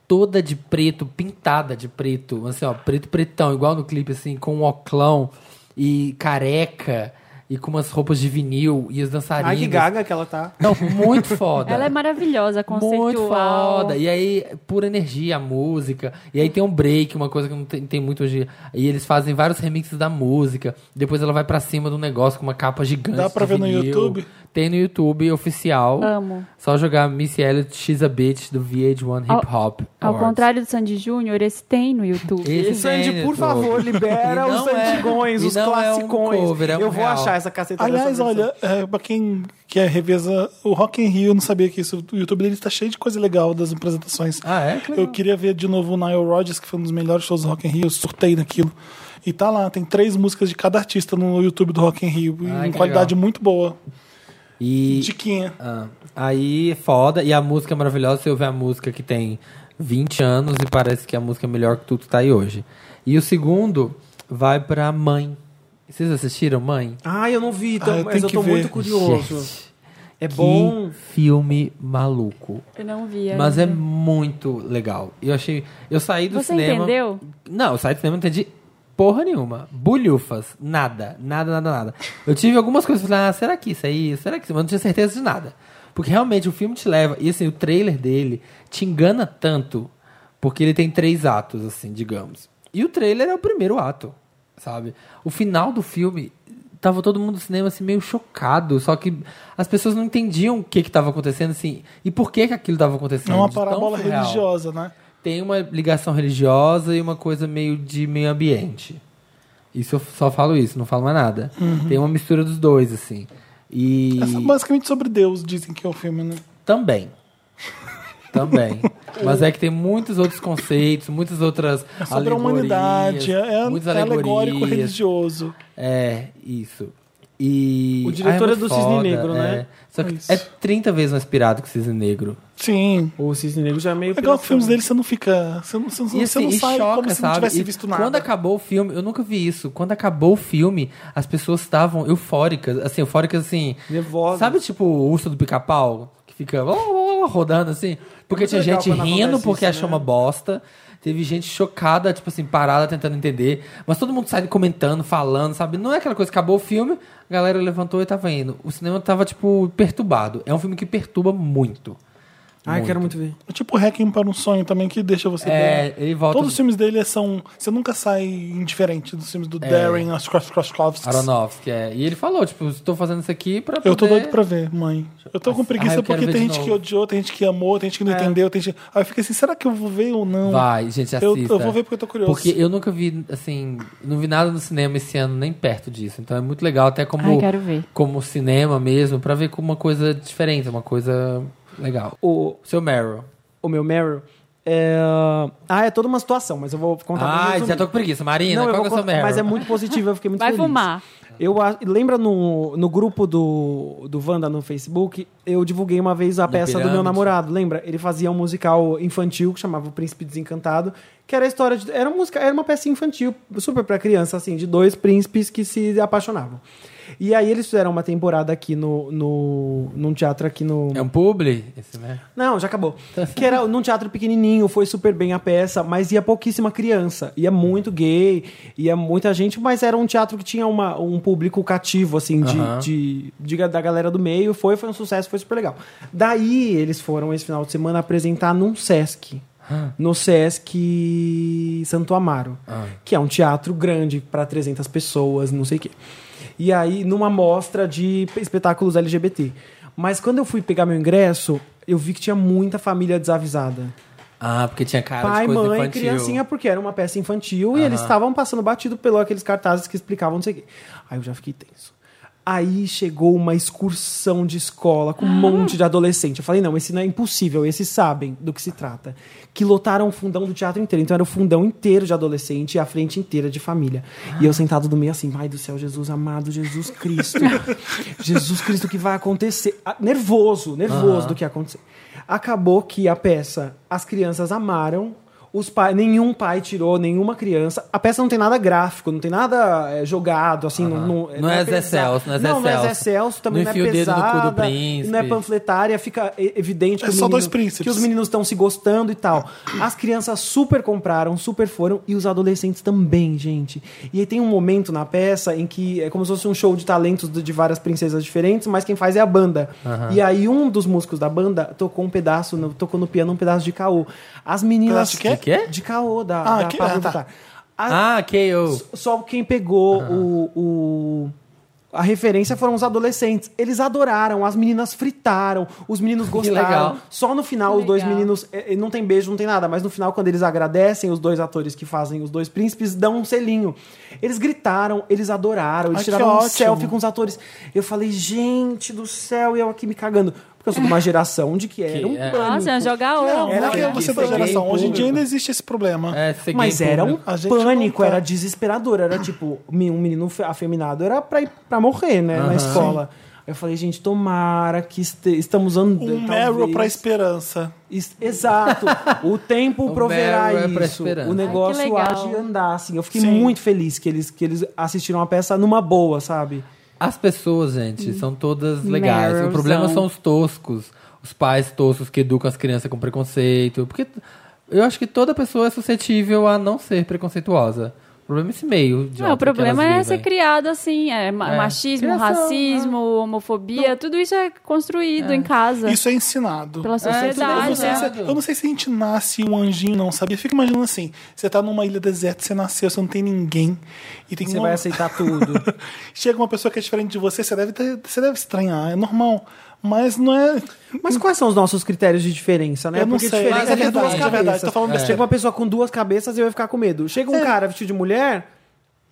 [SPEAKER 4] toda de preto, pintada de preto, assim, ó, preto pretão, igual no clipe, assim, com um oclão e careca e com umas roupas de vinil e os dançarinos.
[SPEAKER 3] Ai, que gaga que ela tá.
[SPEAKER 4] Não, muito foda.
[SPEAKER 2] Ela é maravilhosa, conceitual.
[SPEAKER 4] Muito foda. E aí, pura energia, a música. E aí tem um break, uma coisa que não tem, tem muito hoje. E eles fazem vários remixes da música. Depois ela vai pra cima de um negócio com uma capa gigante.
[SPEAKER 1] Dá pra
[SPEAKER 4] de
[SPEAKER 1] ver no
[SPEAKER 4] vinil.
[SPEAKER 1] YouTube?
[SPEAKER 4] Tem no YouTube oficial.
[SPEAKER 2] Amo.
[SPEAKER 4] Só jogar Missy Elliott She's a Bitch do VH1
[SPEAKER 2] Ao-
[SPEAKER 4] Hip Hop.
[SPEAKER 2] Ao
[SPEAKER 4] Awards.
[SPEAKER 2] contrário do Sandy Júnior, esse tem no YouTube.
[SPEAKER 4] Esse tem
[SPEAKER 3] Sandy,
[SPEAKER 4] no
[SPEAKER 3] por
[SPEAKER 4] YouTube.
[SPEAKER 3] favor, libera
[SPEAKER 4] E
[SPEAKER 3] os
[SPEAKER 4] não é-
[SPEAKER 3] antigões,
[SPEAKER 4] e
[SPEAKER 3] os
[SPEAKER 4] não é um
[SPEAKER 3] classicões.
[SPEAKER 4] cover, é um
[SPEAKER 3] Eu vou
[SPEAKER 4] real.
[SPEAKER 3] achar essa caceta dessa
[SPEAKER 1] Aliás,
[SPEAKER 3] versão.
[SPEAKER 1] olha, é, pra quem quer reveza, o Rock in Rio, eu não sabia que isso. O YouTube dele tá cheio de coisa legal das apresentações.
[SPEAKER 4] Ah, é? Que legal.
[SPEAKER 1] Eu queria ver de novo o Nile Rodgers, que foi um dos melhores shows do Rock in Rio, eu surtei naquilo. E tá lá, tem três músicas de cada artista no YouTube do Rock in Rio,
[SPEAKER 4] Ai,
[SPEAKER 1] em
[SPEAKER 4] Ah, que
[SPEAKER 1] qualidade
[SPEAKER 4] legal.
[SPEAKER 1] muito boa.
[SPEAKER 4] E,
[SPEAKER 1] Tiquinha.
[SPEAKER 4] Ah, aí é foda. E a música é maravilhosa. Você ouve a música que tem 20 anos e parece que a música é melhor que tudo que tá aí hoje. E o segundo vai pra Mãe. Vocês assistiram Mãe?
[SPEAKER 3] Ai, eu não vi, então,
[SPEAKER 1] Ah, eu
[SPEAKER 3] mas
[SPEAKER 1] tenho
[SPEAKER 3] eu
[SPEAKER 1] que
[SPEAKER 3] tô
[SPEAKER 1] ver.
[SPEAKER 3] muito curioso.
[SPEAKER 4] Gente,
[SPEAKER 3] é
[SPEAKER 4] que
[SPEAKER 3] bom.
[SPEAKER 4] filme maluco.
[SPEAKER 2] Eu não vi.
[SPEAKER 4] Mas é
[SPEAKER 2] ainda.
[SPEAKER 4] muito legal. Eu achei. Eu saí do
[SPEAKER 2] Você
[SPEAKER 4] cinema.
[SPEAKER 2] entendeu?
[SPEAKER 4] Não, eu saí do cinema não entendi porra nenhuma. Bulhufas. Nada. Nada, nada, nada. Eu tive algumas coisas que eu falei, ah, será que isso é isso? Será que isso? Mas não tinha certeza de nada. Porque realmente o filme te leva. E assim, o trailer dele te engana tanto. Porque ele tem três atos, assim, digamos. E o trailer é o primeiro ato, sabe? O final do filme. Tava todo mundo no cinema, assim, meio chocado. Só que as pessoas não entendiam o que que tava acontecendo, assim. E por que que aquilo tava
[SPEAKER 1] É
[SPEAKER 4] acontecendo.
[SPEAKER 1] uma
[SPEAKER 4] de tão
[SPEAKER 1] parábola
[SPEAKER 4] surreal.
[SPEAKER 1] religiosa, né?
[SPEAKER 4] Tem uma ligação religiosa e uma coisa meio de meio ambiente. Isso eu só falo isso, não falo mais nada. Tem uma mistura dos dois, assim. E
[SPEAKER 1] É basicamente sobre Deus, dizem que é o filme, né?
[SPEAKER 4] também. Também. Mas é que tem muitos outros conceitos, muitas outras.
[SPEAKER 1] É sobre a
[SPEAKER 4] alegorias,
[SPEAKER 1] humanidade, é, é
[SPEAKER 4] muitas
[SPEAKER 1] alegórico
[SPEAKER 4] alegorias.
[SPEAKER 1] religioso.
[SPEAKER 4] É, isso. E.
[SPEAKER 3] O diretor
[SPEAKER 4] Ah,
[SPEAKER 3] é
[SPEAKER 4] muito
[SPEAKER 3] do Cisne Negro, né?
[SPEAKER 4] é. Só que
[SPEAKER 1] Isso.
[SPEAKER 4] é 30 vezes mais pirado que o Cisne Negro.
[SPEAKER 1] Sim.
[SPEAKER 3] O Cisne Negro já é meio...
[SPEAKER 1] É legal que
[SPEAKER 3] pirata.
[SPEAKER 1] filmes dele você não fica. Você não, você não-
[SPEAKER 4] E,
[SPEAKER 1] você
[SPEAKER 4] assim,
[SPEAKER 1] não
[SPEAKER 4] e
[SPEAKER 1] sai
[SPEAKER 4] choca,
[SPEAKER 1] como se não
[SPEAKER 4] sabe?
[SPEAKER 1] tivesse
[SPEAKER 4] E
[SPEAKER 1] visto nada.
[SPEAKER 4] Quando acabou o filme, eu nunca vi isso. Quando acabou o filme, as pessoas estavam eufóricas, assim, eufóricas assim.
[SPEAKER 3] Nervosas.
[SPEAKER 4] Sabe, tipo, o urso do pica-pau, que fica ó, ó, ó, rodando assim. Porque
[SPEAKER 3] muito
[SPEAKER 4] tinha
[SPEAKER 3] legal
[SPEAKER 4] gente
[SPEAKER 3] quando
[SPEAKER 4] rindo
[SPEAKER 3] acontece
[SPEAKER 4] porque
[SPEAKER 3] isso,
[SPEAKER 4] achou
[SPEAKER 3] né?
[SPEAKER 4] uma bosta. Teve gente chocada, tipo assim, parada, tentando entender. Mas todo mundo saindo comentando, falando, sabe? Não é aquela coisa, acabou o filme, a galera levantou e tava indo. O cinema tava, tipo, perturbado. É um filme que perturba muito.
[SPEAKER 3] Ai, quero muito ver.
[SPEAKER 1] É tipo Hacking para um Sonho também, que deixa você.
[SPEAKER 4] É,
[SPEAKER 1] bem-
[SPEAKER 4] ele volta-
[SPEAKER 1] Todos os filmes dele são. Você nunca sai indiferente dos filmes do
[SPEAKER 4] É.
[SPEAKER 1] Darren, as Cross Cross
[SPEAKER 4] Aronofsky, é. E ele falou, tipo, estou fazendo isso aqui pra poder...
[SPEAKER 1] Eu tô doido pra ver, mãe. Eu tô com
[SPEAKER 4] Ah,
[SPEAKER 1] preguiça
[SPEAKER 4] eu quero
[SPEAKER 1] porque
[SPEAKER 4] ver
[SPEAKER 1] tem
[SPEAKER 4] de
[SPEAKER 1] gente que
[SPEAKER 4] novo. É.
[SPEAKER 1] odiou, tem gente que amou, tem gente que não entendeu, tem gente. Aí eu fico assim, será que eu vou ver ou não?
[SPEAKER 4] Vai, gente,
[SPEAKER 1] Eu- eu
[SPEAKER 4] assista.
[SPEAKER 1] vou ver porque eu tô curioso.
[SPEAKER 4] Porque eu nunca vi, assim, não vi nada no cinema esse ano, nem perto disso. Então é muito legal, até como,
[SPEAKER 2] Ai, quero ver.
[SPEAKER 4] como cinema mesmo, pra ver como uma coisa diferente, uma coisa legal.
[SPEAKER 3] O,
[SPEAKER 4] Seu Meryl.
[SPEAKER 3] o meu Meryl é... Ah, é toda uma situação, mas eu vou contar bem
[SPEAKER 4] Ai,
[SPEAKER 3] resumido.
[SPEAKER 4] já tô com preguiça. Marina,
[SPEAKER 3] Não, eu
[SPEAKER 4] qual que é o
[SPEAKER 3] vou
[SPEAKER 4] seu
[SPEAKER 3] contar,
[SPEAKER 4] Meryl?
[SPEAKER 3] mas é muito positivo, eu fiquei muito
[SPEAKER 2] Vai
[SPEAKER 3] feliz.
[SPEAKER 2] fumar.
[SPEAKER 3] É. Eu a- lembra no, no grupo do, do Wanda no Facebook, eu divulguei uma vez a peça do meu
[SPEAKER 4] Pirâmide.
[SPEAKER 3] namorado, lembra? Ele fazia um musical infantil que chamava O Príncipe Desencantado, que era a história de. Era, uma música, era uma peça infantil, super pra criança, assim, de dois príncipes que se apaixonavam. E aí eles fizeram uma temporada aqui no, no, num teatro aqui no.
[SPEAKER 4] É um publi? Esse Meryl?
[SPEAKER 3] Não, já acabou. Que era num teatro pequenininho, foi super bem a peça, mas ia pouquíssima criança. Ia muito gay, ia muita gente, mas era um teatro que tinha uma- um público cativo, assim, de,
[SPEAKER 4] Aham.
[SPEAKER 3] de- de- da galera do meio. Foi, foi um sucesso, foi super legal. Daí eles foram esse final de semana apresentar num Sesc. no Sesc Santo Amaro, que é um teatro grande para 300 pessoas, não sei o quê. E aí, numa mostra de espetáculos LGBT. Mas quando eu fui pegar meu ingresso, eu vi que tinha muita família desavisada
[SPEAKER 4] Ah, porque tinha cara
[SPEAKER 3] pai,
[SPEAKER 4] de coisa
[SPEAKER 3] mãe,
[SPEAKER 4] infantil.
[SPEAKER 3] criancinha, porque era uma peça infantil e eles estavam passando batido pelos aqueles cartazes que explicavam não sei o quê. Aí eu já fiquei tenso. Aí chegou uma excursão de escola com um monte de adolescente. Eu falei, não, esse não é impossível, esses sabem do que se trata. Que lotaram o fundão do teatro inteiro. Então era o fundão inteiro de adolescente e a frente inteira de família. E eu sentado do meio assim, ai do céu, Jesus amado, Jesus Cristo. Jesus Cristo, o que vai acontecer? Ah, Nervoso, nervoso do que ia acontecer. Acabou que a peça, as crianças amaram, os pai, nenhum pai tirou nenhuma criança. A peça não tem nada gráfico, não tem nada é, jogado, assim. Não, não,
[SPEAKER 4] Não é Zé
[SPEAKER 3] pesa-
[SPEAKER 4] Celso, não é Zé
[SPEAKER 3] não, não é Zé
[SPEAKER 4] Celso.
[SPEAKER 3] Celso, também
[SPEAKER 4] Não
[SPEAKER 3] não,
[SPEAKER 4] enfia
[SPEAKER 3] é
[SPEAKER 4] o dedo no cu do
[SPEAKER 3] pesada,
[SPEAKER 4] príncipe.
[SPEAKER 3] não é panfletária, fica e- evidente
[SPEAKER 1] É
[SPEAKER 3] que, o
[SPEAKER 1] só
[SPEAKER 3] menino-
[SPEAKER 1] dois príncipes.
[SPEAKER 3] que os meninos estão se gostando e tal. As crianças super compraram, super foram, e os adolescentes também, gente. E aí tem um momento na peça em que é como se fosse um show de talentos de de várias princesas diferentes, mas quem faz é a banda. E aí um dos músicos da banda tocou um pedaço, no- tocou no piano um pedaço de caô. As meninas.
[SPEAKER 1] Pedaço de quê?
[SPEAKER 4] De quê?
[SPEAKER 3] De caô, da,
[SPEAKER 1] Ah,
[SPEAKER 3] da
[SPEAKER 1] que-
[SPEAKER 3] Pablo
[SPEAKER 1] ah, tá.
[SPEAKER 3] Vittar. As-
[SPEAKER 4] Ah, KO.
[SPEAKER 3] só quem pegou o, o- a referência foram os adolescentes. Eles adoraram, as meninas fritaram, os meninos gostaram.
[SPEAKER 4] legal.
[SPEAKER 3] Só no final, os dois
[SPEAKER 2] Legal.
[SPEAKER 3] meninos. eh, eh, Não tem beijo, não tem nada, mas no final, quando eles agradecem, os dois atores que fazem os dois príncipes dão um selinho. Eles gritaram, eles adoraram, eles
[SPEAKER 1] Ai, que
[SPEAKER 3] tiraram um
[SPEAKER 1] ótimo.
[SPEAKER 3] selfie com os atores. Eu falei, gente do céu, e eu aqui me cagando. Porque eu sou de uma geração de que era um
[SPEAKER 4] é.
[SPEAKER 3] pânico.
[SPEAKER 2] Nossa, jogar
[SPEAKER 1] Não,
[SPEAKER 2] onda.
[SPEAKER 1] não
[SPEAKER 3] Era
[SPEAKER 1] é você da
[SPEAKER 4] isso é gay
[SPEAKER 1] geração. Hoje em dia
[SPEAKER 4] público.
[SPEAKER 1] ainda existe esse problema.
[SPEAKER 4] É, ser gay
[SPEAKER 3] Mas era um
[SPEAKER 4] público.
[SPEAKER 1] A gente
[SPEAKER 3] pânico,
[SPEAKER 1] não tá.
[SPEAKER 3] era desesperador. Era tipo, me- um menino fe- afeminado era pra, ir, pra morrer, né? Na escola. Eu falei, gente, tomara que este- estamos andando.
[SPEAKER 1] Um Meryl pra esperança.
[SPEAKER 3] Exato. O tempo
[SPEAKER 4] O
[SPEAKER 3] proverá
[SPEAKER 4] Meryl é pra
[SPEAKER 3] isso.
[SPEAKER 4] esperança.
[SPEAKER 3] o negócio
[SPEAKER 2] Ai, que legal.
[SPEAKER 3] age e andar, assim. Eu fiquei
[SPEAKER 1] Sim.
[SPEAKER 3] muito feliz que eles, que eles assistiram a peça numa boa, sabe?
[SPEAKER 4] As pessoas, gente,
[SPEAKER 2] Hum.
[SPEAKER 4] são todas legais.
[SPEAKER 2] Merylzão.
[SPEAKER 4] O problema são os toscos. Os pais toscos que educam as crianças com preconceito. Porque eu acho que toda pessoa é suscetível a não ser preconceituosa. O problema é esse meio. idiota
[SPEAKER 2] Não, o
[SPEAKER 4] que elas
[SPEAKER 2] problema é
[SPEAKER 4] vivem.
[SPEAKER 2] ser criado assim, é, ma-
[SPEAKER 4] É.
[SPEAKER 2] machismo,
[SPEAKER 4] Criação, né?
[SPEAKER 2] racismo, homofobia, tudo isso é construído em casa
[SPEAKER 1] Isso é ensinado.
[SPEAKER 2] pela
[SPEAKER 4] é
[SPEAKER 1] Eu não,
[SPEAKER 2] sociedade.
[SPEAKER 1] sei
[SPEAKER 2] né?
[SPEAKER 1] se, eu não sei se a gente nasce um anjinho, não, sabia? Fica imaginando assim: você tá numa ilha deserta, você nasceu, você não tem ninguém. E tem
[SPEAKER 3] Você
[SPEAKER 1] uma-
[SPEAKER 3] vai aceitar tudo.
[SPEAKER 1] Chega uma pessoa que é diferente de você, você deve, ter- você deve estranhar, é normal. Mas não é.
[SPEAKER 3] Mas quais são os nossos critérios de diferença, né?
[SPEAKER 1] Eu não sei.
[SPEAKER 3] diferença
[SPEAKER 1] É verdade,
[SPEAKER 3] duas
[SPEAKER 1] é
[SPEAKER 3] cabeças.
[SPEAKER 1] verdade, tô falando
[SPEAKER 3] Chega
[SPEAKER 1] besteira.
[SPEAKER 3] uma pessoa com duas cabeças e eu ia ficar com medo. Chega um cara vestido de mulher,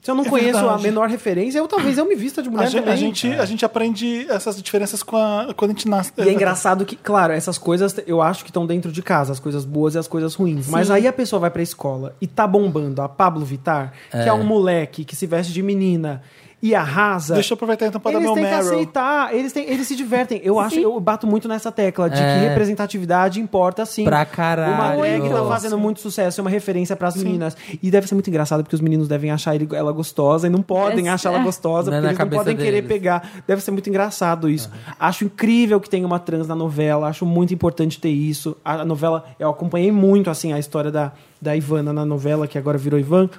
[SPEAKER 3] se eu não
[SPEAKER 1] É
[SPEAKER 3] conheço a
[SPEAKER 1] verdade.
[SPEAKER 3] menor referência, eu talvez eu me vista de
[SPEAKER 1] A
[SPEAKER 3] mulher
[SPEAKER 1] gente,
[SPEAKER 3] é também.
[SPEAKER 1] a, gente, a gente aprende essas diferenças com a- quando a gente nasce.
[SPEAKER 3] E é engraçado que, claro, essas coisas eu acho que estão dentro de casa, as coisas boas e as coisas ruins. Mas aí a pessoa vai pra escola e tá bombando a Pablo Vittar, que é um moleque que se veste de menina e arrasa.
[SPEAKER 1] Deixa eu aproveitar então para dar
[SPEAKER 3] eles
[SPEAKER 1] meu
[SPEAKER 3] têm que
[SPEAKER 1] Meryl.
[SPEAKER 3] aceitar, eles, têm, eles se divertem. Eu acho,
[SPEAKER 2] Sim.
[SPEAKER 3] eu bato muito nessa tecla
[SPEAKER 4] É.
[SPEAKER 3] de que representatividade importa sim.
[SPEAKER 4] Pra
[SPEAKER 3] Uma
[SPEAKER 4] caralho.
[SPEAKER 3] drag tá fazendo muito sucesso, é uma referência pras meninas. E deve ser muito engraçado porque os meninos devem achar ele- ela gostosa e não podem
[SPEAKER 2] É,
[SPEAKER 3] achar ela
[SPEAKER 2] é.
[SPEAKER 3] gostosa,
[SPEAKER 4] Não é
[SPEAKER 3] porque
[SPEAKER 4] na
[SPEAKER 3] eles não
[SPEAKER 4] cabeça
[SPEAKER 3] podem querer
[SPEAKER 4] deles.
[SPEAKER 3] pegar. Deve ser muito engraçado isso. Acho incrível que tenha uma trans na novela, acho muito importante ter isso. A a novela, eu acompanhei muito assim a história da, da Ivana na novela, que agora virou Ivan.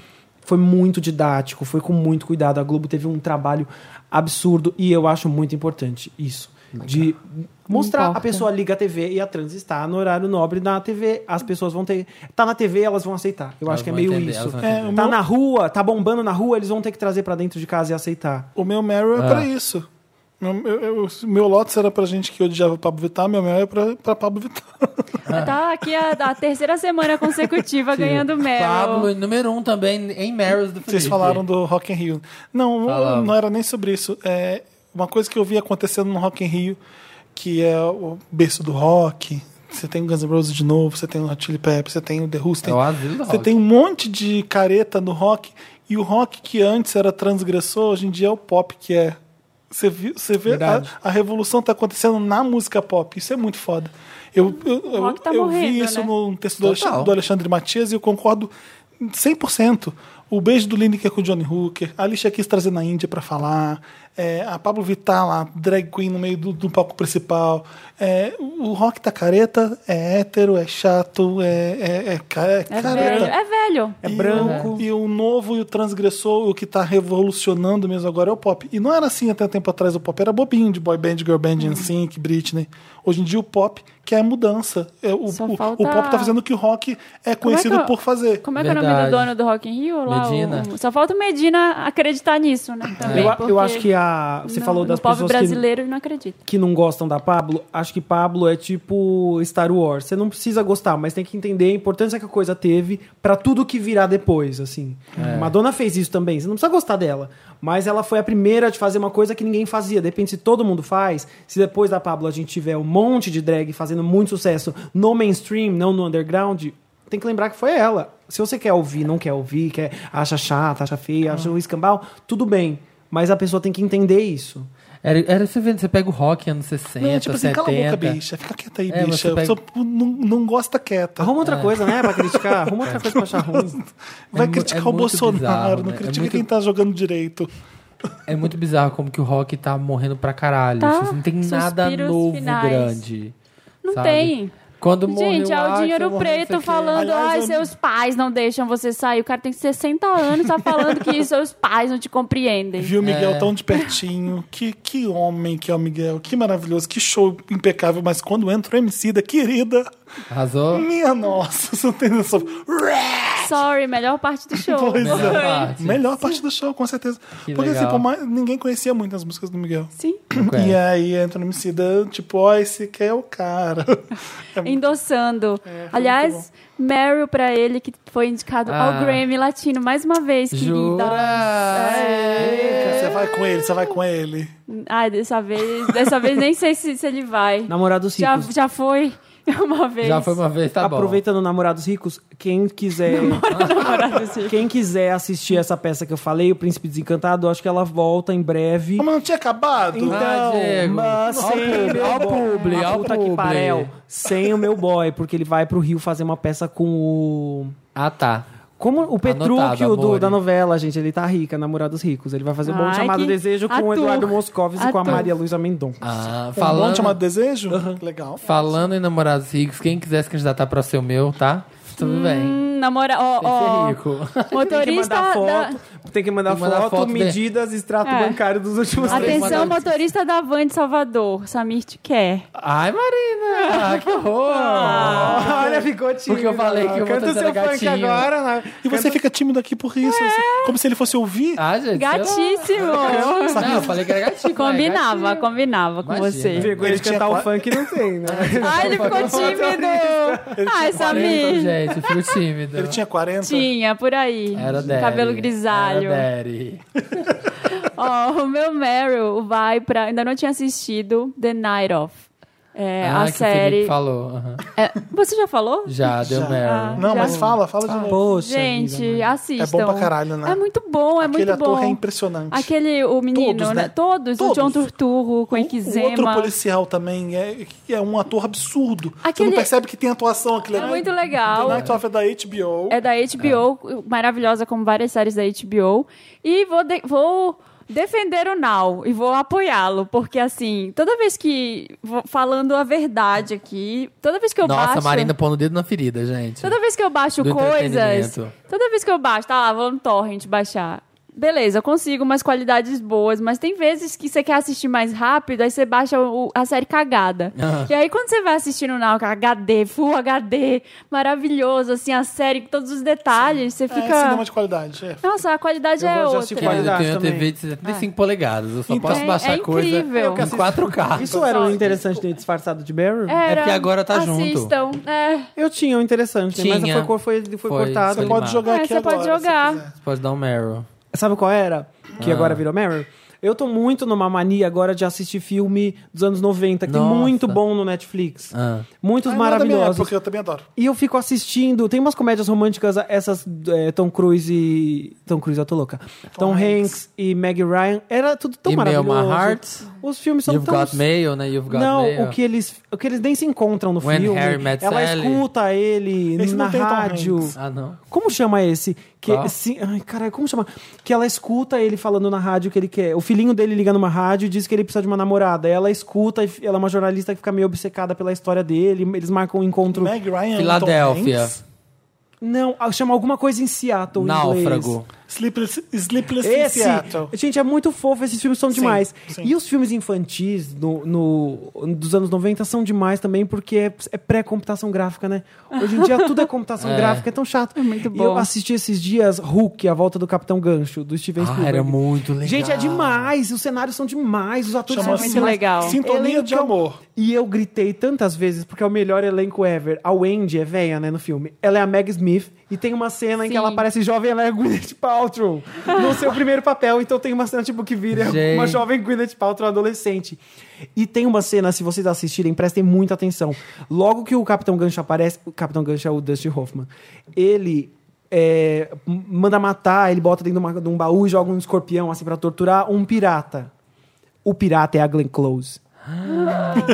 [SPEAKER 3] Foi muito didático, foi com muito cuidado. A Globo teve um trabalho absurdo e eu acho muito importante isso. De mostrar a
[SPEAKER 2] Importa.
[SPEAKER 3] pessoa pessoa liga a TV e a trans está no horário nobre na TV. As pessoas vão ter. Tá na TV, elas vão aceitar. Eu
[SPEAKER 4] Elas
[SPEAKER 3] acho que é
[SPEAKER 4] vão
[SPEAKER 3] meio
[SPEAKER 4] entender,
[SPEAKER 3] isso.
[SPEAKER 4] elas vão
[SPEAKER 3] Tá
[SPEAKER 1] entender. É, o meu-
[SPEAKER 3] na rua, tá bombando na rua, eles vão ter que trazer pra dentro de casa e aceitar.
[SPEAKER 1] O meu Meryl é
[SPEAKER 4] Ah.
[SPEAKER 1] pra isso. Meu, eu- eu- meu Lotus era pra gente que odiava o Pablo Vittar, meu Meryl é pra, pra Pablo Vittar.
[SPEAKER 2] Tá aqui a, a terceira semana consecutiva ganhando Meryl.
[SPEAKER 4] Pablo, número um também em Meryls do
[SPEAKER 1] Vocês
[SPEAKER 4] Felipe.
[SPEAKER 1] falaram do Rock in Rio. Não,
[SPEAKER 4] Falava.
[SPEAKER 1] não era nem sobre isso. É uma coisa que eu vi acontecendo no Rock in Rio, que é o berço do rock. Você tem o Guns N' Roses de novo, você tem o Hot Chili Peppers, você tem o The Who's, tem,
[SPEAKER 4] É o asilo do
[SPEAKER 1] você
[SPEAKER 4] rock.
[SPEAKER 1] tem um monte de careta no rock e o rock que antes era transgressor, hoje em dia é o pop que é. Você, viu, você vê a,
[SPEAKER 3] Verdade.
[SPEAKER 1] a revolução tá acontecendo na música pop. Isso é muito foda. Eu, eu,
[SPEAKER 2] O rock
[SPEAKER 1] eu-
[SPEAKER 2] tá
[SPEAKER 1] eu vi
[SPEAKER 2] morrendo,
[SPEAKER 1] isso
[SPEAKER 2] né?
[SPEAKER 1] num texto do Alexandre,
[SPEAKER 4] Total.
[SPEAKER 1] do Alexandre Matias e eu concordo 100%. O beijo do Lineker com o Johnny Hooker, a Alicia Keys trazendo a Índia pra falar, é, a Pablo Vittar lá, drag queen no meio do, do palco principal. É, o rock tá careta, é hétero, é chato, é, é, é ca- é
[SPEAKER 2] É
[SPEAKER 1] careta.
[SPEAKER 2] velho. É velho.
[SPEAKER 1] É
[SPEAKER 3] branco.
[SPEAKER 1] E o novo e o transgressor, o que tá revolucionando Uhum. mesmo agora é o pop. E não era assim até um tempo atrás o pop, era bobinho de boy band, girl band, NSYNC, Britney. Hoje em dia o pop quer mudança. É, o,
[SPEAKER 2] Só
[SPEAKER 1] o- o
[SPEAKER 2] falta-
[SPEAKER 1] pop tá fazendo o que o rock é
[SPEAKER 2] Como é que
[SPEAKER 1] conhecido
[SPEAKER 2] é o-
[SPEAKER 1] por fazer.
[SPEAKER 2] Como é que é o nome do
[SPEAKER 4] Verdade.
[SPEAKER 2] dono do Rock in Rio? Lá, o-
[SPEAKER 4] Medina.
[SPEAKER 2] o- só falta o Medina acreditar nisso, né? Também,
[SPEAKER 3] Eu, a-
[SPEAKER 2] porque
[SPEAKER 3] eu acho que a. Você
[SPEAKER 2] não-
[SPEAKER 3] falou das
[SPEAKER 2] o povo
[SPEAKER 3] pessoas que,
[SPEAKER 2] brasileiro não acredita.
[SPEAKER 3] que não gostam da Pablo. Acho que Pablo é tipo Star Wars. Você não precisa gostar, mas tem que entender a importância que a coisa teve pra tudo que virá depois, assim. Madonna fez isso também. Você não precisa gostar dela, mas ela foi a primeira de fazer uma coisa que ninguém fazia. Depende se todo mundo faz. Se depois da Pablo a gente tiver um monte de drag fazendo muito sucesso no mainstream, não no underground, tem que lembrar que foi ela. Se você quer ouvir, não quer ouvir, quer acha chata, acha feia, acha um escambau, tudo bem. Mas a pessoa tem que entender isso.
[SPEAKER 4] Era, era você vendo, você pega o rock anos 60,
[SPEAKER 1] Não, tipo assim,
[SPEAKER 4] 70.
[SPEAKER 1] cala a boca, bicha. Fica quieta aí,
[SPEAKER 4] É,
[SPEAKER 1] bicha.
[SPEAKER 4] você pega-
[SPEAKER 1] A pessoa não, não gosta quieta.
[SPEAKER 3] Arruma outra coisa, né? Pra criticar. Arruma outra coisa pra achar ruim.
[SPEAKER 1] Vai
[SPEAKER 4] mu-
[SPEAKER 1] criticar
[SPEAKER 4] é
[SPEAKER 1] o
[SPEAKER 4] muito
[SPEAKER 1] Bolsonaro,
[SPEAKER 4] bizarro,
[SPEAKER 1] não
[SPEAKER 4] né? É
[SPEAKER 1] critica
[SPEAKER 4] muito-
[SPEAKER 1] quem tá jogando direito.
[SPEAKER 4] É muito bizarro como que o rock tá morrendo pra caralho.
[SPEAKER 2] Tá.
[SPEAKER 4] Assim, não tem nada
[SPEAKER 2] Suspiros
[SPEAKER 4] novo
[SPEAKER 2] finais.
[SPEAKER 4] grande.
[SPEAKER 2] Não
[SPEAKER 4] sabe?
[SPEAKER 2] tem.
[SPEAKER 4] Quando morreu
[SPEAKER 2] Gente, é o
[SPEAKER 4] Axl,
[SPEAKER 2] dinheiro
[SPEAKER 4] morreu
[SPEAKER 2] preto
[SPEAKER 4] não sei o quê.
[SPEAKER 2] falando,
[SPEAKER 1] Aliás,
[SPEAKER 2] ai,
[SPEAKER 1] eu-
[SPEAKER 2] seus pais não deixam você sair. O cara tem 60 anos tá falando que seus pais não te compreendem.
[SPEAKER 4] É.
[SPEAKER 1] Viu o Miguel tão de pertinho. Que, que homem que é o Miguel. Que maravilhoso. Que show impecável. Mas quando entra o MC da querida,
[SPEAKER 4] Arrasou?
[SPEAKER 1] minha nossa, você não tem noção.
[SPEAKER 2] Sorry, melhor parte do show. né?
[SPEAKER 1] Pois
[SPEAKER 4] Melhor
[SPEAKER 1] é.
[SPEAKER 4] parte.
[SPEAKER 1] Melhor parte do show, com certeza.
[SPEAKER 4] Que
[SPEAKER 1] Porque assim,
[SPEAKER 4] legal.
[SPEAKER 1] por mais- ninguém conhecia muito as músicas do Miguel.
[SPEAKER 2] Sim.
[SPEAKER 4] Não conhece.
[SPEAKER 1] E aí entra o MC da, tipo, ó, esse que é o cara.
[SPEAKER 3] Tá
[SPEAKER 2] Endossando.
[SPEAKER 3] É,
[SPEAKER 2] Aliás, Meryl pra ele, que foi indicado
[SPEAKER 4] Ah.
[SPEAKER 2] ao Grammy Latino mais uma vez, querida. É.
[SPEAKER 4] Jura?
[SPEAKER 1] Você vai com ele, você vai com ele.
[SPEAKER 2] Ai, dessa vez, dessa vez nem sei se, se ele vai.
[SPEAKER 3] Namorados
[SPEAKER 2] já,
[SPEAKER 3] ricos.
[SPEAKER 2] já foi uma vez.
[SPEAKER 4] Já foi uma vez, tá bom.
[SPEAKER 3] Aproveitando namorados ricos, quem quiser.
[SPEAKER 2] Namorados ricos.
[SPEAKER 3] Quem quiser assistir essa peça que eu falei, O Príncipe Desencantado, acho que ela volta em breve.
[SPEAKER 1] Como não tinha acabado?
[SPEAKER 4] Ah, Diego.
[SPEAKER 3] mas sem Ah, o meu
[SPEAKER 4] Ao
[SPEAKER 3] boy.
[SPEAKER 4] publi,
[SPEAKER 3] Ah,
[SPEAKER 4] ao
[SPEAKER 3] puta que
[SPEAKER 4] publi.
[SPEAKER 3] parel. Sem o meu boy, porque ele vai pro Rio fazer uma peça com o.
[SPEAKER 4] Ah, tá.
[SPEAKER 3] Como o Petrúquio do-
[SPEAKER 4] amore.
[SPEAKER 3] da novela, gente, ele tá rica, namorados ricos. Ele vai fazer um bom
[SPEAKER 2] Ai,
[SPEAKER 3] chamado
[SPEAKER 2] que
[SPEAKER 3] Desejo com o
[SPEAKER 2] ator.
[SPEAKER 3] Eduardo Moscovis e com a
[SPEAKER 2] Ator.
[SPEAKER 3] Maria Luísa Mendonça.
[SPEAKER 4] Ah,
[SPEAKER 1] Um Falando...
[SPEAKER 4] falando,
[SPEAKER 1] bom chamado Desejo? Legal.
[SPEAKER 4] falando em namorados ricos, quem quiser se candidatar pra ser o meu, tá? Tudo bem.
[SPEAKER 2] Hum, namora, ó,
[SPEAKER 4] Tem que
[SPEAKER 2] ó,
[SPEAKER 4] ser rico.
[SPEAKER 3] Tem que
[SPEAKER 2] motorista
[SPEAKER 3] mandar
[SPEAKER 2] da-
[SPEAKER 3] foto, tem que mandar
[SPEAKER 4] Tem que mandar
[SPEAKER 3] foto,
[SPEAKER 4] foto né? de-
[SPEAKER 3] medidas, extrato
[SPEAKER 2] É.
[SPEAKER 3] bancário dos últimos
[SPEAKER 4] Até-
[SPEAKER 3] três.
[SPEAKER 2] Atenção,
[SPEAKER 4] mandar-
[SPEAKER 2] motorista da van de Salvador, Samir te quer.
[SPEAKER 4] Ai, Marina! que horror!
[SPEAKER 2] Ah.
[SPEAKER 3] Olha, ficou tímido.
[SPEAKER 4] Porque eu falei que o
[SPEAKER 3] Canta o
[SPEAKER 4] motorista
[SPEAKER 3] seu
[SPEAKER 4] era
[SPEAKER 3] funk
[SPEAKER 4] gatinho.
[SPEAKER 3] agora. né?
[SPEAKER 1] E você fica tímido aqui por
[SPEAKER 2] É.
[SPEAKER 1] isso, assim, como se ele fosse ouvir.
[SPEAKER 4] Ah, gente, sei
[SPEAKER 2] Gatíssimo!
[SPEAKER 4] lá. Não, eu falei que era gatinho.
[SPEAKER 2] combinava,
[SPEAKER 4] é gatinho.
[SPEAKER 2] combinava com
[SPEAKER 4] Imagina.
[SPEAKER 2] você.
[SPEAKER 3] Vergonha
[SPEAKER 1] Ele
[SPEAKER 3] de
[SPEAKER 1] tinha
[SPEAKER 3] cantar o
[SPEAKER 1] qua-
[SPEAKER 3] funk não tem, né?
[SPEAKER 2] Ai, ele ficou tímido! Ai,
[SPEAKER 4] Então,
[SPEAKER 2] Samir!
[SPEAKER 4] gente, eu fico tímido.
[SPEAKER 1] Ele tinha 40?
[SPEAKER 2] Tinha, por aí.
[SPEAKER 4] Era Daddy.
[SPEAKER 2] Cabelo grisalho.
[SPEAKER 4] Era Daddy.
[SPEAKER 2] Ó, o meu Meryl vai pra... Ainda não tinha assistido The Night Of. É,
[SPEAKER 4] ah,
[SPEAKER 2] a
[SPEAKER 4] que o Felipe
[SPEAKER 2] série...
[SPEAKER 4] falou. aham.
[SPEAKER 2] É, você já falou?
[SPEAKER 4] Já, deu
[SPEAKER 2] Ah.
[SPEAKER 4] Meryl.
[SPEAKER 1] Não,
[SPEAKER 2] Já.
[SPEAKER 1] mas fala, fala
[SPEAKER 4] Tá Ah.
[SPEAKER 1] de novo.
[SPEAKER 3] Poxa.
[SPEAKER 2] Gente, assistam.
[SPEAKER 1] É bom pra caralho, né?
[SPEAKER 2] É muito bom, é
[SPEAKER 1] Aquele
[SPEAKER 2] muito bom.
[SPEAKER 1] ator é impressionante.
[SPEAKER 2] Aquele, o menino,
[SPEAKER 1] Todos, né?
[SPEAKER 2] né? Todos,
[SPEAKER 1] Todos.
[SPEAKER 2] o John Turturro com
[SPEAKER 1] O
[SPEAKER 2] enfisema.
[SPEAKER 1] Um outro policial também é, é um ator absurdo. Você não
[SPEAKER 2] Aquele-
[SPEAKER 1] percebe que tem atuação aqui.
[SPEAKER 2] É muito legal.
[SPEAKER 1] The Night of é da HBO.
[SPEAKER 2] É da HBO, maravilhosa como várias séries da HBO. E vou, de- vou defender o Now e vou apoiá-lo, porque assim, toda vez que. vou falando a verdade aqui, toda vez que eu
[SPEAKER 4] Nossa,
[SPEAKER 2] baixo.
[SPEAKER 4] Marina pondo o dedo na ferida, gente.
[SPEAKER 2] Toda vez que eu baixo
[SPEAKER 4] Do
[SPEAKER 2] coisas.
[SPEAKER 4] entretenimento.
[SPEAKER 2] Toda vez que eu baixo, tá lá, vou no torrent baixar. Beleza, eu consigo umas qualidades boas, mas tem vezes que você quer assistir mais rápido, aí você baixa o- a série cagada.
[SPEAKER 4] Ah.
[SPEAKER 2] E aí quando você vai assistindo na HD, Full HD, maravilhoso, assim, a série com todos os detalhes, você
[SPEAKER 1] É
[SPEAKER 2] fica.
[SPEAKER 1] cinema de qualidade. É.
[SPEAKER 2] Nossa, a qualidade é
[SPEAKER 3] gosto de
[SPEAKER 2] outra.
[SPEAKER 3] assistir
[SPEAKER 4] Querido, eu
[SPEAKER 3] qualidade
[SPEAKER 4] tenho uma TV
[SPEAKER 3] também. É. Então,
[SPEAKER 4] de 75 polegadas. Eu só posso
[SPEAKER 2] É-
[SPEAKER 4] baixar
[SPEAKER 2] é
[SPEAKER 4] coisa
[SPEAKER 2] incrível. Eu que
[SPEAKER 4] em 4K.
[SPEAKER 3] Isso era o interessante de disfarçado de Barry?
[SPEAKER 2] Era,
[SPEAKER 4] É porque agora tá junto.
[SPEAKER 2] assistam. É,
[SPEAKER 3] Eu tinha o interessante, né?
[SPEAKER 4] Tinha.
[SPEAKER 3] mas foi, foi, foi
[SPEAKER 4] Foi,
[SPEAKER 3] cortado.
[SPEAKER 1] Você
[SPEAKER 4] Animado.
[SPEAKER 1] pode jogar
[SPEAKER 2] É,
[SPEAKER 1] aqui
[SPEAKER 2] você
[SPEAKER 1] agora.
[SPEAKER 2] pode
[SPEAKER 1] se
[SPEAKER 2] jogar.
[SPEAKER 1] quiser. Ah,
[SPEAKER 4] Você pode dar um Meryl.
[SPEAKER 3] Sabe qual era?
[SPEAKER 4] Ah.
[SPEAKER 3] Que agora virou Meryl? Eu tô muito numa mania agora de assistir filme dos anos 90, que
[SPEAKER 4] Nossa.
[SPEAKER 3] tem muito bom no Netflix.
[SPEAKER 4] Ah.
[SPEAKER 3] Muitos
[SPEAKER 1] Ah, não é da minha
[SPEAKER 3] maravilhosos.
[SPEAKER 1] época, eu também adoro.
[SPEAKER 3] E eu fico assistindo. Tem umas comédias românticas, essas é, Tom Cruise e. Tom Cruise, eu tô louca. Tom, Hanks. e Maggie Ryan. Era tudo tão
[SPEAKER 4] E Mail
[SPEAKER 3] maravilhoso.
[SPEAKER 4] My Heart.
[SPEAKER 3] Os filmes são
[SPEAKER 4] You've
[SPEAKER 3] tão.
[SPEAKER 4] Got Mail, né? You've Got
[SPEAKER 3] não,
[SPEAKER 4] Mail.
[SPEAKER 3] o que, é eles, o que eles nem se encontram no
[SPEAKER 4] When
[SPEAKER 3] filme.
[SPEAKER 4] Harry Met
[SPEAKER 3] Ela
[SPEAKER 4] Sally.
[SPEAKER 3] escuta ele
[SPEAKER 1] Esse
[SPEAKER 3] na
[SPEAKER 1] não tem Tom
[SPEAKER 3] rádio.
[SPEAKER 1] Hanks.
[SPEAKER 4] Ah, não.
[SPEAKER 3] Como chama esse? Que
[SPEAKER 4] Qual?
[SPEAKER 3] esse- ai, caralho, como chama? Que ela escuta ele falando na rádio que ele quer. O filhinho dele liga numa rádio e diz que ele precisa de uma namorada. Ela escuta, e ela é uma jornalista que fica meio obcecada pela história dele. Eles marcam um encontro.
[SPEAKER 1] Meg Ryan.
[SPEAKER 4] Filadélfia.
[SPEAKER 1] Tom Hanks.
[SPEAKER 3] Não, ah, chama alguma coisa em Seattle. em inglês.
[SPEAKER 4] Náufrago.
[SPEAKER 1] Sleepless, Sleepless in
[SPEAKER 3] Esse,
[SPEAKER 1] Seattle.
[SPEAKER 3] gente, é muito fofo, esses filmes são demais.
[SPEAKER 1] sim.
[SPEAKER 3] E os filmes infantis no, no- dos anos 90 são demais também, porque é, é pré-computação gráfica, né? Hoje em dia tudo é computação
[SPEAKER 4] É.
[SPEAKER 3] gráfica, é tão chato.
[SPEAKER 2] muito
[SPEAKER 3] E eu
[SPEAKER 2] bom.
[SPEAKER 3] assisti esses dias Hulk, A Volta do Capitão Gancho, do Steven
[SPEAKER 4] Ah,
[SPEAKER 3] Spielberg.
[SPEAKER 4] era muito legal.
[SPEAKER 3] Gente, é demais, os cenários são demais, os atores
[SPEAKER 1] Chama
[SPEAKER 3] são
[SPEAKER 2] muito
[SPEAKER 1] Sin-
[SPEAKER 3] demais.
[SPEAKER 2] legal.
[SPEAKER 1] Sintonia
[SPEAKER 3] Elenco
[SPEAKER 1] de
[SPEAKER 3] é um-
[SPEAKER 1] amor.
[SPEAKER 3] E eu gritei tantas vezes, porque é o melhor elenco ever. A Wendy é velha, né, no filme. Ela é a Meg Smith, e tem uma cena em que
[SPEAKER 2] Sim.
[SPEAKER 3] ela parece jovem, ela é a Gwyneth Paltrow, no seu primeiro papel. Então tem uma cena, tipo, que vira
[SPEAKER 4] Gente.
[SPEAKER 3] uma jovem Gwyneth Paltrow adolescente. E tem uma cena, se vocês assistirem, prestem muita atenção. Logo que o Capitão Gancho aparece... O Capitão Gancho é o Dustin Hoffman. Ele... é, m- manda matar, ele bota dentro de, uma- de um baú e joga um escorpião assim pra torturar um pirata. O pirata é a Glenn Close.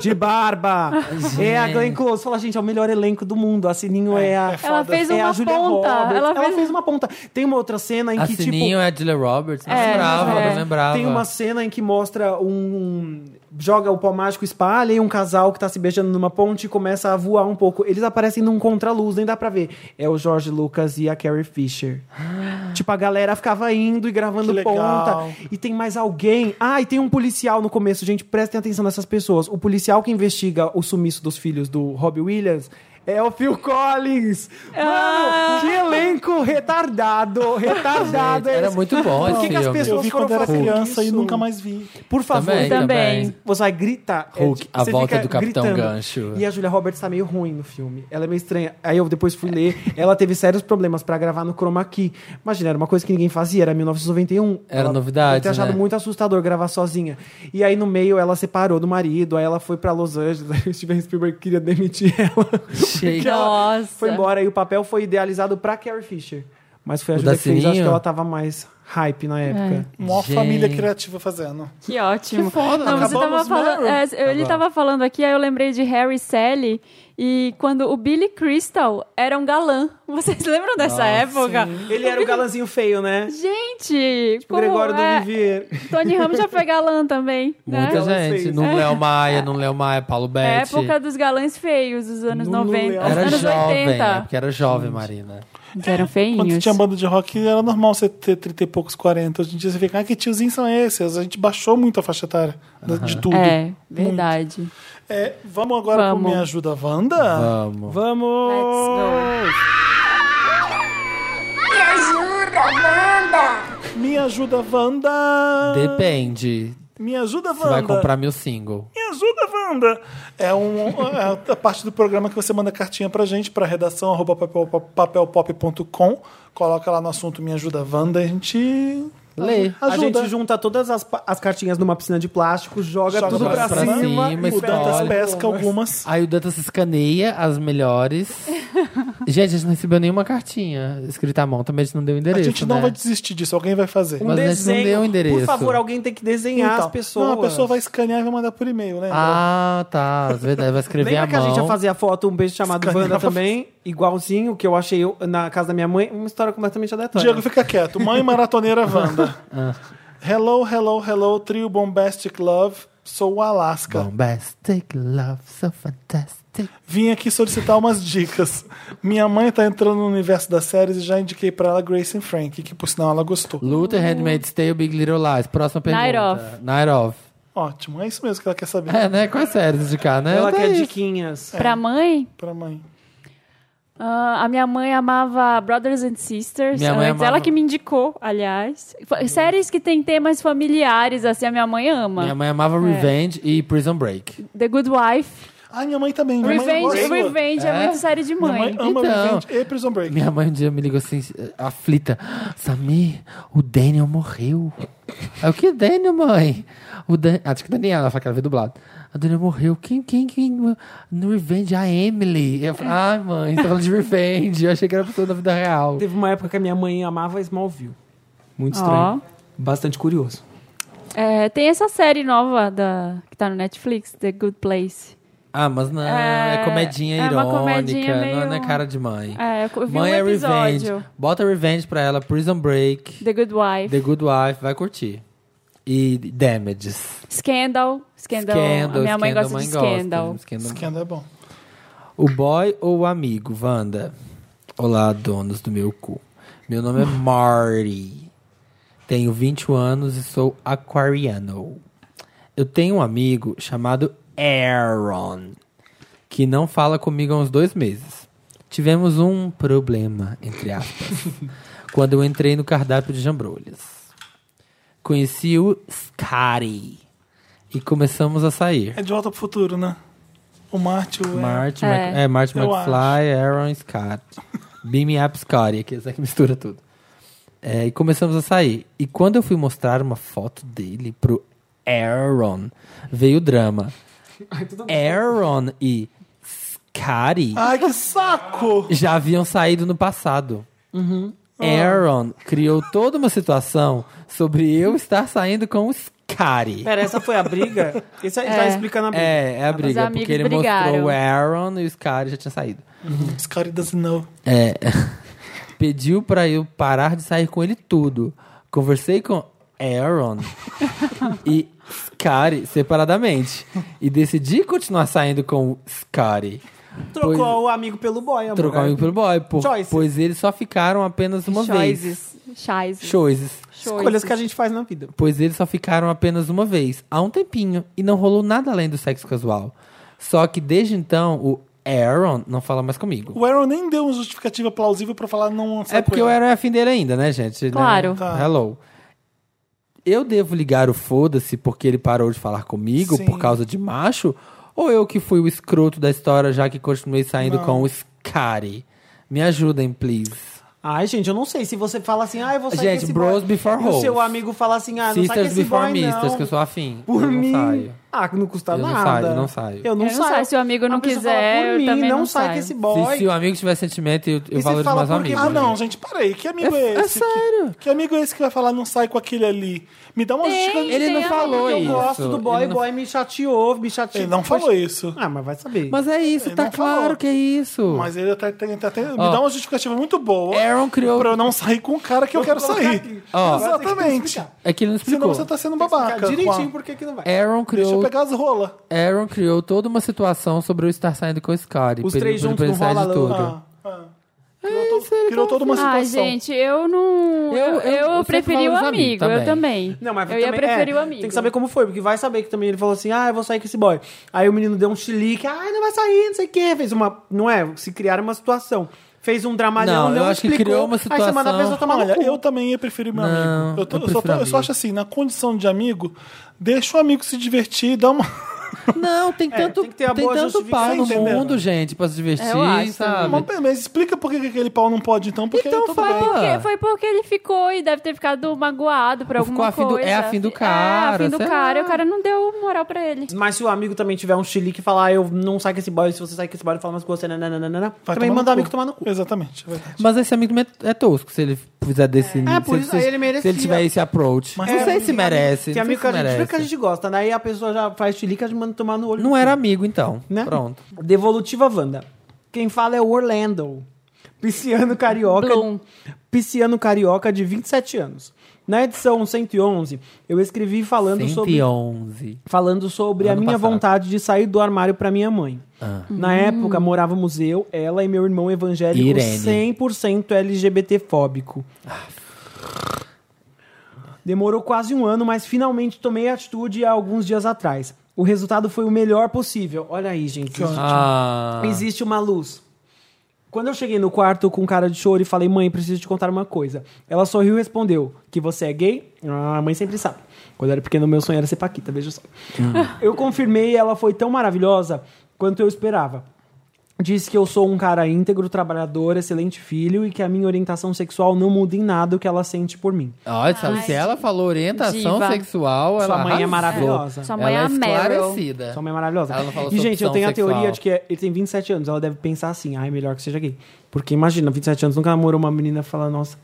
[SPEAKER 3] De barba! é a Glenn Close. Fala, Ah. gente, é o melhor elenco do mundo. A Sininho é, a.
[SPEAKER 2] Ela fez
[SPEAKER 3] é a
[SPEAKER 2] uma
[SPEAKER 3] Julia
[SPEAKER 2] ponta.
[SPEAKER 3] Roberts.
[SPEAKER 2] Ela
[SPEAKER 3] Ela,
[SPEAKER 2] fez-
[SPEAKER 3] fez... uma ponta. Tem uma outra cena em
[SPEAKER 4] A
[SPEAKER 3] que,
[SPEAKER 4] Sininho
[SPEAKER 3] tipo.
[SPEAKER 4] é a Julia Roberts. Não
[SPEAKER 2] É,
[SPEAKER 4] lembrava,
[SPEAKER 2] é.
[SPEAKER 4] não lembrava.
[SPEAKER 3] Tem uma cena em que mostra um. Joga o pó mágico, espalha e um casal que tá se beijando numa ponte e começa a voar um pouco. Eles aparecem num contraluz, nem dá pra ver. É o Jorge Lucas e a Carrie Fisher. tipo, a galera ficava indo e gravando
[SPEAKER 1] Que legal.
[SPEAKER 3] ponta. E tem mais alguém. Ah, e tem um policial no começo, gente. Prestem atenção nessas pessoas. O policial que investiga o sumiço dos filhos do Robbie Williams. É o Phil Collins! Mano,
[SPEAKER 1] Ah!
[SPEAKER 3] que elenco retardado! Retardado!
[SPEAKER 4] Gente, era
[SPEAKER 3] Eles-
[SPEAKER 4] muito bom
[SPEAKER 3] Por
[SPEAKER 4] esse
[SPEAKER 3] que que as
[SPEAKER 4] filme.
[SPEAKER 1] Eu
[SPEAKER 3] pessoas
[SPEAKER 1] vi
[SPEAKER 3] foram
[SPEAKER 1] quando era
[SPEAKER 3] fazer
[SPEAKER 1] criança e
[SPEAKER 3] isso?
[SPEAKER 1] nunca mais vi.
[SPEAKER 3] Por favor,
[SPEAKER 4] Também,
[SPEAKER 2] Também.
[SPEAKER 4] também.
[SPEAKER 3] você vai gritar. é,
[SPEAKER 4] Hulk,
[SPEAKER 3] tipo,
[SPEAKER 4] a
[SPEAKER 3] você
[SPEAKER 4] volta
[SPEAKER 3] fica
[SPEAKER 4] do Capitão
[SPEAKER 3] gritando.
[SPEAKER 4] Gancho.
[SPEAKER 3] E a Julia Roberts tá meio ruim no filme. Ela é meio estranha. Aí eu depois fui ler. Ela teve sérios problemas pra gravar no Chroma Key. Imagina, era uma coisa que ninguém fazia. Era 1991.
[SPEAKER 4] Era
[SPEAKER 3] ela
[SPEAKER 4] novidade,
[SPEAKER 3] deve ter achado
[SPEAKER 4] né?
[SPEAKER 3] muito assustador gravar sozinha. E aí no meio ela separou do marido. Aí ela foi pra Los Angeles. Aí o Steven Spielberg queria demitir ela.
[SPEAKER 4] Chega.
[SPEAKER 2] Nossa.
[SPEAKER 3] Foi embora. E o papel foi idealizado pra Carrie Fisher. Mas foi a
[SPEAKER 4] O
[SPEAKER 3] Julia
[SPEAKER 4] da
[SPEAKER 3] que fez. Acho que
[SPEAKER 4] Sininho?
[SPEAKER 3] ela tava mais hype na época.
[SPEAKER 1] Mó
[SPEAKER 4] Gente.
[SPEAKER 1] família criativa fazendo.
[SPEAKER 2] Que ótimo. Não, você
[SPEAKER 1] Acabamos
[SPEAKER 2] tava falando, é, eu- ele tava falando aqui, aí eu lembrei de Harry e Sally. E quando o Billy Crystal era um galã. Vocês lembram dessa época?
[SPEAKER 3] Ele era o galanzinho feio, né?
[SPEAKER 2] Gente,
[SPEAKER 3] O
[SPEAKER 2] como
[SPEAKER 3] Gregório
[SPEAKER 2] é?
[SPEAKER 3] do Vivier.
[SPEAKER 2] Tony Ramos já foi galã também. né?
[SPEAKER 4] Muita
[SPEAKER 3] fez.
[SPEAKER 4] gente. Num Léo Maia, num Léo Maia, Paulo
[SPEAKER 2] É a
[SPEAKER 4] Betti.
[SPEAKER 2] época dos galãs feios, dos anos
[SPEAKER 3] Nuno
[SPEAKER 2] 90.
[SPEAKER 3] Leal.
[SPEAKER 2] Os
[SPEAKER 4] Era
[SPEAKER 2] anos
[SPEAKER 4] jovem, né?
[SPEAKER 2] 80.
[SPEAKER 4] Porque era jovem, Marina.
[SPEAKER 2] Que eram
[SPEAKER 1] Quando você
[SPEAKER 2] feinhos.
[SPEAKER 1] tinha banda de rock, era normal você ter 30 e poucos, 40. Hoje em dia você fica, ah, que tiozinhos são esses? A gente baixou muito a faixa etária da- de tudo.
[SPEAKER 2] É, verdade.
[SPEAKER 1] É, vamos agora
[SPEAKER 2] Vamos.
[SPEAKER 1] pro Me Ajuda Wanda?
[SPEAKER 4] Vamos.
[SPEAKER 3] Vamos!
[SPEAKER 9] Me ajuda, Wanda!
[SPEAKER 1] Me Ajuda Wanda!
[SPEAKER 4] Depende.
[SPEAKER 1] Me Ajuda Wanda!
[SPEAKER 4] Você vai comprar meu single.
[SPEAKER 1] Me ajuda, Wanda! É, um, é a parte do programa que você manda cartinha pra gente, pra redação arroba papel- papelpop.com. Coloca lá no assunto Me Ajuda, Wanda, e a gente
[SPEAKER 4] Lê.
[SPEAKER 3] A
[SPEAKER 1] ajuda.
[SPEAKER 3] gente junta todas as, pa- as cartinhas numa piscina de plástico, joga,
[SPEAKER 1] Joga
[SPEAKER 3] tudo pra,
[SPEAKER 1] pra
[SPEAKER 3] cima,
[SPEAKER 4] cima,
[SPEAKER 3] e
[SPEAKER 1] o Dantas
[SPEAKER 4] história.
[SPEAKER 1] pesca algumas.
[SPEAKER 4] Aí o Dantas escaneia as melhores. gente, a gente não recebeu nenhuma cartinha escrita à mão. Também a gente não deu o
[SPEAKER 1] A
[SPEAKER 4] endereço.
[SPEAKER 1] gente não
[SPEAKER 4] né?
[SPEAKER 1] vai desistir disso, alguém vai fazer.
[SPEAKER 3] Um
[SPEAKER 4] Mas a gente não
[SPEAKER 3] desenho.
[SPEAKER 4] deu o
[SPEAKER 3] Por
[SPEAKER 4] endereço.
[SPEAKER 3] favor, alguém tem que desenhar
[SPEAKER 1] Então,
[SPEAKER 3] as pessoas.
[SPEAKER 1] Não, a pessoa vai escanear e vai mandar por e-mail, né?
[SPEAKER 4] Ah, tá. É Verdade, vai escrever
[SPEAKER 3] Lembra
[SPEAKER 4] à
[SPEAKER 3] que a
[SPEAKER 4] mão.
[SPEAKER 3] gente ia fazer a foto Um Beijo Chamado
[SPEAKER 1] Escaneava.
[SPEAKER 3] Wanda também? Igualzinho, que eu achei eu- na casa da minha mãe. Uma história completamente aleatória.
[SPEAKER 1] Diego, fica quieto. Mãe maratoneira Wanda.
[SPEAKER 4] Ah.
[SPEAKER 1] Hello, hello, hello, trio Bombastic Love. Sou o Alaska.
[SPEAKER 4] Bombastic love, so fantastic.
[SPEAKER 1] Vim aqui solicitar umas dicas. Minha mãe tá entrando no universo das séries e já indiquei pra ela Grace and Frank, que por sinal ela gostou.
[SPEAKER 4] Luther,
[SPEAKER 3] Uhum.
[SPEAKER 4] Handmaid's Tale, Big Little Lies. Próxima pergunta.
[SPEAKER 2] Night Off.
[SPEAKER 4] Night Off.
[SPEAKER 1] Ótimo, é isso mesmo que ela quer saber
[SPEAKER 4] É, né? Quais séries indicar, né?
[SPEAKER 3] Ela é
[SPEAKER 4] Tá
[SPEAKER 3] quer
[SPEAKER 4] aí.
[SPEAKER 3] diquinhas.
[SPEAKER 2] Pra mãe,
[SPEAKER 1] pra mãe.
[SPEAKER 2] ah, a minha mãe amava Brothers and Sisters.
[SPEAKER 4] Minha mãe
[SPEAKER 2] antes.
[SPEAKER 4] amava-
[SPEAKER 2] Ela que me indicou, aliás. Fa- Séries que tem temas familiares, assim, a minha mãe ama.
[SPEAKER 4] Minha mãe amava Revenge e Prison Break.
[SPEAKER 2] The Good Wife.
[SPEAKER 1] Ah, minha mãe também. Minha mãe
[SPEAKER 2] Revenge,
[SPEAKER 1] gosta.
[SPEAKER 2] Revenge é?
[SPEAKER 4] É?
[SPEAKER 2] muito série de
[SPEAKER 1] Minha
[SPEAKER 2] mãe.
[SPEAKER 1] mãe ama
[SPEAKER 4] Então.
[SPEAKER 1] Revenge e Prison Break.
[SPEAKER 4] Minha mãe um dia me ligou assim, aflita. Samir, o Daniel morreu. Aí, o que Daniel, mãe? O Dan... Acho que Daniel, ela fala que ela veio dublado. A Daniel morreu. Quem, quem, quem? No Revenge, a Emily. Eu falei, ai, mãe, você tá falando de Revenge. Eu achei que era pessoa da vida real.
[SPEAKER 3] Teve uma época que a minha mãe amava Smallville. Muito
[SPEAKER 2] Ó.
[SPEAKER 3] estranho. Bastante curioso.
[SPEAKER 2] É, tem essa série nova da, que tá no Netflix, The Good Place.
[SPEAKER 4] Ah, mas não, é,
[SPEAKER 2] É,
[SPEAKER 4] comedinha
[SPEAKER 2] é uma
[SPEAKER 4] irônica,
[SPEAKER 2] comedinha
[SPEAKER 4] não, não é
[SPEAKER 2] meio-
[SPEAKER 4] cara de mãe.
[SPEAKER 2] É, eu vi
[SPEAKER 4] mãe
[SPEAKER 2] um
[SPEAKER 4] é
[SPEAKER 2] episódio.
[SPEAKER 4] Revenge. Bota Revenge pra ela, Prison Break,
[SPEAKER 2] The Good Wife.
[SPEAKER 4] The Good Wife, vai curtir. E Damages.
[SPEAKER 2] Scandal. Scandal.
[SPEAKER 4] Scandal,
[SPEAKER 2] a minha mãe
[SPEAKER 4] Scandal,
[SPEAKER 2] gosta de
[SPEAKER 4] gosta.
[SPEAKER 2] Scandal.
[SPEAKER 4] Scandal.
[SPEAKER 1] Scandal é bom.
[SPEAKER 4] O boy ou o amigo, Wanda? Olá, donos do meu cu. Meu nome é Marty. Tenho 21 anos e sou aquariano. Eu tenho um amigo chamado Aaron, que não fala comigo há uns dois meses. Tivemos um problema, entre aspas, quando eu entrei no cardápio de jambrolhas. Conheci o Scary e começamos a sair.
[SPEAKER 1] É de volta pro futuro, né? O Marte, o
[SPEAKER 4] Marty,
[SPEAKER 2] É.
[SPEAKER 4] Mc- é, Marty
[SPEAKER 1] Eu
[SPEAKER 4] McFly, Aaron Scott. Beam Me Up Scotty, aqueles é que mistura tudo. É, e começamos a sair. E quando eu fui mostrar uma foto dele pro Aaron, veio o drama. Aaron e Scotty
[SPEAKER 1] Ai, que saco!
[SPEAKER 4] já haviam saído no passado.
[SPEAKER 2] Uhum.
[SPEAKER 4] Aaron criou toda uma situação sobre eu estar saindo com o Scotty.
[SPEAKER 3] Pera, essa foi a briga? Isso aí tá
[SPEAKER 2] É.
[SPEAKER 3] explicando a briga.
[SPEAKER 4] É, é a briga, porque
[SPEAKER 2] amigos
[SPEAKER 4] ele mostrou
[SPEAKER 2] brigaram.
[SPEAKER 4] o Aaron e o Scotty já tinha saído.
[SPEAKER 1] Os caras doesn't know.
[SPEAKER 4] É. Pediu pra eu parar de sair com ele tudo. Conversei com Aaron e Scotty separadamente. E decidi continuar saindo com o Scotty.
[SPEAKER 3] Trocou
[SPEAKER 4] Pois-
[SPEAKER 3] o amigo pelo boy, amor. É.
[SPEAKER 4] Trocar o amigo pelo boy, por-
[SPEAKER 3] Tá Choices.
[SPEAKER 4] pois eles só ficaram apenas uma vez.
[SPEAKER 2] Choices. Choices.
[SPEAKER 4] Choices.
[SPEAKER 3] Escolhas que a gente faz na vida.
[SPEAKER 4] Pois eles só ficaram apenas uma vez, há um tempinho, e não rolou nada além do sexo casual. Só que desde então, o Aaron não fala mais comigo.
[SPEAKER 1] O Aaron nem deu uma justificativa plausível pra falar não.
[SPEAKER 4] É porque eu era afim dele ainda, né, gente?
[SPEAKER 2] Claro.
[SPEAKER 4] Tá. Hello. Eu devo ligar o foda-se porque ele parou de falar comigo
[SPEAKER 1] Sim.
[SPEAKER 4] por causa de macho? Ou eu que fui o escroto da história já que continuei saindo com o Scary? Me ajudem, please.
[SPEAKER 3] Ai, gente, eu não sei. Se você fala assim, ah, eu vou sair
[SPEAKER 4] Gente,
[SPEAKER 3] com esse
[SPEAKER 4] bros
[SPEAKER 3] boy.
[SPEAKER 4] before
[SPEAKER 3] E o
[SPEAKER 4] hoes.
[SPEAKER 3] seu amigo fala assim, ah, não sai com
[SPEAKER 4] Sisters
[SPEAKER 3] esse
[SPEAKER 4] before
[SPEAKER 3] boy,
[SPEAKER 4] misters,
[SPEAKER 3] não.
[SPEAKER 4] que eu sou afim.
[SPEAKER 3] Por
[SPEAKER 4] eu não
[SPEAKER 3] mim.
[SPEAKER 4] saio.
[SPEAKER 3] Ah, não custa
[SPEAKER 4] Eu não
[SPEAKER 3] nada.
[SPEAKER 4] saio, eu não saio.
[SPEAKER 3] Eu não
[SPEAKER 2] Eu não saio. Se o amigo não
[SPEAKER 3] A pessoa
[SPEAKER 2] quiser,
[SPEAKER 3] fala, por
[SPEAKER 2] eu
[SPEAKER 3] mim,
[SPEAKER 2] também
[SPEAKER 3] não,
[SPEAKER 2] não
[SPEAKER 3] sai
[SPEAKER 2] saio.
[SPEAKER 3] com esse
[SPEAKER 4] Se,
[SPEAKER 3] boy.
[SPEAKER 4] se o amigo tiver sentimento, eu, eu
[SPEAKER 3] se
[SPEAKER 4] valorizo
[SPEAKER 3] fala
[SPEAKER 4] mais o
[SPEAKER 3] porque-
[SPEAKER 4] amigo.
[SPEAKER 1] Ah, não, gente, peraí. Que amigo é,
[SPEAKER 4] É- é
[SPEAKER 1] esse? que-
[SPEAKER 4] sério.
[SPEAKER 1] Que, amigo é esse que vai falar não sai com aquele ali? Me dá uma justificativa.
[SPEAKER 4] Ele
[SPEAKER 2] Tem
[SPEAKER 4] não
[SPEAKER 2] amigo
[SPEAKER 4] falou
[SPEAKER 2] que
[SPEAKER 3] Eu
[SPEAKER 4] isso.
[SPEAKER 3] gosto do boy,
[SPEAKER 4] Ele
[SPEAKER 3] o
[SPEAKER 4] não-
[SPEAKER 3] boy me chateou, me chateou.
[SPEAKER 1] Ele não falou isso.
[SPEAKER 3] Ah, mas vai saber.
[SPEAKER 4] Mas é isso,
[SPEAKER 1] Ele
[SPEAKER 4] tá
[SPEAKER 1] não falou.
[SPEAKER 4] claro que é isso.
[SPEAKER 1] Mas ele até, tem- até- me
[SPEAKER 4] Ó.
[SPEAKER 1] dá uma justificativa muito boa
[SPEAKER 4] Aaron criou.
[SPEAKER 1] pra eu não sair com o cara que eu quero sair.
[SPEAKER 4] Ó.
[SPEAKER 1] Exatamente.
[SPEAKER 4] É que ele não
[SPEAKER 1] Senão
[SPEAKER 4] explicou.
[SPEAKER 1] você tá sendo
[SPEAKER 3] Explicar
[SPEAKER 1] babaca.
[SPEAKER 3] direitinho
[SPEAKER 1] com a-
[SPEAKER 3] por que que não vai.
[SPEAKER 4] Aaron
[SPEAKER 1] Deixa eu
[SPEAKER 4] criou
[SPEAKER 1] pegar as rolas.
[SPEAKER 4] Aaron criou toda uma situação sobre eu estar saindo com o Scotty.
[SPEAKER 3] Os
[SPEAKER 4] pra ele-
[SPEAKER 3] três
[SPEAKER 4] pra ele
[SPEAKER 3] juntos
[SPEAKER 4] sair
[SPEAKER 3] não
[SPEAKER 4] de
[SPEAKER 3] rola,
[SPEAKER 4] tudo.
[SPEAKER 1] Ah, ah. Criou, todo- criou toda uma
[SPEAKER 2] Ah,
[SPEAKER 1] situação.
[SPEAKER 2] gente, eu não.
[SPEAKER 4] Eu-
[SPEAKER 2] Eu,
[SPEAKER 4] eu- eu
[SPEAKER 2] eu,
[SPEAKER 4] sempre
[SPEAKER 2] preferi o
[SPEAKER 4] valorizo
[SPEAKER 2] amigo,
[SPEAKER 4] amigo
[SPEAKER 2] eu também.
[SPEAKER 3] Não, mas
[SPEAKER 2] eu ia
[SPEAKER 3] também-
[SPEAKER 2] preferir
[SPEAKER 3] é,
[SPEAKER 2] o amigo.
[SPEAKER 3] Tem que saber como foi, porque vai saber que também ele falou assim: ah, eu vou sair com esse boy. Aí o menino deu um chilique, ah, não vai sair, não sei o quê. Fez uma. Não é? Se criaram uma situação. Fez um dramalhão,
[SPEAKER 4] Não, eu
[SPEAKER 3] não
[SPEAKER 4] acho que
[SPEAKER 3] explicou,
[SPEAKER 4] criou uma
[SPEAKER 3] Aí você manda a
[SPEAKER 4] situação-
[SPEAKER 3] pessoa tomar
[SPEAKER 1] Olha,
[SPEAKER 3] no cu.
[SPEAKER 1] Tá eu também ia preferir meu
[SPEAKER 4] Não,
[SPEAKER 1] amigo. Eu, tô-
[SPEAKER 4] eu
[SPEAKER 1] eu só tô-
[SPEAKER 4] prefiro
[SPEAKER 1] eu
[SPEAKER 4] amigo.
[SPEAKER 1] só acho assim, na condição de amigo, deixa o amigo se divertir e dá uma.
[SPEAKER 4] Não, tem tanto,
[SPEAKER 3] É, tem que ter
[SPEAKER 4] tem
[SPEAKER 3] uma boa
[SPEAKER 4] tanto pau
[SPEAKER 1] justificação,
[SPEAKER 4] no
[SPEAKER 1] entendeu?
[SPEAKER 4] mundo, gente, pra se divertir,
[SPEAKER 2] Eu acho,
[SPEAKER 4] sabe?
[SPEAKER 1] Mas, pera, mas explica por que que aquele pau não pode, então, porque
[SPEAKER 4] Então
[SPEAKER 1] tudo
[SPEAKER 4] fala.
[SPEAKER 1] bem.
[SPEAKER 2] Porque foi porque ele ficou e deve ter ficado magoado por
[SPEAKER 4] Ficou
[SPEAKER 2] alguma
[SPEAKER 4] afim do-
[SPEAKER 2] coisa.
[SPEAKER 4] é afim do
[SPEAKER 2] É, afim
[SPEAKER 4] cara,
[SPEAKER 2] do
[SPEAKER 4] sei
[SPEAKER 2] cara.
[SPEAKER 4] lá.
[SPEAKER 2] E o cara não deu moral pra ele.
[SPEAKER 3] Mas se o amigo também tiver um chilique e falar, ah, eu não saio com esse boy, se você sair com esse boy, eu falo mais com você, nananana,
[SPEAKER 1] Vai
[SPEAKER 3] também
[SPEAKER 1] tomar no
[SPEAKER 3] manda o
[SPEAKER 1] cu.
[SPEAKER 3] amigo tomar no cu.
[SPEAKER 1] Exatamente, é verdade.
[SPEAKER 4] Mas esse amigo é- é tosco se ele fizer desse
[SPEAKER 3] É, por
[SPEAKER 4] se,
[SPEAKER 3] isso aí ele
[SPEAKER 4] se
[SPEAKER 3] merecia.
[SPEAKER 4] ele tiver esse approach.
[SPEAKER 1] Mas
[SPEAKER 4] não
[SPEAKER 1] é,
[SPEAKER 4] sei se
[SPEAKER 3] Tem
[SPEAKER 4] merece. não
[SPEAKER 3] Tem
[SPEAKER 4] sei
[SPEAKER 3] amigo
[SPEAKER 4] se
[SPEAKER 3] que a gente
[SPEAKER 4] merece.
[SPEAKER 3] fica que a gente gosta, né? Aí a pessoa já faz chilique, a gente manda tomar no olho.
[SPEAKER 4] Não era amigo, então.
[SPEAKER 3] né?
[SPEAKER 4] Pronto.
[SPEAKER 3] Devolutiva Wanda. Quem fala é o Orlando. Pisciano carioca.
[SPEAKER 2] Bloom.
[SPEAKER 3] Pisciano carioca de 27 anos. Na edição 111, eu escrevi falando sobre
[SPEAKER 4] 111.
[SPEAKER 3] falando sobre a
[SPEAKER 4] Ano
[SPEAKER 3] minha
[SPEAKER 4] passado. Ah.
[SPEAKER 3] vontade de sair do armário pra minha mãe. Na época, morávamos eu, ela e meu irmão evangélico
[SPEAKER 4] Irene.
[SPEAKER 3] 100% LGBT-fóbico. Demorou quase um ano, mas finalmente tomei a atitude há alguns dias atrás. O resultado foi o melhor possível. Olha aí, gente. Existe,
[SPEAKER 4] Ah.
[SPEAKER 3] existe uma luz. Quando eu cheguei no quarto com cara de choro e falei, mãe, preciso te contar uma coisa. Ela sorriu e respondeu: Que você é gay? Ah, a mãe sempre sabe. Quando eu era pequeno, meu sonho era ser Paquita, veja só. Eu confirmei e ela foi tão maravilhosa quanto eu esperava. Disse que eu sou um cara íntegro, trabalhador, excelente filho e que a minha orientação sexual não muda em nada o que ela sente por mim.
[SPEAKER 4] Ah, Olha, sabe, se ela falou orientação
[SPEAKER 2] diva.
[SPEAKER 4] sexual,
[SPEAKER 3] Sua
[SPEAKER 4] ela
[SPEAKER 3] mãe é
[SPEAKER 4] arrasou.
[SPEAKER 3] maravilhosa.
[SPEAKER 2] Sua
[SPEAKER 4] ela
[SPEAKER 2] mãe é
[SPEAKER 4] é
[SPEAKER 2] a Meryl.
[SPEAKER 4] esclarecida.
[SPEAKER 3] Sua mãe é maravilhosa.
[SPEAKER 4] Ela não falou
[SPEAKER 3] e,
[SPEAKER 4] sobre
[SPEAKER 3] gente, eu
[SPEAKER 4] opção
[SPEAKER 3] tenho a
[SPEAKER 4] sexual.
[SPEAKER 3] teoria de que é, ele tem 27 anos. Ela deve pensar assim, ah, é melhor que seja gay. Porque imagina, 27 anos, nunca namorou uma menina e fala, nossa...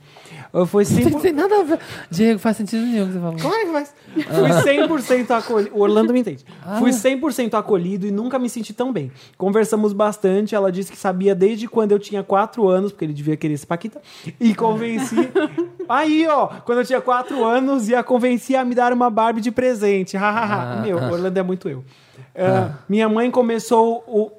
[SPEAKER 3] Eu fui
[SPEAKER 4] Não
[SPEAKER 3] 100%...
[SPEAKER 4] tem nada a ver. Diego, faz sentido nenhum que você falou.
[SPEAKER 3] Claro que faz. Fui 100% acolhido. O Orlando me entende. Fui 100% acolhido e nunca me senti tão bem. Conversamos bastante. Ela disse que sabia desde quando eu tinha 4 anos, porque ele devia querer esse Paquita. E convenci. Aí, ó, quando eu tinha 4 anos e a convenci a me dar uma Barbie de presente. Hahaha. Meu, o Orlando é muito eu. Ah, Minha mãe começou o.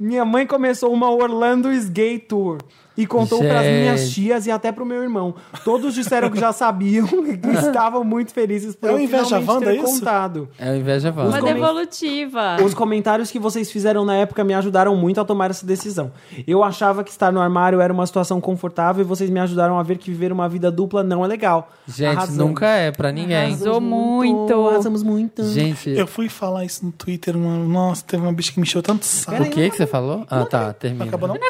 [SPEAKER 3] Minha mãe começou uma Orlando's Gay Tour. e contou para as
[SPEAKER 4] Gente.
[SPEAKER 3] minhas tias e até pro meu irmão. Todos disseram que já sabiam e que estavam muito felizes por
[SPEAKER 1] É
[SPEAKER 3] eu
[SPEAKER 1] o Inveja
[SPEAKER 3] finalmente
[SPEAKER 1] Wanda,
[SPEAKER 3] ter
[SPEAKER 1] é isso?
[SPEAKER 3] contado.
[SPEAKER 4] É o Inveja Vanda.
[SPEAKER 2] Uma
[SPEAKER 3] comen-
[SPEAKER 2] devolutiva.
[SPEAKER 3] Os comentários que vocês fizeram na época me ajudaram muito a tomar essa decisão. Eu achava que estar no armário era uma situação confortável e vocês me ajudaram a ver que viver uma vida dupla não é legal.
[SPEAKER 4] Gente,
[SPEAKER 3] Arrasamos.
[SPEAKER 4] nunca é pra ninguém.
[SPEAKER 2] Arrasou. muito.
[SPEAKER 3] Arrasamos muito.
[SPEAKER 4] Gente,
[SPEAKER 1] Eu fui falar isso no Twitter, uma... nossa, teve uma bicha que me encheu tanto saco.
[SPEAKER 4] o que que você falou? Ah, tá, termina.
[SPEAKER 1] Acabou não?
[SPEAKER 2] né?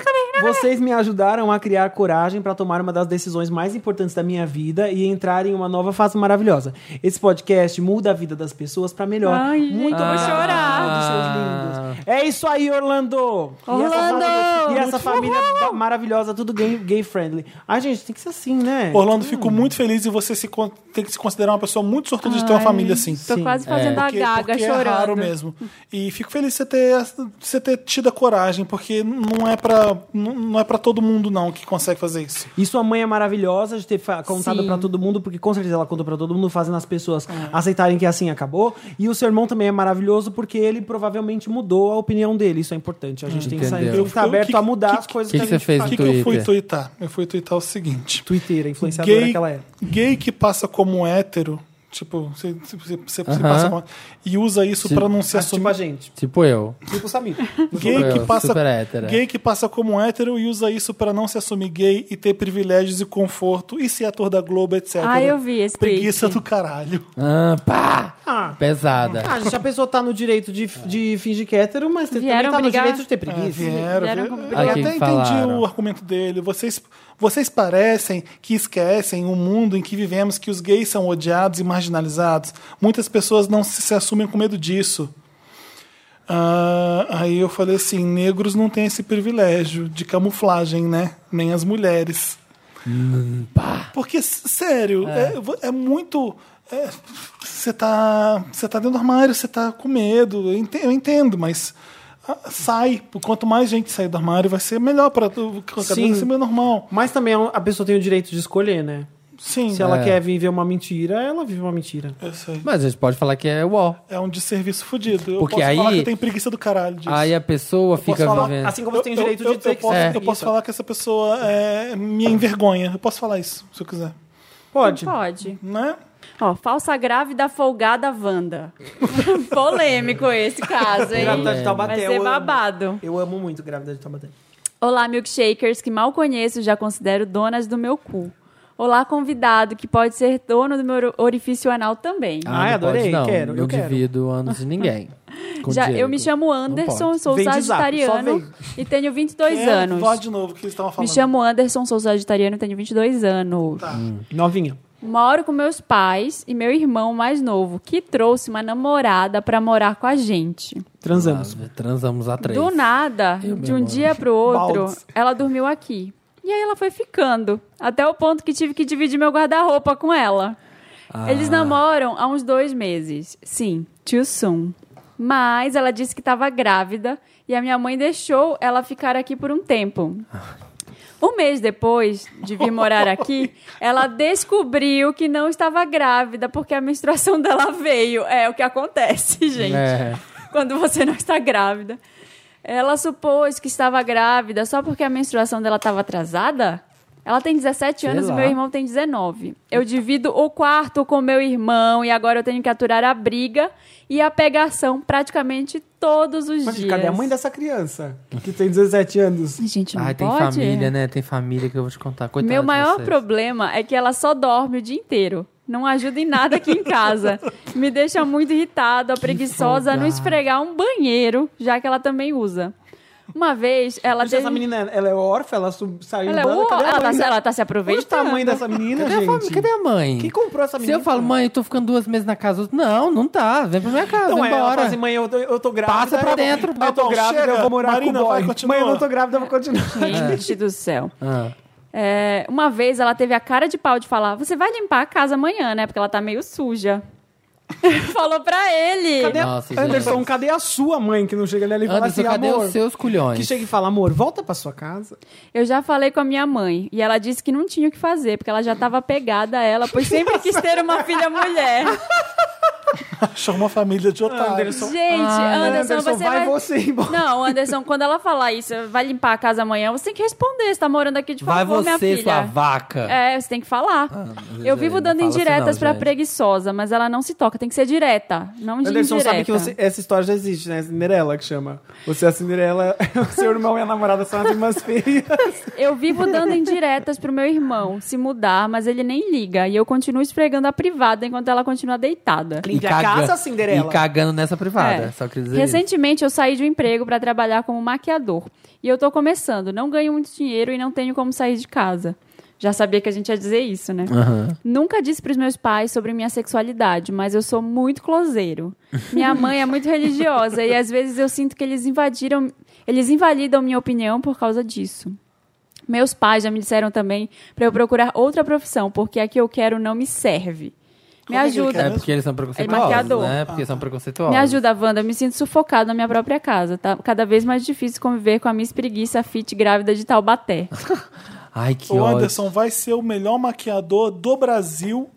[SPEAKER 3] Vocês me ajudaram a criar coragem para tomar uma das decisões mais importantes da minha vida e entrar em uma nova fase maravilhosa. Esse podcast muda a vida das pessoas para melhor.
[SPEAKER 2] Ai, gente,
[SPEAKER 3] Muito
[SPEAKER 2] vou
[SPEAKER 3] obrigado,
[SPEAKER 4] chorar.
[SPEAKER 3] seus lindos. É isso aí, Orlando.
[SPEAKER 2] Orlando!
[SPEAKER 3] E essa família, e essa família ba- maravilhosa, tudo gay, gay friendly. Ai, gente, tem que ser assim, né?
[SPEAKER 1] Orlando, fico muito feliz e você se con- tem que se considerar uma pessoa muito sortuda de ter uma família assim.
[SPEAKER 2] Tô quase fazendo a
[SPEAKER 1] Porque,
[SPEAKER 2] gaga
[SPEAKER 1] porque
[SPEAKER 2] chorando.
[SPEAKER 1] é raro mesmo. E fico feliz de você ter, você ter tido a coragem, porque não é pra não não é para todo mundo não que consegue fazer isso.
[SPEAKER 3] E sua mãe é maravilhosa de ter fa- contado
[SPEAKER 2] Sim.
[SPEAKER 3] pra todo mundo, porque com certeza ela contou pra todo mundo, fazendo as pessoas aceitarem que assim acabou. E o seu irmão também é maravilhoso, porque ele provavelmente mudou a opinião dele. Isso é importante. A gente tem que sair-
[SPEAKER 4] Entendeu.
[SPEAKER 3] tem que estar
[SPEAKER 1] Eu-
[SPEAKER 3] aberto
[SPEAKER 1] que-
[SPEAKER 3] a mudar
[SPEAKER 1] que-
[SPEAKER 3] as coisas
[SPEAKER 4] que
[SPEAKER 3] que,
[SPEAKER 4] que
[SPEAKER 3] a
[SPEAKER 4] você
[SPEAKER 3] gente
[SPEAKER 4] fez?
[SPEAKER 1] O
[SPEAKER 3] faz.
[SPEAKER 1] que, que
[SPEAKER 4] no
[SPEAKER 1] eu fui
[SPEAKER 4] Twitter.
[SPEAKER 1] twittar? Eu fui twittar o seguinte.
[SPEAKER 3] Twitter, a influenciadora
[SPEAKER 1] Gay,
[SPEAKER 3] que ela é.
[SPEAKER 1] gay que passa como hétero, tipo, você, você- você- você passa como, e usa isso pra não se
[SPEAKER 3] Ah, Tipo a
[SPEAKER 1] assumir.
[SPEAKER 3] gente.
[SPEAKER 4] Tipo eu.
[SPEAKER 3] Tipo o Samir.
[SPEAKER 1] Gay
[SPEAKER 4] Eu,
[SPEAKER 1] que, passa,
[SPEAKER 4] super hétera.
[SPEAKER 1] gay que passa como hétero e usa isso pra não se assumir gay e ter privilégios e conforto e ser ator da Globo, etc.
[SPEAKER 2] Ah, eu vi esse
[SPEAKER 1] Preguiça
[SPEAKER 2] tweet.
[SPEAKER 1] do caralho.
[SPEAKER 4] Ah, pá!
[SPEAKER 3] Ah.
[SPEAKER 4] Pesada.
[SPEAKER 3] Ah, gente, a pessoa tá no direito de, de fingir que é hétero, mas você
[SPEAKER 2] Vieram
[SPEAKER 3] também tá no
[SPEAKER 2] brigar?
[SPEAKER 3] direito de ter
[SPEAKER 1] É,
[SPEAKER 3] preguiça.
[SPEAKER 1] vieram,
[SPEAKER 2] Vieram
[SPEAKER 1] vieram.
[SPEAKER 2] com-
[SPEAKER 1] Eu
[SPEAKER 4] Aqui
[SPEAKER 1] até entendi
[SPEAKER 4] falaram.
[SPEAKER 1] o argumento dele. Vocês, vocês parecem que esquecem o mundo em que vivemos, que os gays são odiados e marginalizados. Muitas pessoas não se, se assumem com medo disso. Ah, aí eu falei assim: negros não têm esse privilégio de camuflagem, né? Nem as mulheres. Porque, s- sério, é, vo- é muito. é, Você tá, você tá dentro do armário, você tá com medo. Eu ente- eu entendo, mas ah, sai. Quanto mais gente sair do armário, vai ser melhor para tu. A cabeça
[SPEAKER 3] Sim.
[SPEAKER 1] vai ser meio normal.
[SPEAKER 3] Mas também é um, a pessoa tem o direito de escolher, né?
[SPEAKER 1] Sim.
[SPEAKER 3] Se ela
[SPEAKER 4] É.
[SPEAKER 3] quer viver uma mentira, ela vive uma mentira.
[SPEAKER 1] Eu sei.
[SPEAKER 4] Mas a gente pode falar que é uó.
[SPEAKER 1] É um desserviço fudido. Eu
[SPEAKER 4] Porque
[SPEAKER 1] posso
[SPEAKER 4] aí-
[SPEAKER 1] falar que eu tenho preguiça do caralho disso.
[SPEAKER 4] Aí a pessoa fica
[SPEAKER 1] falar-
[SPEAKER 4] vivendo.
[SPEAKER 3] Assim como você tem o direito
[SPEAKER 1] eu,
[SPEAKER 3] de ter
[SPEAKER 1] eu,
[SPEAKER 3] que
[SPEAKER 1] posso,
[SPEAKER 3] ser
[SPEAKER 1] eu
[SPEAKER 3] preguiça.
[SPEAKER 1] posso falar que essa pessoa é, me envergonha. Eu posso falar isso, se eu quiser.
[SPEAKER 3] Pode.
[SPEAKER 2] Pode.
[SPEAKER 1] Né?
[SPEAKER 2] Ó, falsa grávida folgada Wanda. Polêmico esse caso, hein?
[SPEAKER 3] Grávida
[SPEAKER 4] é
[SPEAKER 3] de Taubaté,
[SPEAKER 2] Vai
[SPEAKER 3] eu
[SPEAKER 2] ser
[SPEAKER 3] amo.
[SPEAKER 2] babado.
[SPEAKER 3] Eu amo muito grávida de Taubaté.
[SPEAKER 2] Olá, milkshakers que mal conheço, já considero donas do meu cu. Olá, convidado que pode ser dono do meu ori- orifício anal também.
[SPEAKER 4] Ah,
[SPEAKER 3] Ai,
[SPEAKER 4] não pode
[SPEAKER 3] adorei,
[SPEAKER 4] não.
[SPEAKER 3] quero,
[SPEAKER 4] Não
[SPEAKER 3] eu quero.
[SPEAKER 4] divido anos de ninguém. Com
[SPEAKER 2] Já, eu
[SPEAKER 4] direito.
[SPEAKER 2] me chamo Anderson, sou
[SPEAKER 3] Vem de zap, só
[SPEAKER 2] sagitariano
[SPEAKER 3] vem.
[SPEAKER 2] e tenho 22
[SPEAKER 1] É,
[SPEAKER 2] anos.
[SPEAKER 1] Fala de novo o que eles estavam
[SPEAKER 2] Me
[SPEAKER 1] falando.
[SPEAKER 2] chamo Anderson, sou sagitariano e tenho 22 anos.
[SPEAKER 3] Tá. Novinha.
[SPEAKER 2] Moro com meus pais e meu irmão mais novo, que trouxe uma namorada pra morar com a gente.
[SPEAKER 3] Transamos.
[SPEAKER 4] Ah, Transamos a três.
[SPEAKER 2] Do nada, de um dia pro outro, ela dormiu aqui. E aí ela foi ficando, até o ponto que tive que dividir meu guarda-roupa com ela. Eles namoram há uns dois meses. Sim, too soon. Mas ela disse que estava grávida e a minha mãe deixou ela ficar aqui por um tempo. Um mês depois de vir morar aqui, ela descobriu que não estava grávida porque a menstruação dela veio. É o que acontece, gente
[SPEAKER 4] É.
[SPEAKER 2] quando você não está grávida. Ela supôs que estava grávida só porque a menstruação dela estava atrasada? Ela tem 17
[SPEAKER 4] Sei
[SPEAKER 2] anos
[SPEAKER 4] lá.
[SPEAKER 2] e meu irmão tem 19. Eu divido o quarto com meu irmão e agora eu tenho que aturar a briga e a pegação praticamente todos os
[SPEAKER 3] Mas
[SPEAKER 2] dias.
[SPEAKER 3] cadê a mãe dessa criança? Que tem 17 anos.
[SPEAKER 2] Ai, Gente, não
[SPEAKER 4] Ai, tem
[SPEAKER 2] pode?
[SPEAKER 4] família, né? Tem família que eu vou te contar. Coitado
[SPEAKER 2] Meu
[SPEAKER 4] de
[SPEAKER 2] maior
[SPEAKER 4] vocês.
[SPEAKER 2] problema é que ela só dorme o dia inteiro. Não ajuda em nada aqui em casa. Me deixa muito irritada, preguiçosa, a não
[SPEAKER 4] folgada.
[SPEAKER 2] esfregar um banheiro, já que ela também usa. Uma vez, ela
[SPEAKER 3] Mas
[SPEAKER 2] teve...
[SPEAKER 3] essa menina, ela é órfã, ela sub- saiu
[SPEAKER 2] Ela, é
[SPEAKER 3] do bando,
[SPEAKER 2] uó,
[SPEAKER 3] cadê a
[SPEAKER 2] ela,
[SPEAKER 3] mãe?
[SPEAKER 2] tá, se-
[SPEAKER 3] dela?
[SPEAKER 2] ela tá se
[SPEAKER 3] Onde
[SPEAKER 2] aproveitando.
[SPEAKER 3] tá a mãe dessa menina,
[SPEAKER 4] Cadê a,
[SPEAKER 3] gente?
[SPEAKER 4] família? Cadê a mãe?
[SPEAKER 3] Quem comprou essa
[SPEAKER 4] Se
[SPEAKER 3] menina?
[SPEAKER 4] eu falo, mãe, eu tô ficando duas meses na casa. outra- Não, não tá. Vem pra minha casa,
[SPEAKER 3] Não, é, ela
[SPEAKER 4] embora.
[SPEAKER 3] fala assim, mãe, eu tô, eu tô grávida.
[SPEAKER 4] Passa pra
[SPEAKER 3] eu-
[SPEAKER 4] dentro.
[SPEAKER 3] Eu tô
[SPEAKER 1] Bom,
[SPEAKER 3] grávida,
[SPEAKER 1] chega.
[SPEAKER 3] eu vou morar
[SPEAKER 1] Marina,
[SPEAKER 3] com o boy.
[SPEAKER 1] vai, continua.
[SPEAKER 3] Mãe, eu não tô grávida, eu vou continuar.
[SPEAKER 2] Gente do céu.
[SPEAKER 4] Ah.
[SPEAKER 2] É, uma vez ela teve a cara de pau de falar: Você vai limpar a casa amanhã, né? Porque ela tá meio suja. Falou pra ele.
[SPEAKER 3] Cadê a-
[SPEAKER 4] Nossa, gente.
[SPEAKER 3] Anderson, cadê a sua mãe que não chega ali e fala
[SPEAKER 4] Anderson,
[SPEAKER 3] assim,
[SPEAKER 4] cadê
[SPEAKER 3] amor?
[SPEAKER 4] os seus
[SPEAKER 3] Que
[SPEAKER 4] culhões?
[SPEAKER 3] chega e fala, amor, volta pra sua casa.
[SPEAKER 2] Eu já falei com a minha mãe e ela disse que não tinha o que fazer, porque ela já estava pegada a ela, pois sempre quis ter uma filha mulher.
[SPEAKER 1] Achou uma família de otários.
[SPEAKER 3] Anderson.
[SPEAKER 2] Gente, Anderson,
[SPEAKER 3] Anderson,
[SPEAKER 2] você
[SPEAKER 3] vai você embora.
[SPEAKER 2] Não, Anderson, quando ela falar isso, vai limpar a casa amanhã, você tem que responder. Você tá morando aqui de
[SPEAKER 4] Vai
[SPEAKER 2] favor, minha
[SPEAKER 4] você,
[SPEAKER 2] filha.
[SPEAKER 4] sua vaca.
[SPEAKER 2] É, você tem que falar.
[SPEAKER 4] mas
[SPEAKER 2] eu
[SPEAKER 4] aí
[SPEAKER 2] vivo
[SPEAKER 4] não
[SPEAKER 2] dando
[SPEAKER 4] fala assim
[SPEAKER 2] indiretas
[SPEAKER 4] não,
[SPEAKER 2] pra
[SPEAKER 4] gente.
[SPEAKER 2] preguiçosa, mas ela não se toca. Tem que ser direta, não de
[SPEAKER 3] Anderson
[SPEAKER 2] indireta.
[SPEAKER 3] sabe que você- essa história já existe, né? Cinderela que chama. Você é a Cinderela, o seu irmão e a namorada são as irmãs feias.
[SPEAKER 2] Eu vivo dando indiretas pro meu irmão se mudar, mas ele nem liga. E eu continuo esfregando a privada enquanto ela continua deitada.
[SPEAKER 3] Limpe a casa, Cinderela.
[SPEAKER 4] E cagando nessa privada.
[SPEAKER 2] É.
[SPEAKER 4] Só queria dizer isso.
[SPEAKER 2] Recentemente eu saí de um emprego para trabalhar como maquiador. E eu tô começando, não ganho muito dinheiro e não tenho como sair de casa. Já sabia que a gente ia dizer isso, né?
[SPEAKER 4] Ah.
[SPEAKER 2] Nunca disse pros meus pais sobre minha sexualidade, mas eu sou muito closeiro. Minha mãe é muito religiosa e às vezes eu sinto que eles invadiram, eles invalidam minha opinião por causa disso. Meus pais já me disseram também para eu procurar outra profissão, porque a que eu quero não me serve. Me
[SPEAKER 1] Como é que ele
[SPEAKER 2] ajuda.
[SPEAKER 1] quer
[SPEAKER 4] É porque eles são preconceituosos,
[SPEAKER 2] maquiador.
[SPEAKER 4] né? Porque
[SPEAKER 3] Ah, tá.
[SPEAKER 4] são preconceituosos.
[SPEAKER 2] Me ajuda, Wanda. Eu me sinto sufocado na minha própria casa. Tá cada vez mais difícil conviver com a minha espreguiça fit grávida de Taubaté.
[SPEAKER 4] Ai, que
[SPEAKER 1] O
[SPEAKER 4] ódio.
[SPEAKER 1] Anderson vai ser o melhor maquiador do Brasil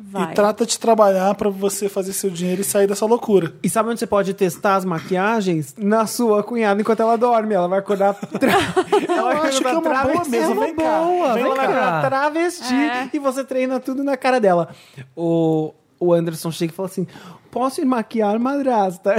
[SPEAKER 2] Vai.
[SPEAKER 1] e trata de trabalhar pra você fazer seu dinheiro e sair dessa loucura.
[SPEAKER 3] E sabe onde você pode testar as maquiagens? Na sua cunhada enquanto ela dorme. Ela vai acordar. Tra... ela
[SPEAKER 1] Eu acho que é uma boa mesmo, vem cá, É. vem
[SPEAKER 3] ela vai
[SPEAKER 4] cá.
[SPEAKER 3] acordar travesti e você treina tudo na cara dela. O, o Anderson chega e fala assim: posso ir maquiar madrasta?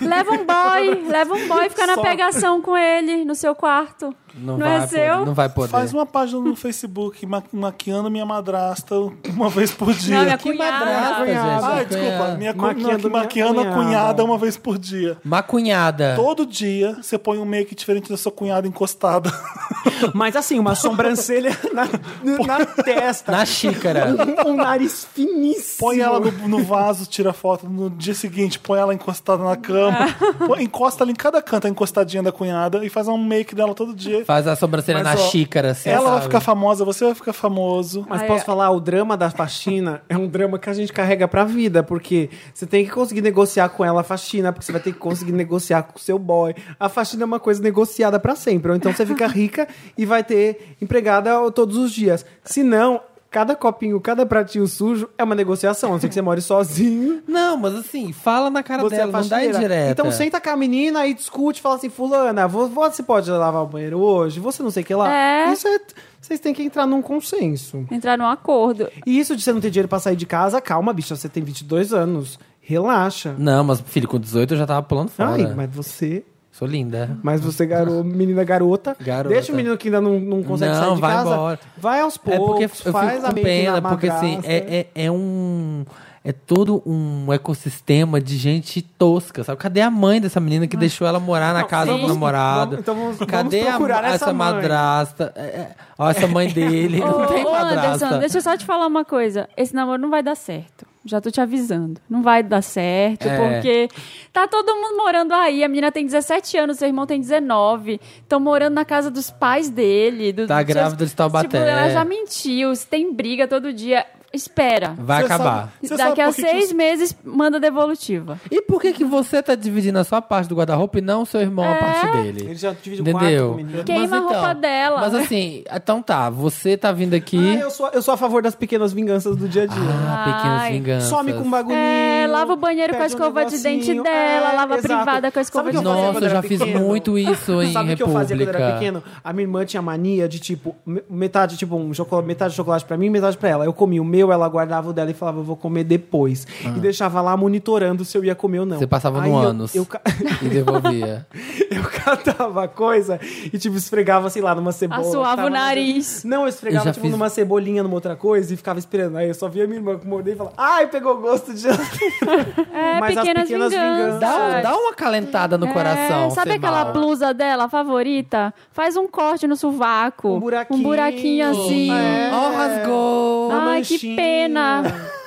[SPEAKER 2] Leva um boy, leva um boy, fica na
[SPEAKER 3] Só.
[SPEAKER 2] pegação com ele no seu quarto. Não, é
[SPEAKER 4] vai
[SPEAKER 2] seu?
[SPEAKER 4] Poder, não vai poder.
[SPEAKER 1] Faz uma página no Facebook ma- maquiando minha madrasta uma vez por dia.
[SPEAKER 2] Não, minha
[SPEAKER 3] Que
[SPEAKER 2] cunhada.
[SPEAKER 3] madrasta, gente.
[SPEAKER 4] Minha cunhada.
[SPEAKER 1] Ai, desculpa. Minha cu...
[SPEAKER 3] Maquiando
[SPEAKER 1] não,
[SPEAKER 3] minha
[SPEAKER 1] maquiando a
[SPEAKER 3] cunhada.
[SPEAKER 1] cunhada uma vez por dia.
[SPEAKER 4] Uma cunhada.
[SPEAKER 1] Todo dia você põe um make diferente da sua cunhada encostada.
[SPEAKER 3] Mas assim, uma sobrancelha na, na testa.
[SPEAKER 4] Na xícara.
[SPEAKER 3] Um nariz finíssimo.
[SPEAKER 1] Põe ela no, no vaso, tira foto. No dia seguinte, põe ela encostada na cama.
[SPEAKER 2] Ah.
[SPEAKER 1] Põe- encosta ali em cada canto a encostadinha da cunhada e faz um make dela todo dia.
[SPEAKER 4] Faz a sobrancelha na
[SPEAKER 1] Mas, ó,
[SPEAKER 4] xícara, assim,
[SPEAKER 1] ela vai
[SPEAKER 4] sabe?
[SPEAKER 1] ficar famosa, você vai ficar famoso.
[SPEAKER 3] Mas
[SPEAKER 2] Ai,
[SPEAKER 3] posso
[SPEAKER 2] é.
[SPEAKER 3] falar, o drama da faxina é um drama que a gente carrega pra vida, porque você tem que conseguir negociar com ela a faxina, porque você vai ter que conseguir negociar com o seu boy. A faxina é uma coisa negociada pra sempre, ou então você fica rica e vai ter empregada todos os dias. Se não, cada copinho, cada pratinho sujo é uma negociação, a não ser que você more sozinho.
[SPEAKER 4] Não, mas assim, fala na cara
[SPEAKER 3] Você é
[SPEAKER 4] dela, não dá
[SPEAKER 3] faxineira.
[SPEAKER 4] indireta.
[SPEAKER 3] Então senta com a menina e discute, fala assim, fulana, vo- você pode lavar o banheiro hoje? Você não sei o que lá.
[SPEAKER 2] É.
[SPEAKER 3] Isso é, vocês têm que entrar num consenso.
[SPEAKER 2] Entrar num acordo.
[SPEAKER 3] E isso de você não ter dinheiro pra sair de casa, calma, bicha, você tem 22 anos. Relaxa.
[SPEAKER 4] Não, mas filho, com 18 eu já tava pulando fora.
[SPEAKER 3] Ai, mas você.
[SPEAKER 4] Sou linda.
[SPEAKER 3] Mas você, garo, menina garota,
[SPEAKER 4] Garota.
[SPEAKER 3] Deixa o menino que ainda não, não consegue
[SPEAKER 4] Não,
[SPEAKER 3] sair de
[SPEAKER 4] vai
[SPEAKER 3] casa.
[SPEAKER 4] embora.
[SPEAKER 3] Vai aos
[SPEAKER 4] é porque
[SPEAKER 3] poucos,
[SPEAKER 4] eu fico
[SPEAKER 3] faz a
[SPEAKER 4] com
[SPEAKER 3] make na
[SPEAKER 4] pena, porque
[SPEAKER 3] madrasta.
[SPEAKER 4] assim, é, é, é um. É todo um ecossistema de gente tosca, sabe? Cadê a mãe dessa menina que deixou ela morar na casa do
[SPEAKER 2] vamos-
[SPEAKER 4] namorado?
[SPEAKER 3] Ah. vamos- então vamos- vamos
[SPEAKER 4] Cadê a-
[SPEAKER 3] procurar essa
[SPEAKER 4] essa
[SPEAKER 3] mãe?
[SPEAKER 4] madrasta? É, é, ó, essa mãe dele.
[SPEAKER 2] Ô,
[SPEAKER 4] não tem
[SPEAKER 2] ô,
[SPEAKER 4] madrasta.
[SPEAKER 2] Anderson, deixa eu só te falar uma coisa. Esse namoro não vai dar certo. Já tô te avisando. Não vai dar certo,
[SPEAKER 4] É.
[SPEAKER 2] porque tá todo mundo morando aí. A menina tem 17 anos, seu irmão tem 19. Estão morando na casa dos pais dele. Do,
[SPEAKER 4] Tá
[SPEAKER 2] dos
[SPEAKER 4] grávida de Taubaté.
[SPEAKER 2] Tipo, ela já mentiu. Se tem briga todo dia, espera.
[SPEAKER 4] Vai
[SPEAKER 1] Você
[SPEAKER 4] acabar.
[SPEAKER 1] sabe- você sabe
[SPEAKER 2] Daqui a
[SPEAKER 1] por que que
[SPEAKER 2] seis
[SPEAKER 1] os-
[SPEAKER 2] meses, manda devolutiva.
[SPEAKER 4] E por que que você tá dividindo a sua parte do guarda-roupa e não o seu irmão a parte dele?
[SPEAKER 3] Ele já divide o quarto
[SPEAKER 4] Entendeu?
[SPEAKER 3] com o menino.
[SPEAKER 2] É. Queima
[SPEAKER 4] Mas então,
[SPEAKER 2] a roupa dela.
[SPEAKER 4] Mas assim, então tá, você tá vindo aqui.
[SPEAKER 3] Ah, eu, sou, eu sou a favor das pequenas vinganças do dia a dia.
[SPEAKER 4] Ah, pequenas
[SPEAKER 2] Ai.
[SPEAKER 4] vinganças.
[SPEAKER 3] Some com o bagulhinho.
[SPEAKER 2] É, lava o banheiro com a
[SPEAKER 3] pede um
[SPEAKER 2] escova de dente
[SPEAKER 3] negocinho.
[SPEAKER 2] dela,
[SPEAKER 3] É,
[SPEAKER 2] lava a
[SPEAKER 3] exato.
[SPEAKER 2] privada com a escova
[SPEAKER 3] Sabe o
[SPEAKER 2] de
[SPEAKER 3] que eu fazia
[SPEAKER 4] Nossa,
[SPEAKER 3] quando
[SPEAKER 4] eu já
[SPEAKER 3] era
[SPEAKER 4] fiz
[SPEAKER 3] pequeno?
[SPEAKER 4] muito isso em
[SPEAKER 3] Sabe o que eu fazia quando eu era
[SPEAKER 4] República.
[SPEAKER 3] pequeno? A minha irmã tinha mania de, tipo, me- metade, tipo, um chocolate, metade de chocolate pra mim, metade pra ela. Eu comia o meu, ela guardava o dela e falava, eu vou comer depois. E deixava lá monitorando se eu ia comer ou não.
[SPEAKER 4] Ah. Você passava
[SPEAKER 3] Aí
[SPEAKER 4] no
[SPEAKER 3] eu-
[SPEAKER 4] ânus
[SPEAKER 3] Eu, ca-
[SPEAKER 4] e devolvia.
[SPEAKER 3] eu catava a coisa e, tipo, esfregava, sei lá, numa cebola.
[SPEAKER 2] Assoava
[SPEAKER 3] tava
[SPEAKER 2] o nariz.
[SPEAKER 3] Não, eu esfregava,
[SPEAKER 4] Eu já
[SPEAKER 3] tipo,
[SPEAKER 4] fiz-
[SPEAKER 3] numa cebolinha, numa outra coisa e ficava esperando. Aí eu só via minha irmã que mordei e falava, ai, pegou gosto de...
[SPEAKER 2] É,
[SPEAKER 3] Mas as
[SPEAKER 2] pequenas,
[SPEAKER 3] pequenas
[SPEAKER 2] vinganças.
[SPEAKER 3] vinganças.
[SPEAKER 4] dá, dá uma calentada no coração.
[SPEAKER 2] É, sabe
[SPEAKER 4] seu
[SPEAKER 2] aquela
[SPEAKER 4] mal.
[SPEAKER 2] blusa dela favorita? Faz um corte no sovaco.
[SPEAKER 3] Um buraquinho.
[SPEAKER 2] buraquinho assim.
[SPEAKER 3] É.
[SPEAKER 4] Ó, rasgou.
[SPEAKER 2] Ai, que
[SPEAKER 3] manchinha.
[SPEAKER 2] pena.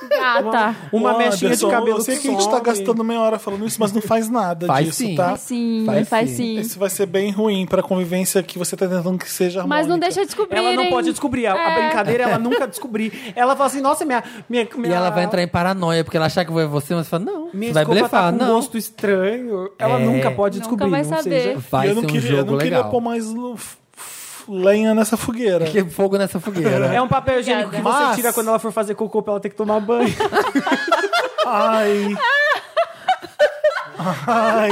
[SPEAKER 2] Gata.
[SPEAKER 3] Uma
[SPEAKER 1] Ô,
[SPEAKER 3] mechinha de
[SPEAKER 1] Anderson,
[SPEAKER 3] cabelo
[SPEAKER 1] Eu sei que a gente
[SPEAKER 3] some.
[SPEAKER 1] tá gastando meia hora falando isso, mas não faz nada
[SPEAKER 4] Faz
[SPEAKER 1] disso,
[SPEAKER 4] sim.
[SPEAKER 1] tá?
[SPEAKER 2] Faz sim,
[SPEAKER 4] Faz
[SPEAKER 2] faz,
[SPEAKER 4] sim.
[SPEAKER 2] sim.
[SPEAKER 1] Isso vai ser bem ruim pra convivência que você tá tentando que seja
[SPEAKER 4] é
[SPEAKER 1] harmônica.
[SPEAKER 2] Mas não deixa descobrirem. É.
[SPEAKER 3] Ela não pode descobrir. A, a brincadeira, ela nunca descobrir. Ela fala assim, nossa, minha... minha,
[SPEAKER 4] E
[SPEAKER 3] minha
[SPEAKER 4] ela vai entrar em paranoia, porque ela achar que foi você, mas você fala, não,
[SPEAKER 3] minha
[SPEAKER 4] você vai
[SPEAKER 3] escova
[SPEAKER 4] blefar,
[SPEAKER 3] tá com um
[SPEAKER 4] não.
[SPEAKER 3] gosto estranho. Ela
[SPEAKER 4] É.
[SPEAKER 3] nunca pode
[SPEAKER 2] Nunca
[SPEAKER 3] descobrir.
[SPEAKER 2] vai
[SPEAKER 3] não
[SPEAKER 2] saber.
[SPEAKER 3] seja-
[SPEAKER 1] E
[SPEAKER 4] Vai ser
[SPEAKER 1] eu não
[SPEAKER 4] um
[SPEAKER 1] queria, eu
[SPEAKER 4] jogo
[SPEAKER 1] não queria
[SPEAKER 4] legal.
[SPEAKER 1] pôr mais lu- f- f- lenha nessa fogueira.
[SPEAKER 4] Que fogo nessa fogueira.
[SPEAKER 3] É um papel higiênico que você
[SPEAKER 4] Mas-
[SPEAKER 3] tira quando ela for fazer cocô pra ela ter que tomar banho.
[SPEAKER 1] Ai, Ai,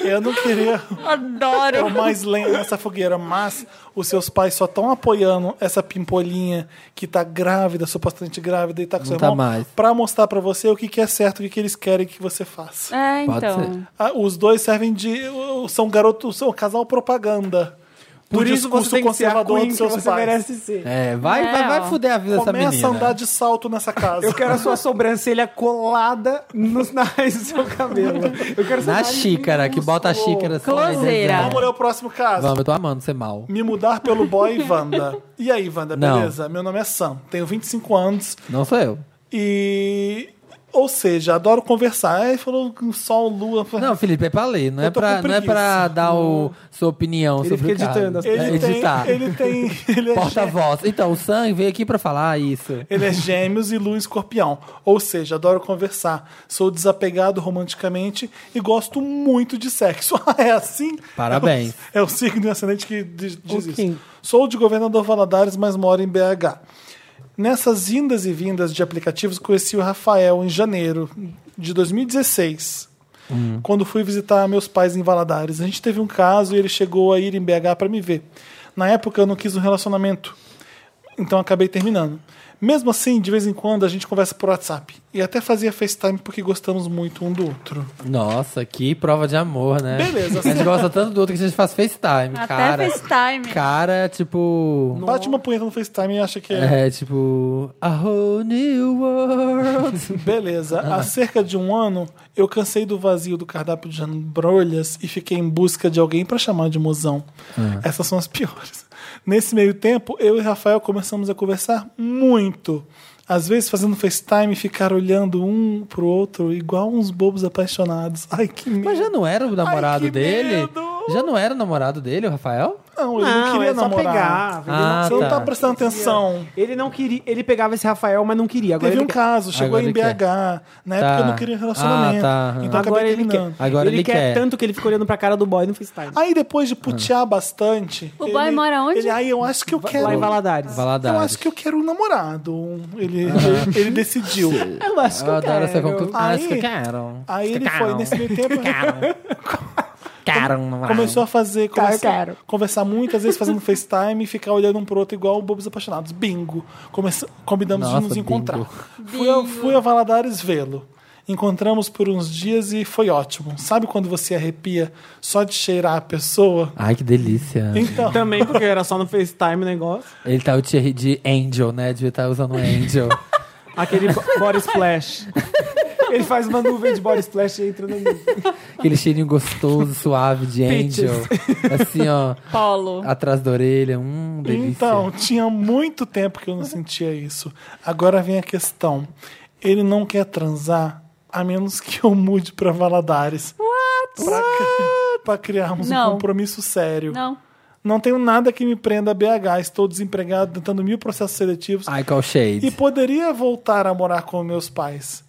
[SPEAKER 1] eu não queria
[SPEAKER 2] Adoro.
[SPEAKER 1] pôr mais lenha nessa fogueira, mas os seus pais só estão apoiando essa pimpolinha que tá grávida, supostamente grávida, e tá com seu
[SPEAKER 4] tá
[SPEAKER 1] irmão,
[SPEAKER 4] mais.
[SPEAKER 1] pra mostrar pra você o que, que é certo, o que, que eles querem que você faça.
[SPEAKER 2] É,
[SPEAKER 4] Pode
[SPEAKER 2] então.
[SPEAKER 4] ser.
[SPEAKER 1] Ah, os dois servem de. São garotos, são um casal propaganda. do
[SPEAKER 4] Um
[SPEAKER 3] Por isso
[SPEAKER 1] discurso
[SPEAKER 3] você tem que ser a
[SPEAKER 1] conservador
[SPEAKER 3] queen
[SPEAKER 1] dos
[SPEAKER 3] que
[SPEAKER 1] seus
[SPEAKER 3] você
[SPEAKER 1] pais.
[SPEAKER 3] merece ser.
[SPEAKER 4] É, vai,
[SPEAKER 2] É,
[SPEAKER 4] vai,
[SPEAKER 2] ó.
[SPEAKER 4] vai fuder a vida dessa menina.
[SPEAKER 1] Começa a andar de salto nessa casa.
[SPEAKER 3] Eu quero a sua sobrancelha colada nos nais do seu cabelo. Eu quero seu
[SPEAKER 4] Na
[SPEAKER 3] nariz
[SPEAKER 4] xícara, que bota a xícara assim.
[SPEAKER 2] Closeira.
[SPEAKER 4] aí
[SPEAKER 1] Vamos
[SPEAKER 4] desenha.
[SPEAKER 1] ler o próximo caso.
[SPEAKER 4] Vamos, eu tô amando ser mal.
[SPEAKER 1] Me mudar pelo boy Wanda. E aí, Wanda,
[SPEAKER 4] Não.
[SPEAKER 1] beleza? Meu nome é Sam, tenho 25 anos
[SPEAKER 4] Não sou eu.
[SPEAKER 1] e. Ou seja, adoro conversar. Aí falou sol, lua.
[SPEAKER 4] Não, Felipe, é pra ler, não,
[SPEAKER 1] Eu
[SPEAKER 4] é
[SPEAKER 1] tô
[SPEAKER 4] pra,
[SPEAKER 1] com
[SPEAKER 4] não é pra
[SPEAKER 1] preguiça.
[SPEAKER 4] dar o, sua opinião
[SPEAKER 3] Ele
[SPEAKER 4] sobre
[SPEAKER 3] fica
[SPEAKER 4] o cara.
[SPEAKER 3] editando as
[SPEAKER 1] ele,
[SPEAKER 4] é,
[SPEAKER 1] tem,
[SPEAKER 4] editar.
[SPEAKER 1] ele tem. Ele é, gê-
[SPEAKER 4] Porta-voz. Então, o Sam veio aqui pra falar isso.
[SPEAKER 1] ele é gêmeos e lua em escorpião. Ou seja, adoro conversar. Sou desapegado romanticamente e gosto muito de sexo. é assim?
[SPEAKER 4] Parabéns.
[SPEAKER 1] É o signo e o ascendente que diz, diz
[SPEAKER 4] Ok.
[SPEAKER 1] isso. Sou de Governador Valadares, mas moro em BH. Nessas indas e vindas de aplicativos, conheci o Rafael em janeiro de 2016. Quando fui visitar meus pais em Valadares. A gente teve um caso e ele chegou a ir em BH para me ver. Na época eu não quis um relacionamento. Então acabei terminando. Mesmo assim, de vez em quando a gente conversa por WhatsApp. E até fazia FaceTime porque gostamos muito um do outro.
[SPEAKER 4] Nossa, que prova de amor, né?
[SPEAKER 1] Beleza.
[SPEAKER 4] A gente gosta tanto do outro que a gente faz FaceTime,
[SPEAKER 2] Até
[SPEAKER 4] cara.
[SPEAKER 2] FaceTime.
[SPEAKER 4] Cara, tipo...
[SPEAKER 1] Bate uma punheta no FaceTime e acha que
[SPEAKER 4] É, tipo... A whole new world.
[SPEAKER 1] Beleza. Há cerca de um ano, eu cansei do vazio do cardápio de jambrolhas e fiquei em busca de alguém pra chamar de mozão. Essas são as piores. Nesse meio tempo, eu e Rafael começamos a conversar muito. Às vezes fazendo FaceTime e ficar olhando um pro outro igual uns bobos apaixonados. Ai, que medo.
[SPEAKER 4] Mas já não era o namorado
[SPEAKER 1] que
[SPEAKER 4] dele?
[SPEAKER 1] medo!
[SPEAKER 4] Já não era o namorado dele, o Rafael?
[SPEAKER 1] Não, ele não, queria
[SPEAKER 3] é só
[SPEAKER 1] namorar.
[SPEAKER 3] pegava. Ele
[SPEAKER 4] Ah,
[SPEAKER 1] Você não tá
[SPEAKER 4] tá.
[SPEAKER 1] prestando atenção.
[SPEAKER 3] Ele não queria, ele pegava esse Rafael, mas não queria. Agora
[SPEAKER 1] Teve
[SPEAKER 3] ele
[SPEAKER 1] um
[SPEAKER 3] quer.
[SPEAKER 1] caso, chegou
[SPEAKER 4] Agora
[SPEAKER 1] em
[SPEAKER 4] ele
[SPEAKER 1] BH.
[SPEAKER 4] quer.
[SPEAKER 1] Na época
[SPEAKER 4] Tá.
[SPEAKER 1] eu não queria relacionamento.
[SPEAKER 4] Ah, tá.
[SPEAKER 1] Então eu
[SPEAKER 3] Agora
[SPEAKER 1] acabei
[SPEAKER 3] ele
[SPEAKER 1] terminando.
[SPEAKER 3] quer.
[SPEAKER 4] Agora ele quer.
[SPEAKER 3] tanto que ele fica olhando pra cara do boy no FaceTime.
[SPEAKER 1] Aí depois
[SPEAKER 4] Ah.
[SPEAKER 1] de putear bastante.
[SPEAKER 2] O boy mora onde?
[SPEAKER 1] Ele, aí eu acho que eu quero.
[SPEAKER 3] Lá em Valadares.
[SPEAKER 4] Valadares.
[SPEAKER 1] Eu acho que eu quero um namorado. Um- Ele, ele, ele decidiu.
[SPEAKER 3] Eu acho
[SPEAKER 4] Eu adoro essa
[SPEAKER 3] quero.
[SPEAKER 4] conclusão. Ah,
[SPEAKER 1] Aí-
[SPEAKER 4] acho que eu quero.
[SPEAKER 1] Aí
[SPEAKER 4] Acho que
[SPEAKER 1] ele
[SPEAKER 4] eu
[SPEAKER 1] foi
[SPEAKER 4] quero.
[SPEAKER 1] nesse meio tempo.
[SPEAKER 4] Quero um namorado.
[SPEAKER 1] começou a fazer. Conversar,
[SPEAKER 3] quero.
[SPEAKER 1] conversar muitas vezes fazendo FaceTime e ficar olhando um pro outro igual bobos apaixonados. Bingo. Começa- combinamos
[SPEAKER 4] Nossa,
[SPEAKER 1] de nos
[SPEAKER 4] bingo.
[SPEAKER 1] encontrar. Fui a, fui a Valadares vê-lo. Encontramos por uns dias e foi ótimo. Sabe quando você arrepia só de cheirar a pessoa?
[SPEAKER 4] Ai, que delícia.
[SPEAKER 1] Então.
[SPEAKER 3] Também, porque era só no FaceTime o negócio.
[SPEAKER 4] Ele tá o Thierry de Angel, né? Devia estar usando um Angel.
[SPEAKER 3] Aquele bo- body splash. Ele faz uma nuvem de body splash e entra no
[SPEAKER 4] Aquele cheirinho gostoso, suave de Angel. Assim, ó,
[SPEAKER 2] Polo.
[SPEAKER 4] atrás da orelha. Hum, delícia.
[SPEAKER 1] Então, tinha muito tempo que eu não sentia isso. Agora vem a questão. Ele não quer transar a menos que eu mude pra Valadares. What? Pra, pra criarmos um
[SPEAKER 2] Não.
[SPEAKER 1] compromisso sério.
[SPEAKER 2] Não.
[SPEAKER 1] Não tenho nada que me prenda a BH. Estou desempregado, tentando mil processos seletivos.
[SPEAKER 4] Ai, qual shade.
[SPEAKER 1] E poderia voltar a morar com meus pais.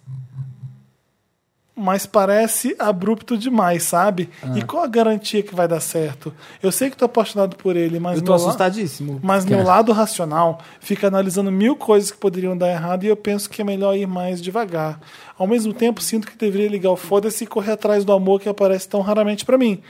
[SPEAKER 1] Mas parece abrupto demais, sabe?
[SPEAKER 3] Ah.
[SPEAKER 1] E qual a garantia que vai dar certo? Eu sei que tô apaixonado por ele, mas
[SPEAKER 3] Eu tô
[SPEAKER 1] meu la-
[SPEAKER 3] assustadíssimo.
[SPEAKER 1] mas meu lado racional fica analisando mil coisas que poderiam dar errado e eu penso que é melhor ir mais devagar. Ao mesmo tempo, sinto que deveria ligar o foda-se e correr atrás do amor que aparece tão raramente pra mim.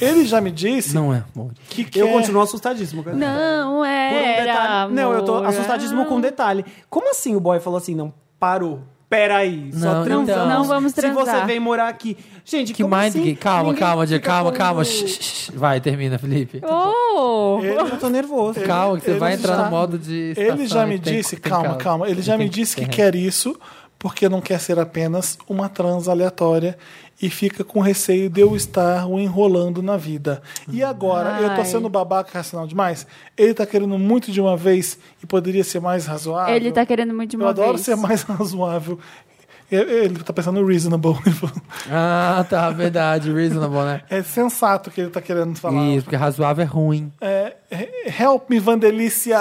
[SPEAKER 1] Ele já me disse
[SPEAKER 4] Não é, amor.
[SPEAKER 1] que quer...
[SPEAKER 3] Eu continuo assustadíssimo, cara.
[SPEAKER 2] Não
[SPEAKER 3] Por um
[SPEAKER 2] era.
[SPEAKER 3] detalhe. Não, eu tô
[SPEAKER 2] amor.
[SPEAKER 3] assustadíssimo com um detalhe. Como assim o boy falou assim, não, parou? Peraí, só
[SPEAKER 4] Não,
[SPEAKER 3] transamos.
[SPEAKER 4] então. Não
[SPEAKER 2] vamos
[SPEAKER 3] Se você
[SPEAKER 2] transar.
[SPEAKER 3] vem morar aqui. Gente,
[SPEAKER 4] Que
[SPEAKER 3] como
[SPEAKER 4] mind
[SPEAKER 3] assim?
[SPEAKER 4] game. Calma,
[SPEAKER 3] Ninguém
[SPEAKER 4] calma, Diego.
[SPEAKER 3] fica
[SPEAKER 4] Calma,
[SPEAKER 3] com-
[SPEAKER 4] calma. Shh, shh, shh. Vai, termina, Felipe.
[SPEAKER 2] Oh!
[SPEAKER 3] Eu tô nervoso.
[SPEAKER 4] Calma, que você
[SPEAKER 1] ele
[SPEAKER 4] vai entrar
[SPEAKER 1] já-
[SPEAKER 4] no modo de.
[SPEAKER 1] Ele já
[SPEAKER 4] estação
[SPEAKER 1] me
[SPEAKER 4] e tem-
[SPEAKER 1] disse,
[SPEAKER 4] tem
[SPEAKER 1] calma, calma, ele já me
[SPEAKER 4] tem-
[SPEAKER 1] disse que
[SPEAKER 4] tem-
[SPEAKER 1] quer isso porque não quer ser apenas uma trans aleatória e fica com receio de eu estar o enrolando na vida. E agora, eu tô
[SPEAKER 2] Ai.
[SPEAKER 1] sendo babaca racional demais? Ele tá querendo muito de uma vez e poderia ser mais razoável?
[SPEAKER 2] Ele tá querendo muito de
[SPEAKER 1] Eu
[SPEAKER 2] uma
[SPEAKER 1] adoro
[SPEAKER 2] vez.
[SPEAKER 1] ser mais razoável. Eu- Ele tá pensando reasonable.
[SPEAKER 4] Ah, tá, verdade. Reasonable, né?
[SPEAKER 1] É sensato que ele tá querendo falar.
[SPEAKER 4] Isso, porque razoável é ruim.
[SPEAKER 1] É, he- help me, Vandelícia!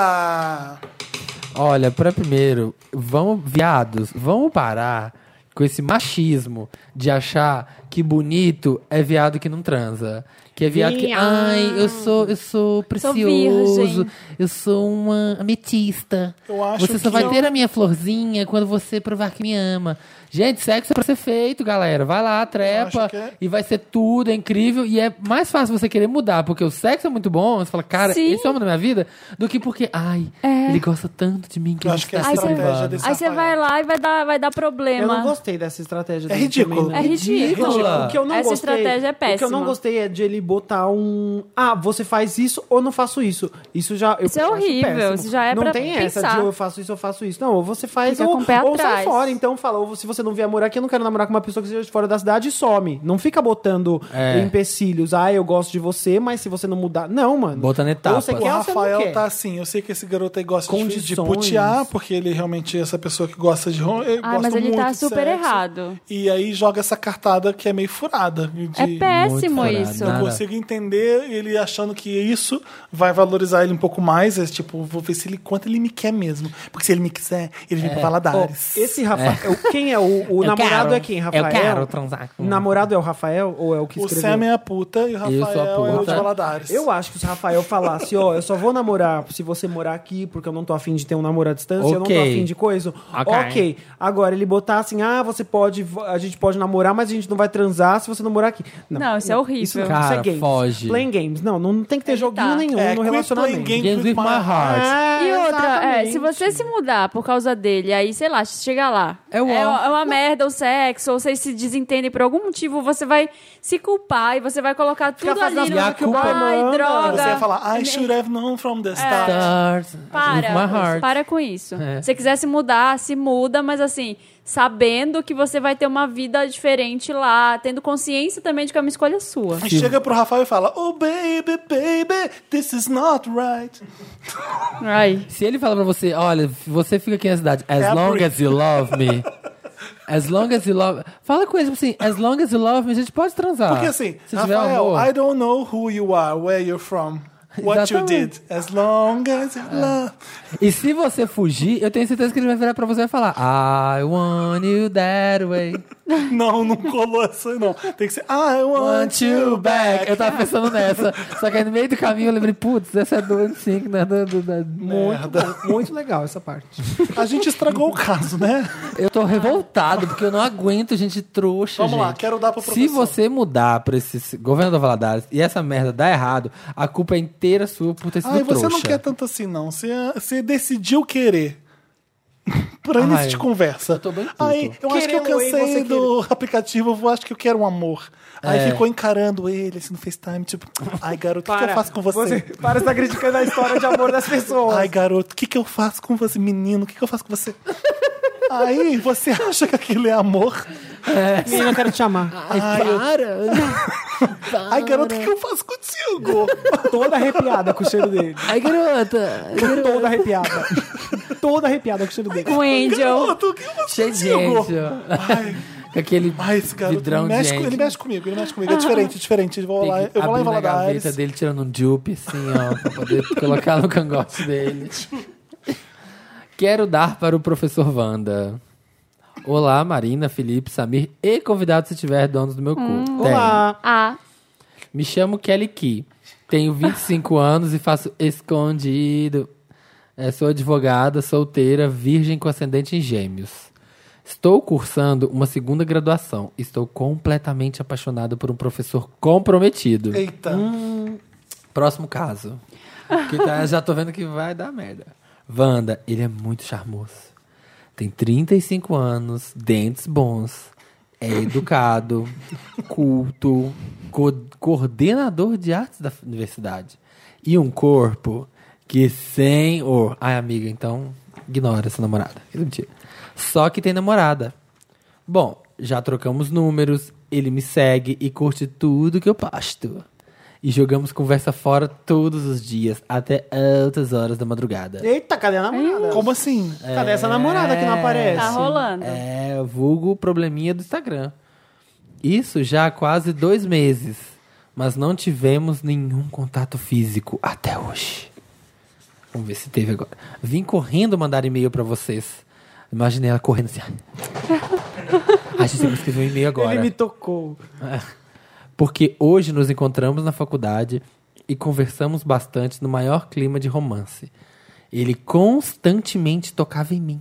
[SPEAKER 4] Olha, pra primeiro, vamos, viados, vamos parar com esse machismo de achar que bonito é viado que não transa. Que é viado que. Ai, eu sou, eu sou precioso.
[SPEAKER 2] virgem.
[SPEAKER 4] eu sou uma ametista.
[SPEAKER 1] Eu acho
[SPEAKER 4] você só
[SPEAKER 1] que
[SPEAKER 4] vai
[SPEAKER 1] eu-
[SPEAKER 4] ter a minha florzinha quando você provar que me ama. Gente, sexo é pra ser feito, galera. Vai lá, trepa.
[SPEAKER 1] acho que é-
[SPEAKER 4] E vai ser tudo, é incrível. E é mais fácil você querer mudar, porque o sexo é muito bom. Você fala, cara,
[SPEAKER 2] Sim.
[SPEAKER 4] esse é o homem da minha vida. Do que porque, ai,
[SPEAKER 2] É.
[SPEAKER 4] ele gosta tanto de mim que
[SPEAKER 1] Eu
[SPEAKER 4] eu
[SPEAKER 1] acho que é a
[SPEAKER 4] está se
[SPEAKER 1] estratégia
[SPEAKER 4] privando.
[SPEAKER 1] desse-
[SPEAKER 2] Aí você vai lá e vai dar, vai dar problema.
[SPEAKER 3] Eu não gostei dessa estratégia.
[SPEAKER 1] É
[SPEAKER 3] dele
[SPEAKER 1] ridículo.
[SPEAKER 3] também,
[SPEAKER 2] É
[SPEAKER 3] não.
[SPEAKER 2] ridículo.
[SPEAKER 4] Ridícula.
[SPEAKER 3] O que eu não
[SPEAKER 2] Essa
[SPEAKER 3] gostei-
[SPEAKER 2] estratégia é
[SPEAKER 3] O que eu
[SPEAKER 2] péssima.
[SPEAKER 3] não gostei é de ele botar um. Ah, você faz isso ou não faço isso. Isso já. Eu
[SPEAKER 2] Isso é
[SPEAKER 3] acho
[SPEAKER 2] horrível,
[SPEAKER 3] péssimo.
[SPEAKER 2] isso já é
[SPEAKER 3] Não
[SPEAKER 2] pra
[SPEAKER 3] tem essa
[SPEAKER 2] pensar.
[SPEAKER 3] de eu faço isso, eu faço isso. Não, ou você faz
[SPEAKER 2] Fica
[SPEAKER 3] ou,
[SPEAKER 2] com o pé
[SPEAKER 3] ou sai
[SPEAKER 2] atrás.
[SPEAKER 3] fora. Então fala, ou se você não vier morar aqui, eu não quero namorar com uma pessoa que seja de fora da cidade e some. Não fica botando
[SPEAKER 4] É.
[SPEAKER 3] empecilhos. Ah, eu gosto de você, mas se você não mudar. Não, mano.
[SPEAKER 4] Botando
[SPEAKER 3] Ou
[SPEAKER 4] etapas.
[SPEAKER 3] você
[SPEAKER 1] O
[SPEAKER 3] quer ou você não
[SPEAKER 1] Rafael
[SPEAKER 3] quer.
[SPEAKER 1] tá assim, eu sei que esse garoto aí gosta de, de
[SPEAKER 3] Condições.
[SPEAKER 1] putear, porque ele realmente é essa pessoa que gosta de rom- ele
[SPEAKER 2] Ai, mas
[SPEAKER 1] gosta
[SPEAKER 2] ele
[SPEAKER 1] muito
[SPEAKER 2] tá
[SPEAKER 1] de
[SPEAKER 2] super
[SPEAKER 1] sexo.
[SPEAKER 2] errado.
[SPEAKER 1] E aí joga essa cartada que é meio furada. de-
[SPEAKER 2] É péssimo
[SPEAKER 4] furado,
[SPEAKER 2] isso.
[SPEAKER 4] né?
[SPEAKER 1] Eu consigo entender ele achando que isso vai valorizar ele um pouco mais. É tipo, vou ver se ele quanto ele me quer mesmo. Porque se ele me quiser, ele
[SPEAKER 3] É.
[SPEAKER 1] vem pra
[SPEAKER 3] Ó,
[SPEAKER 1] Valadares.
[SPEAKER 3] esse Rafael. Quem é o, o
[SPEAKER 4] Eu
[SPEAKER 3] namorado?
[SPEAKER 4] quero.
[SPEAKER 3] é quem,
[SPEAKER 4] Eu
[SPEAKER 3] Rafael?
[SPEAKER 4] quero transar com-
[SPEAKER 3] O namorado é o Rafael ou é o que
[SPEAKER 1] o
[SPEAKER 3] escreveu?
[SPEAKER 1] Sam é a puta e o Rafael
[SPEAKER 4] Eu sou a
[SPEAKER 1] é o de
[SPEAKER 4] puta.
[SPEAKER 1] Valadares.
[SPEAKER 3] Eu acho que se o Rafael falasse, ó, eu só vou namorar se você morar aqui, porque eu não tô afim de ter um namoro à distância, eu não tô
[SPEAKER 4] Ok.
[SPEAKER 3] afim de coisa.
[SPEAKER 4] Ok.
[SPEAKER 3] ok. Agora, ele botar assim, ah, você pode, a gente pode namorar, mas a gente não vai transar se você não morar aqui.
[SPEAKER 2] Não, isso é horrível.
[SPEAKER 3] Isso, não, isso
[SPEAKER 4] Cara,
[SPEAKER 3] é games.
[SPEAKER 4] foge.
[SPEAKER 3] Playing games. Não, não tem que ter joguinho
[SPEAKER 2] tá.
[SPEAKER 3] nenhum
[SPEAKER 1] É,
[SPEAKER 3] no
[SPEAKER 1] quit
[SPEAKER 3] relacionamento.
[SPEAKER 1] playing games
[SPEAKER 4] Games with my heart.
[SPEAKER 3] Ah,
[SPEAKER 2] E outra, é,
[SPEAKER 3] exatamente.
[SPEAKER 2] se você se mudar por causa dele, aí, sei lá, chega lá.
[SPEAKER 4] É o ó.
[SPEAKER 2] é uma merda o sexo, ou vocês se desentendem por algum motivo, você vai se culpar e você vai colocar tudo
[SPEAKER 3] fazendo
[SPEAKER 2] ali
[SPEAKER 3] as
[SPEAKER 2] no.
[SPEAKER 4] coisas que o pai
[SPEAKER 2] Ai,
[SPEAKER 3] manda.
[SPEAKER 2] droga.
[SPEAKER 1] Você ia falar, I should have known from
[SPEAKER 2] É.
[SPEAKER 1] the start.
[SPEAKER 4] Stars with my
[SPEAKER 2] Para,
[SPEAKER 4] heart.
[SPEAKER 2] para com isso.
[SPEAKER 4] É.
[SPEAKER 2] Se você quiser se mudar, se muda, mas assim, sabendo que você vai ter uma vida diferente lá, tendo consciência também de que é uma escolha sua.
[SPEAKER 1] E chega pro Rafael e fala, oh baby, baby, this is not right.
[SPEAKER 4] Ah.
[SPEAKER 2] Ai.
[SPEAKER 4] Se ele fala pra você, olha, você fica aqui na cidade, as
[SPEAKER 1] É a
[SPEAKER 4] long
[SPEAKER 1] Britney.
[SPEAKER 4] as you love me. As long as you love. Fala com ele tipo assim, as long as you love me, a gente pode transar.
[SPEAKER 1] Porque assim,
[SPEAKER 4] se tiver
[SPEAKER 1] Rafael,
[SPEAKER 4] amor.
[SPEAKER 1] I don't know who you are, where you're from. What you
[SPEAKER 4] Exatamente. É.
[SPEAKER 1] did, as long as you love.
[SPEAKER 4] E se você fugir, eu tenho certeza que ele vai virar pra você e vai falar, I want you that way.
[SPEAKER 1] Não, não colou essa, não. Tem que ser I want
[SPEAKER 4] Want
[SPEAKER 1] you
[SPEAKER 4] you back.
[SPEAKER 1] back.
[SPEAKER 4] Eu tava pensando nessa. Só que aí no meio do caminho eu lembrei, putz, essa é do NSYNC, né? Do, do, do-
[SPEAKER 1] É.
[SPEAKER 3] Muito, bom, muito legal essa parte.
[SPEAKER 1] A gente estragou o caso, né?
[SPEAKER 4] Eu tô revoltado, porque eu não aguento gente trouxa,
[SPEAKER 1] Vamos lá,
[SPEAKER 4] gente.
[SPEAKER 1] quero dar pro
[SPEAKER 4] Se
[SPEAKER 1] professor.
[SPEAKER 4] você mudar pra esse se- governador Valadares e essa merda dá errado, a culpa é inteira sua por ter sido
[SPEAKER 1] Ai, você
[SPEAKER 4] trouxa.
[SPEAKER 1] não quer tanto assim, não. Você, você decidiu querer. Pra
[SPEAKER 4] Ai,
[SPEAKER 1] início de conversa.
[SPEAKER 4] eu tô bem puto.
[SPEAKER 1] Aí, eu acho que eu
[SPEAKER 3] Querendo, hein, você
[SPEAKER 1] cansei do aplicativo, eu acho que eu quero um amor.
[SPEAKER 4] É.
[SPEAKER 1] Aí ficou encarando ele, assim, no FaceTime, tipo, ai, garoto, o que que eu faço com você?
[SPEAKER 3] para de estar criticando a história de amor das pessoas.
[SPEAKER 1] Ai, garoto, o que, que eu faço com você? Menino, o que, que eu faço com você? Aí você acha que aquilo é amor?
[SPEAKER 3] Menina, eu quero te chamar.
[SPEAKER 4] Ai, para!
[SPEAKER 1] Ai, garoto, o que, que eu faço contigo?
[SPEAKER 3] Toda arrepiada com o cheiro dele.
[SPEAKER 4] Ai, garota!
[SPEAKER 3] Toda arrepiada. Toda arrepiada com o cheiro dele.
[SPEAKER 2] Com Angel.
[SPEAKER 1] garoto, o que eu faço
[SPEAKER 4] Cheio de
[SPEAKER 1] contigo?
[SPEAKER 4] gente, ó.
[SPEAKER 1] Ai,
[SPEAKER 4] Com aquele
[SPEAKER 1] ai, Ah, esse garoto
[SPEAKER 4] vidrão de
[SPEAKER 1] mexe, com-
[SPEAKER 4] gente. Ah.
[SPEAKER 1] ele mexe comigo, ele mexe comigo. É diferente, é diferente. Eu vou
[SPEAKER 4] Tem
[SPEAKER 1] lá,
[SPEAKER 4] que
[SPEAKER 1] eu vou lá em
[SPEAKER 4] abrir na
[SPEAKER 1] Valadares.
[SPEAKER 4] gaveta dele, tirando um dupe, assim, ó, pra poder colocar no cangote dele. Quero dar para o professor Wanda. Olá, Marina, Felipe, Samir e convidado se tiver donos do meu cu. Tem.
[SPEAKER 3] Olá.
[SPEAKER 2] Ah,
[SPEAKER 4] Me chamo Kelly Key. Tenho 25 anos e faço escondido. É, sou advogada, solteira, virgem com ascendente em gêmeos. Estou cursando uma segunda graduação. Estou completamente apaixonada por um professor comprometido.
[SPEAKER 1] Eita.
[SPEAKER 4] Hum. Próximo caso. Que tá- já tô vendo que vai dar merda. Wanda, ele é muito charmoso. Tem 35 anos, dentes bons, é educado, culto, co- coordenador de artes da universidade. E um corpo que sem o. Ai, amiga, então ignora essa namorada. Mentira. Só que tem namorada. Bom, já trocamos números, ele me segue e curte tudo que eu posto. E jogamos conversa fora todos os dias, até altas horas da madrugada.
[SPEAKER 3] Eita, cadê a namorada?
[SPEAKER 1] Como assim?
[SPEAKER 3] Cadê essa namorada que não aparece?
[SPEAKER 2] tá rolando.
[SPEAKER 4] É, vulgo probleminha do Instagram. Isso já há quase dois meses, mas não tivemos nenhum contato físico até hoje. Vamos ver se teve agora. Vim correndo mandar e-mail pra vocês. Imaginei ela correndo assim. Acho que você escreveu um e-mail agora.
[SPEAKER 3] Ele me tocou.
[SPEAKER 4] Porque hoje nos encontramos na faculdade e conversamos bastante no maior clima de romance. Ele constantemente tocava em mim,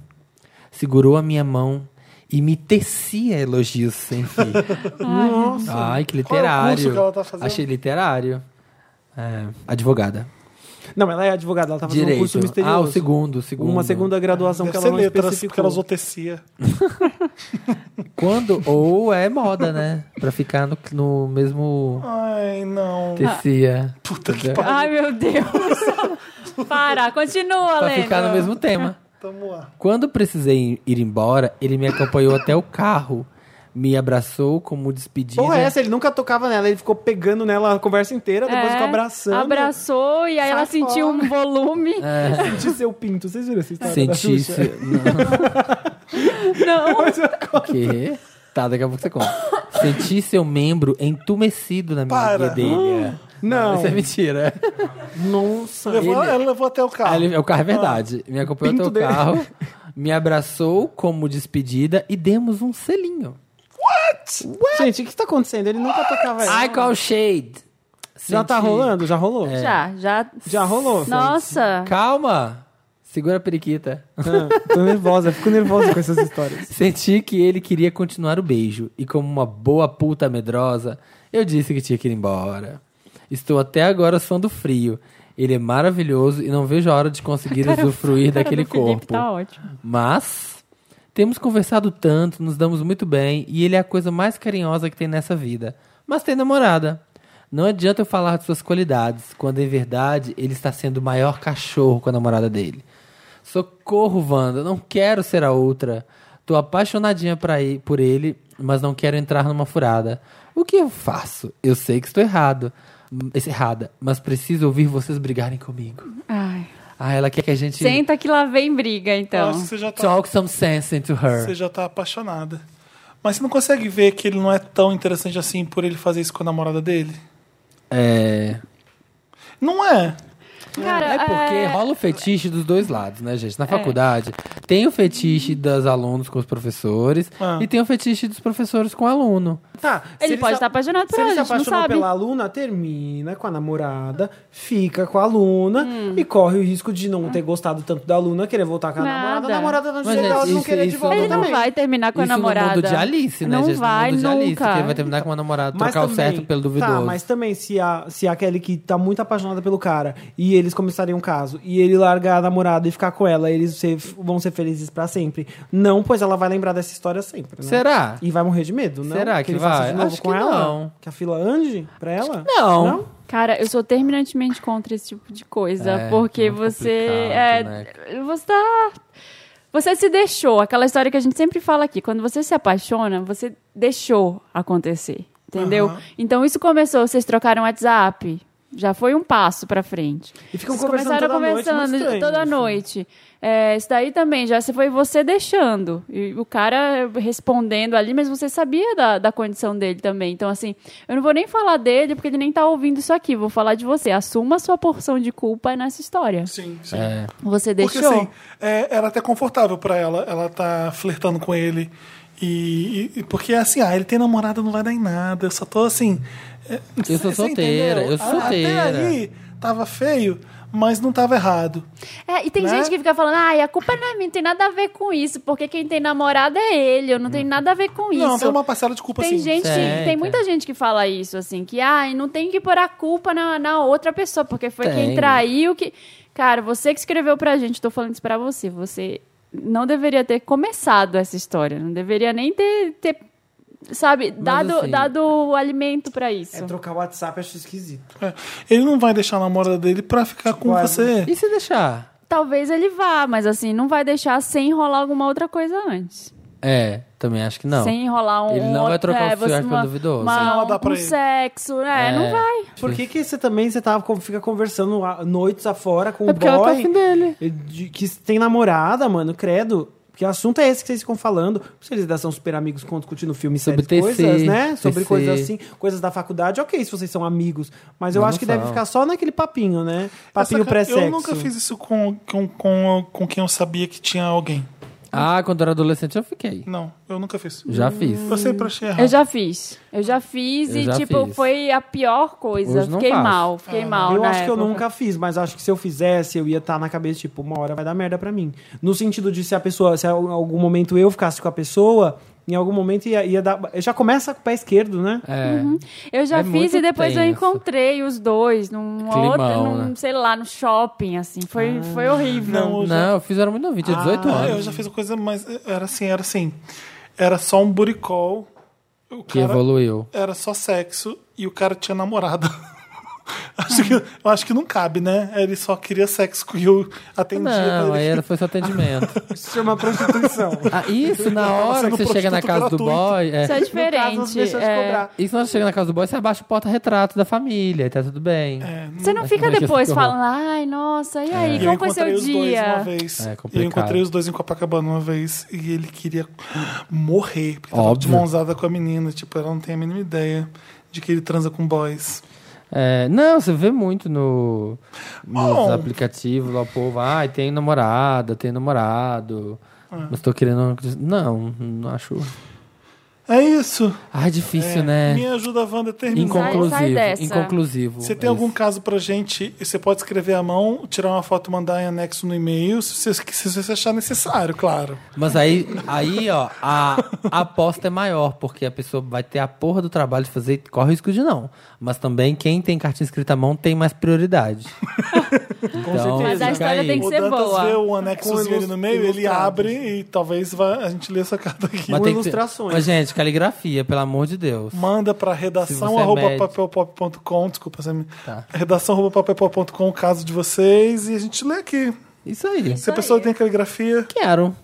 [SPEAKER 4] segurou a minha mão e me tecia elogios sem fim.
[SPEAKER 1] Nossa.
[SPEAKER 4] Ai, que
[SPEAKER 1] Qual é o
[SPEAKER 4] literário.
[SPEAKER 1] curso que ela tá fazendo?
[SPEAKER 4] Achei literário. É, advogada.
[SPEAKER 3] Não, ela é advogada, ela tá fazendo um
[SPEAKER 4] Direito.
[SPEAKER 3] curso misterioso.
[SPEAKER 4] Ah, o segundo, o segundo.
[SPEAKER 3] Uma segunda graduação
[SPEAKER 1] Deve
[SPEAKER 3] que ela
[SPEAKER 1] ser
[SPEAKER 3] não
[SPEAKER 1] letras,
[SPEAKER 3] especificou.
[SPEAKER 1] porque ela zotecia.
[SPEAKER 4] Quando ou é moda, né? Pra ficar no, no mesmo
[SPEAKER 1] Ah. Ai, não.
[SPEAKER 4] tecia.
[SPEAKER 1] Puta que
[SPEAKER 4] Entendeu?
[SPEAKER 1] pariu.
[SPEAKER 2] Ai, meu Deus. Para, continua,
[SPEAKER 4] Pra
[SPEAKER 2] Lênin.
[SPEAKER 4] ficar no mesmo tema.
[SPEAKER 1] Tamo lá.
[SPEAKER 4] Quando precisei ir embora, ele me acompanhou até o carro, me abraçou como despedida.
[SPEAKER 3] Porra, essa, ele nunca tocava nela, ele ficou pegando nela a conversa inteira,
[SPEAKER 2] É,
[SPEAKER 3] depois ficou abraçando.
[SPEAKER 2] Abraçou e aí ela sentiu um volume.
[SPEAKER 4] É.
[SPEAKER 3] Senti seu pinto, vocês viram essa é história? da
[SPEAKER 4] Senti
[SPEAKER 3] Xuxa?
[SPEAKER 4] isso. Não.
[SPEAKER 2] Não.
[SPEAKER 4] Quê? Tá, daqui a pouco você conta. Senti seu membro entumecido na minha
[SPEAKER 1] Para.
[SPEAKER 4] guedelha.
[SPEAKER 3] Não.
[SPEAKER 4] Isso é mentira.
[SPEAKER 3] Nossa.
[SPEAKER 1] Levou-
[SPEAKER 4] Ele-
[SPEAKER 1] Ela levou até o carro.
[SPEAKER 4] Aí ele- o carro é verdade. me acompanhou até
[SPEAKER 3] pinto
[SPEAKER 4] o
[SPEAKER 3] dele.
[SPEAKER 4] carro, me abraçou como despedida e demos um selinho.
[SPEAKER 3] Gente, o que tá acontecendo? Ele nunca tocava ela.
[SPEAKER 4] I call shade.
[SPEAKER 3] Já tá
[SPEAKER 4] Senti-
[SPEAKER 3] rolando? Já rolou?
[SPEAKER 2] Já, já.
[SPEAKER 3] Já rolou.
[SPEAKER 2] Nossa.
[SPEAKER 4] Calma. Segura a periquita.
[SPEAKER 3] Ah, tô nervosa, fico nervosa com essas histórias.
[SPEAKER 4] Senti que ele queria continuar o beijo e, como uma boa puta medrosa, eu disse que tinha que ir embora. Estou até agora suando frio. Ele é maravilhoso e não vejo a hora de conseguir usufruir
[SPEAKER 2] Cara
[SPEAKER 4] daquele
[SPEAKER 2] do Felipe
[SPEAKER 4] corpo.
[SPEAKER 2] Tá ótimo.
[SPEAKER 4] Mas temos conversado tanto, nos damos muito bem e ele é a coisa mais carinhosa que tem nessa vida. Mas tem namorada. Não adianta eu falar de suas qualidades, quando em verdade ele está sendo o maior cachorro com a namorada dele. Socorro, Wanda, não quero ser a outra. Tô apaixonadinha pra e- por ele, mas não quero entrar numa furada. O que eu faço? Eu sei que estou errado. Errada, mas preciso ouvir vocês brigarem comigo.
[SPEAKER 2] Ai.
[SPEAKER 4] Ah, ela quer que a gente
[SPEAKER 2] Senta que lá vem briga, então.
[SPEAKER 1] Nossa, você já tá
[SPEAKER 4] talk some sense into her.
[SPEAKER 1] Você já tá apaixonada. Mas você não consegue ver que ele não é tão interessante assim por ele fazer isso com a namorada dele?
[SPEAKER 4] É.
[SPEAKER 1] Não é.
[SPEAKER 2] Cara,
[SPEAKER 4] É porque rola o fetiche dos dois lados, né, gente?
[SPEAKER 2] É.
[SPEAKER 4] Na faculdade, tem o fetiche dos alunos com os professores
[SPEAKER 1] Ah.
[SPEAKER 4] e tem o fetiche dos professores com o aluno.
[SPEAKER 3] Tá. se
[SPEAKER 2] Ele pode
[SPEAKER 3] se-
[SPEAKER 2] tá apaixonado por
[SPEAKER 3] Se
[SPEAKER 2] ela,
[SPEAKER 3] ele se
[SPEAKER 2] a gente não
[SPEAKER 3] apaixonou
[SPEAKER 2] sabe.
[SPEAKER 3] pela aluna, termina com a namorada, fica com a aluna
[SPEAKER 2] Hum.
[SPEAKER 3] e corre o risco de não ter gostado tanto da aluna, querer voltar com a
[SPEAKER 2] Nada.
[SPEAKER 3] namorada, a namorada não
[SPEAKER 4] Mas,
[SPEAKER 3] chega, ela
[SPEAKER 4] gente,
[SPEAKER 3] não
[SPEAKER 4] isso-
[SPEAKER 3] querer de
[SPEAKER 4] isso
[SPEAKER 3] volta
[SPEAKER 2] Ele é não
[SPEAKER 3] também.
[SPEAKER 2] vai terminar Tá com
[SPEAKER 4] Isso
[SPEAKER 2] a namorada.
[SPEAKER 4] no mundo de Alice, né,
[SPEAKER 2] Não
[SPEAKER 4] gente?
[SPEAKER 2] vai
[SPEAKER 4] no mundo de Alice,
[SPEAKER 2] nunca.
[SPEAKER 4] que vai terminar com uma namorada,
[SPEAKER 3] Mas
[SPEAKER 4] trocar o
[SPEAKER 3] também-
[SPEAKER 4] certo pelo duvidoso.
[SPEAKER 3] Tá, mas também se a, se aquele que tá muito apaixonada pelo cara e eles começarem um caso e ele largar a namorada e ficar com ela, eles ser- vão ser felizes pra sempre. Não, pois ela vai lembrar dessa história sempre, né?
[SPEAKER 4] Será?
[SPEAKER 3] E vai morrer de medo, não?
[SPEAKER 4] Será que
[SPEAKER 3] ele faça
[SPEAKER 4] vai?
[SPEAKER 3] de novo
[SPEAKER 4] Acho
[SPEAKER 3] com
[SPEAKER 4] que
[SPEAKER 3] ela?
[SPEAKER 4] não.
[SPEAKER 3] Que a fila ande pra ela?
[SPEAKER 4] não.
[SPEAKER 2] Cara, eu sou terminantemente contra esse tipo de coisa.
[SPEAKER 4] É,
[SPEAKER 2] porque
[SPEAKER 4] muito
[SPEAKER 2] você. É,
[SPEAKER 4] complicado, né?
[SPEAKER 2] Você tá. Você se deixou. Aquela história que a gente sempre fala aqui. Quando você se apaixona, você deixou acontecer. Entendeu? Então isso começou, vocês trocaram WhatsApp. Já foi um passo pra frente.
[SPEAKER 3] E ficam
[SPEAKER 2] Vocês
[SPEAKER 3] conversando
[SPEAKER 2] começaram
[SPEAKER 3] toda noite, muito
[SPEAKER 2] conversando
[SPEAKER 3] estranho
[SPEAKER 2] toda
[SPEAKER 3] isso. né?
[SPEAKER 2] noite. É, isso daí também, já se foi você deixando. E o cara respondendo ali, mas você sabia da, da condição dele também. Então, assim, eu não vou nem falar dele, porque ele nem tá ouvindo isso aqui. Vou falar de você. Assuma a sua porção de culpa nessa história.
[SPEAKER 1] Sim, sim.
[SPEAKER 2] Você
[SPEAKER 1] Porque
[SPEAKER 2] deixou.
[SPEAKER 1] assim, é, era até confortável pra ela. Ela tá flertando com ele. E, e- e- porque é assim, ah, ele tem namorada, não vai dar em nada. Eu só tô assim. é,
[SPEAKER 4] Eu sou
[SPEAKER 1] cê- cê
[SPEAKER 4] solteira,
[SPEAKER 1] entendeu? Ah,
[SPEAKER 4] eu sou solteira.
[SPEAKER 1] Até aí tava feio, mas não tava errado.
[SPEAKER 2] É, e tem
[SPEAKER 1] né?
[SPEAKER 2] gente que fica falando, ai, a culpa não é minha, não tem nada a ver com isso, porque quem tem namorado é ele, eu não tenho nada a ver com isso.
[SPEAKER 1] Não, tem uma parcela de culpa
[SPEAKER 2] Tem
[SPEAKER 1] assim.
[SPEAKER 2] gente,
[SPEAKER 4] Tem,
[SPEAKER 2] tem,
[SPEAKER 4] tem.
[SPEAKER 2] muita gente que fala isso, assim, que ai, não tem que pôr a culpa na, na outra pessoa, porque foi
[SPEAKER 4] Tem.
[SPEAKER 2] quem traiu que. Cara, você que escreveu pra gente, tô falando isso pra você. Você não deveria ter começado essa história, não deveria nem ter, ter sabe, dado,
[SPEAKER 4] assim-
[SPEAKER 2] dado alimento pra isso.
[SPEAKER 3] É trocar o WhatsApp, acho esquisito.
[SPEAKER 1] É, Ele não vai deixar a namorada dele pra ficar com
[SPEAKER 3] Quase.
[SPEAKER 1] você.
[SPEAKER 4] E se deixar?
[SPEAKER 2] Talvez ele vá, mas assim, não vai deixar sem enrolar alguma outra coisa antes.
[SPEAKER 4] É, também acho que não.
[SPEAKER 2] Sem enrolar um.
[SPEAKER 4] Ele não vai
[SPEAKER 2] outro-
[SPEAKER 4] trocar o
[SPEAKER 2] é, você
[SPEAKER 4] certo pelo
[SPEAKER 2] uma-
[SPEAKER 4] duvidoso.
[SPEAKER 2] uma-
[SPEAKER 1] Ela dá pra
[SPEAKER 2] um
[SPEAKER 1] ele.
[SPEAKER 2] sexo, né?
[SPEAKER 4] É.
[SPEAKER 2] Não vai.
[SPEAKER 3] Por que, que você também você tá, fica conversando a- noites afora com o
[SPEAKER 4] porque ela tá
[SPEAKER 3] boy
[SPEAKER 4] afim dele.
[SPEAKER 3] de- que tem namorada, mano, credo? Porque o assunto é esse que vocês ficam falando. Por isso que eles ainda são super amigos, ficam discutindo filme,
[SPEAKER 4] Sobre
[SPEAKER 3] séries,
[SPEAKER 4] TC,
[SPEAKER 3] coisas, né? Sobre
[SPEAKER 4] TC.
[SPEAKER 3] coisas assim, coisas da faculdade. Ok, se vocês são amigos. Mas eu
[SPEAKER 4] Mas
[SPEAKER 3] acho
[SPEAKER 4] não
[SPEAKER 3] que
[SPEAKER 4] são.
[SPEAKER 3] deve ficar só naquele papinho, né?
[SPEAKER 1] Essa
[SPEAKER 3] Papinho
[SPEAKER 1] cara-
[SPEAKER 3] pré-sexo.
[SPEAKER 1] Eu nunca fiz isso com, com, com, com quem eu sabia que tinha alguém.
[SPEAKER 4] Ah, quando eu era adolescente eu fiquei.
[SPEAKER 1] Não, eu nunca fiz.
[SPEAKER 4] Já fiz.
[SPEAKER 1] Eu sempre achei errado.
[SPEAKER 2] Eu já fiz. Eu já fiz
[SPEAKER 4] Eu
[SPEAKER 2] e,
[SPEAKER 4] já
[SPEAKER 2] tipo,
[SPEAKER 4] fiz.
[SPEAKER 2] foi a pior coisa.
[SPEAKER 4] Hoje não
[SPEAKER 2] Fiquei
[SPEAKER 4] faço.
[SPEAKER 2] mal, fiquei
[SPEAKER 1] Ah.
[SPEAKER 2] mal.
[SPEAKER 3] Eu
[SPEAKER 2] na
[SPEAKER 3] acho que eu
[SPEAKER 2] época.
[SPEAKER 3] nunca fiz, mas acho que se eu fizesse, eu ia estar na cabeça, tipo, uma hora vai dar merda pra mim. No sentido de se a pessoa, se em algum momento eu ficasse com a pessoa, em algum momento ia, ia dar. Já começa com o pé esquerdo, né?
[SPEAKER 4] É.
[SPEAKER 2] Eu já
[SPEAKER 4] É
[SPEAKER 2] fiz
[SPEAKER 4] muito
[SPEAKER 2] e depois eu
[SPEAKER 4] tenso.
[SPEAKER 2] encontrei os dois num
[SPEAKER 4] Climão,
[SPEAKER 2] outro, num,
[SPEAKER 4] né? Ah.
[SPEAKER 2] sei lá, no shopping, assim. Foi, foi horrível.
[SPEAKER 1] Não, eu já-
[SPEAKER 4] Não, eu fiz, eu era muito novinho, tinha 18
[SPEAKER 1] Ah, eu
[SPEAKER 4] anos.
[SPEAKER 1] já fiz uma coisa, mas era assim, era assim. Era só um buricol. O
[SPEAKER 4] Que
[SPEAKER 1] cara
[SPEAKER 4] evoluiu.
[SPEAKER 1] era só sexo e o cara tinha namorada. acho que, eu acho que não cabe, né? Ele só queria sexo e Um eu atendia.
[SPEAKER 4] Não,
[SPEAKER 1] mas
[SPEAKER 4] aí
[SPEAKER 1] ele-
[SPEAKER 4] era, foi só atendimento.
[SPEAKER 2] É.
[SPEAKER 3] Isso se chama prostituição.
[SPEAKER 4] Ah, isso, na
[SPEAKER 1] Tava
[SPEAKER 4] hora que
[SPEAKER 1] sendo
[SPEAKER 4] você chega na casa
[SPEAKER 1] prostituto
[SPEAKER 4] do boy.
[SPEAKER 2] Isso
[SPEAKER 4] É.
[SPEAKER 2] é
[SPEAKER 3] No caso, as
[SPEAKER 2] diferente.
[SPEAKER 3] pessoas
[SPEAKER 2] é.
[SPEAKER 3] cobrar.
[SPEAKER 4] Isso na hora que você chega na casa do boy, você abaixa o porta-retrato da família, e tá tudo bem.
[SPEAKER 1] É,
[SPEAKER 2] Você não
[SPEAKER 4] Mas
[SPEAKER 2] fica
[SPEAKER 4] como é que É.
[SPEAKER 2] depois
[SPEAKER 4] eu fico?
[SPEAKER 2] falando, ai, nossa, e aí,
[SPEAKER 1] E eu
[SPEAKER 2] como foi seu
[SPEAKER 1] encontrei os dois uma
[SPEAKER 2] dia?
[SPEAKER 1] vez.
[SPEAKER 4] É
[SPEAKER 1] eu
[SPEAKER 4] complicado.
[SPEAKER 1] encontrei os dois em Copacabana uma vez e ele queria morrer, porque tava de
[SPEAKER 4] Óbvio.
[SPEAKER 1] mãozada com a menina. Tipo, ela não tem a mínima ideia de que ele transa com boys.
[SPEAKER 4] É, não, você vê muito no, nos
[SPEAKER 1] Bom.
[SPEAKER 4] aplicativos lá, o povo, ai, tem namorada, tem namorado. Mas tô querendo. Não, não acho.
[SPEAKER 1] É isso.
[SPEAKER 4] Ai, difícil,
[SPEAKER 1] É,
[SPEAKER 4] né?
[SPEAKER 1] Me ajuda, Wanda, termina.
[SPEAKER 4] Inconclusivo.
[SPEAKER 2] Sai- sai dessa.
[SPEAKER 4] Inconclusivo. é
[SPEAKER 1] Você tem algum caso pra gente? Você pode escrever à mão, tirar uma foto, mandar em anexo no e-mail, se você, se você achar necessário, claro.
[SPEAKER 4] Mas aí, aí ó, a, a aposta é maior, porque a pessoa vai ter a porra do trabalho de fazer e corre o risco de não. Mas também quem tem cartinha escrita à mão tem mais prioridade. Com então,
[SPEAKER 2] Mas a
[SPEAKER 4] fica
[SPEAKER 2] história
[SPEAKER 4] aí.
[SPEAKER 2] tem que
[SPEAKER 1] o
[SPEAKER 2] ser
[SPEAKER 1] Dantas
[SPEAKER 2] boa.
[SPEAKER 1] vê o
[SPEAKER 3] Com
[SPEAKER 4] Um
[SPEAKER 1] anexozinho ali no
[SPEAKER 3] ilus-
[SPEAKER 1] meio, ele
[SPEAKER 3] ilustrados.
[SPEAKER 1] abre e talvez vá, a gente lê essa carta aqui.
[SPEAKER 4] Mas
[SPEAKER 3] com
[SPEAKER 4] tem que ter-
[SPEAKER 3] ilustrações.
[SPEAKER 4] Mas, gente, caligrafia, pelo amor de Deus.
[SPEAKER 1] Manda pra
[SPEAKER 4] Se você
[SPEAKER 1] redação
[SPEAKER 4] é
[SPEAKER 1] arroba
[SPEAKER 4] médico.
[SPEAKER 1] papelpop.com, desculpa, você me...
[SPEAKER 4] Tá.
[SPEAKER 1] redação arroba papelpop.com, o caso de vocês, e a gente lê aqui.
[SPEAKER 4] Isso aí.
[SPEAKER 2] Tá
[SPEAKER 1] Se a pessoa tem caligrafia,
[SPEAKER 4] Quero.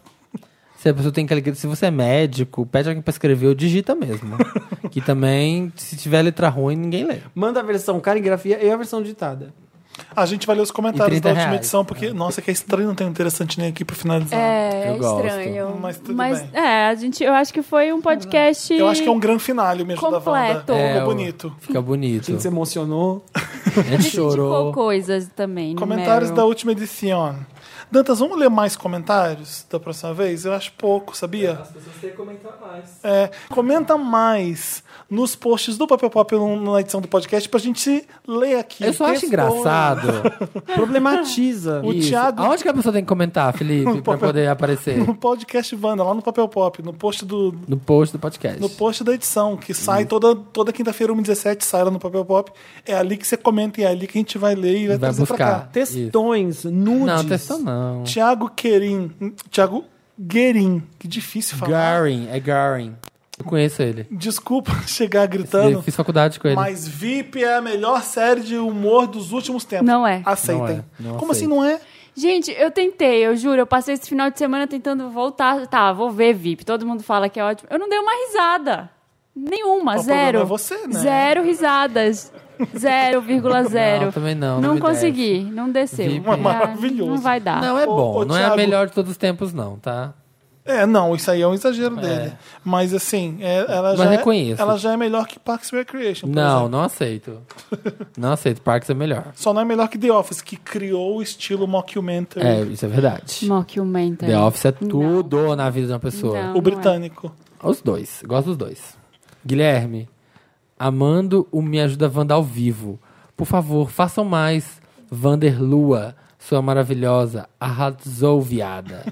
[SPEAKER 4] Se a pessoa tem caligrafia, se você é médico, pede alguém pra escrever ou digita mesmo. que também, se tiver letra ruim, ninguém lê.
[SPEAKER 3] Manda a versão caligrafia e a versão digitada.
[SPEAKER 1] a gente vai ler os comentários
[SPEAKER 4] E 30
[SPEAKER 1] da última
[SPEAKER 4] reais.
[SPEAKER 1] edição, porque, nossa, que é estranho, não tem um interessante nem aqui pra finalizar.
[SPEAKER 2] É, é
[SPEAKER 4] Eu gosto.
[SPEAKER 2] estranho.
[SPEAKER 1] Mas tudo bem.
[SPEAKER 2] é, a gente, eu acho que foi um podcast.
[SPEAKER 1] Eu acho que é um gran finale mesmo
[SPEAKER 2] Completo.
[SPEAKER 1] da Wanda.
[SPEAKER 2] É,
[SPEAKER 1] Ficou
[SPEAKER 4] o-
[SPEAKER 1] bonito. tá
[SPEAKER 4] Fica bonito.
[SPEAKER 3] A gente se emocionou.
[SPEAKER 4] A gente
[SPEAKER 2] indicou
[SPEAKER 4] chorou.
[SPEAKER 2] coisas também. né? no
[SPEAKER 1] Comentários
[SPEAKER 2] Meryl.
[SPEAKER 1] da última edição. Dantas, vamos ler mais comentários da próxima vez? Eu acho pouco, sabia? As pessoas têm que comentar mais. comenta mais nos posts do Papel Pop no- na edição do podcast pra gente ler aqui.
[SPEAKER 4] Eu só acho
[SPEAKER 1] Textões.
[SPEAKER 4] engraçado.
[SPEAKER 3] Problematiza.
[SPEAKER 1] O
[SPEAKER 4] Isso.
[SPEAKER 1] Thiago-
[SPEAKER 4] Aonde que a pessoa tem que comentar, Felipe, pra
[SPEAKER 1] papel-
[SPEAKER 4] poder aparecer?
[SPEAKER 1] No podcast Wanda, lá no Papel Pop, no post do.
[SPEAKER 4] No post do podcast.
[SPEAKER 1] No post da edição, que sai toda, toda quinta-feira, 1h17, sai lá no Papel Pop. É ali que você comenta e é ali que a gente vai ler e vai,
[SPEAKER 4] Vai
[SPEAKER 1] trazer pra cá.
[SPEAKER 4] buscar.
[SPEAKER 3] Textões, nudes.
[SPEAKER 4] Não, texto não.
[SPEAKER 1] Tiago Querim. Tiago Guerin. Que difícil falar.
[SPEAKER 4] Garin, é Garin. Eu conheço ele.
[SPEAKER 1] Desculpa chegar
[SPEAKER 4] Eu
[SPEAKER 1] gritando,
[SPEAKER 4] fiz faculdade com é ele.
[SPEAKER 1] mas VIP é a melhor série de humor dos últimos tempos.
[SPEAKER 2] Não é.
[SPEAKER 1] Aceitem.
[SPEAKER 4] Não é. Não
[SPEAKER 1] Como assim
[SPEAKER 4] aceito.
[SPEAKER 1] não é?
[SPEAKER 2] Gente, eu tentei, eu juro. Eu passei esse final de semana tentando voltar. Tá, vou ver VIP. Todo mundo fala que é ótimo. Eu não dei uma risada. Nenhuma,
[SPEAKER 1] O
[SPEAKER 2] zero.
[SPEAKER 1] problema é você, né?
[SPEAKER 2] Zero risadas. 0,0.
[SPEAKER 4] Não, também não,
[SPEAKER 2] Não,
[SPEAKER 4] não me
[SPEAKER 2] consegui, não desceu.
[SPEAKER 4] VIP.
[SPEAKER 2] Ah,
[SPEAKER 1] Maravilhoso.
[SPEAKER 2] Não vai dar.
[SPEAKER 4] é Não, é
[SPEAKER 1] Ô,
[SPEAKER 4] bom.
[SPEAKER 1] ô,
[SPEAKER 4] não é a
[SPEAKER 1] Thiago.
[SPEAKER 4] melhor de todos os tempos, não, tá?
[SPEAKER 1] É, não, isso aí é um exagero dele. Mas assim, é- ela,
[SPEAKER 4] Mas
[SPEAKER 1] já é,
[SPEAKER 4] reconheço.
[SPEAKER 1] ela já é melhor que Parks and Recreation. por
[SPEAKER 4] Não,
[SPEAKER 1] exemplo.
[SPEAKER 4] não aceito. não aceito. Parks é melhor.
[SPEAKER 1] Só não é melhor que The Office, que criou o estilo mockumentary,
[SPEAKER 4] É, isso é verdade.
[SPEAKER 2] Mockumentary.
[SPEAKER 4] The Office é
[SPEAKER 2] Não.
[SPEAKER 4] tudo na vida de uma pessoa.
[SPEAKER 2] Não, não
[SPEAKER 1] o
[SPEAKER 2] é.
[SPEAKER 1] britânico.
[SPEAKER 4] Os dois. Gosto dos dois. Guilherme, amando o Me Ajuda Wanda ao vivo. Por favor, façam mais. Vanderlua, sua maravilhosa. Arrasou, viada.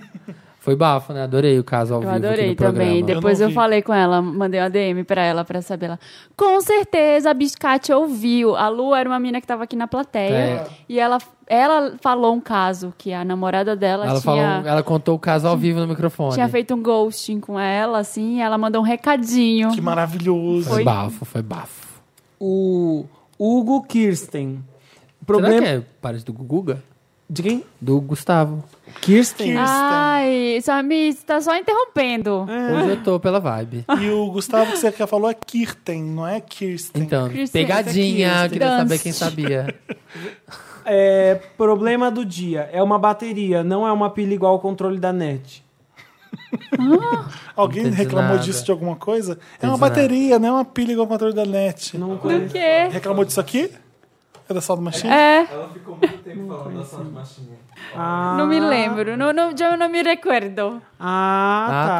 [SPEAKER 4] Foi bafo, né? Adorei o caso ao
[SPEAKER 2] Eu
[SPEAKER 4] vivo aqui
[SPEAKER 2] adorei
[SPEAKER 4] no programa.
[SPEAKER 2] também. Depois
[SPEAKER 1] Eu
[SPEAKER 2] eu,
[SPEAKER 1] não vi.
[SPEAKER 2] falei com ela, mandei uma DM pra ela pra saber lá. Com certeza a Biscate ouviu. A Lu era uma mina que tava aqui na plateia
[SPEAKER 4] É.
[SPEAKER 1] Tá.
[SPEAKER 2] e ela, ela falou um caso que a namorada dela
[SPEAKER 4] Ela,
[SPEAKER 2] tinha
[SPEAKER 4] falou,
[SPEAKER 1] um
[SPEAKER 4] ela contou o caso ao vivo no microfone.
[SPEAKER 2] tinha feito um ghosting com ela assim, e ela mandou um recadinho.
[SPEAKER 1] Que maravilhoso.
[SPEAKER 4] Foi bafo, foi bafo.
[SPEAKER 3] O Hugo Kirsten.
[SPEAKER 4] Será
[SPEAKER 3] Problema...
[SPEAKER 4] que é parente do Guga?
[SPEAKER 3] De quem?
[SPEAKER 4] Do Gustavo.
[SPEAKER 3] Kirsten?
[SPEAKER 2] Ai, Samir, você tá só interrompendo.
[SPEAKER 1] É.
[SPEAKER 4] Hoje eu tô pela vibe.
[SPEAKER 1] E o Gustavo que você quer falou é Kirten, não é Kirsten.
[SPEAKER 4] Então,
[SPEAKER 2] Christian,
[SPEAKER 4] pegadinha.
[SPEAKER 2] essa
[SPEAKER 4] Eu
[SPEAKER 2] aqui,
[SPEAKER 4] queria
[SPEAKER 2] Dance.
[SPEAKER 4] saber quem sabia.
[SPEAKER 3] É, problema do dia. É uma bateria, não é uma pilha igual ao controle da net.
[SPEAKER 1] Alguém
[SPEAKER 4] entendi
[SPEAKER 1] reclamou
[SPEAKER 4] nada.
[SPEAKER 1] disso de alguma coisa? É uma
[SPEAKER 4] Entendi nada.
[SPEAKER 1] bateria, não é uma pilha igual o controle da net.
[SPEAKER 3] Não conheço.
[SPEAKER 2] Do quê?
[SPEAKER 1] Reclamou disso aqui? É da Sound Machine?
[SPEAKER 2] É,
[SPEAKER 4] Ela ficou muito tempo falando da Sound Machine.
[SPEAKER 3] Ah,
[SPEAKER 2] não me lembro. Não, não, eu não me recuerdo.
[SPEAKER 3] Ah,
[SPEAKER 4] Ah,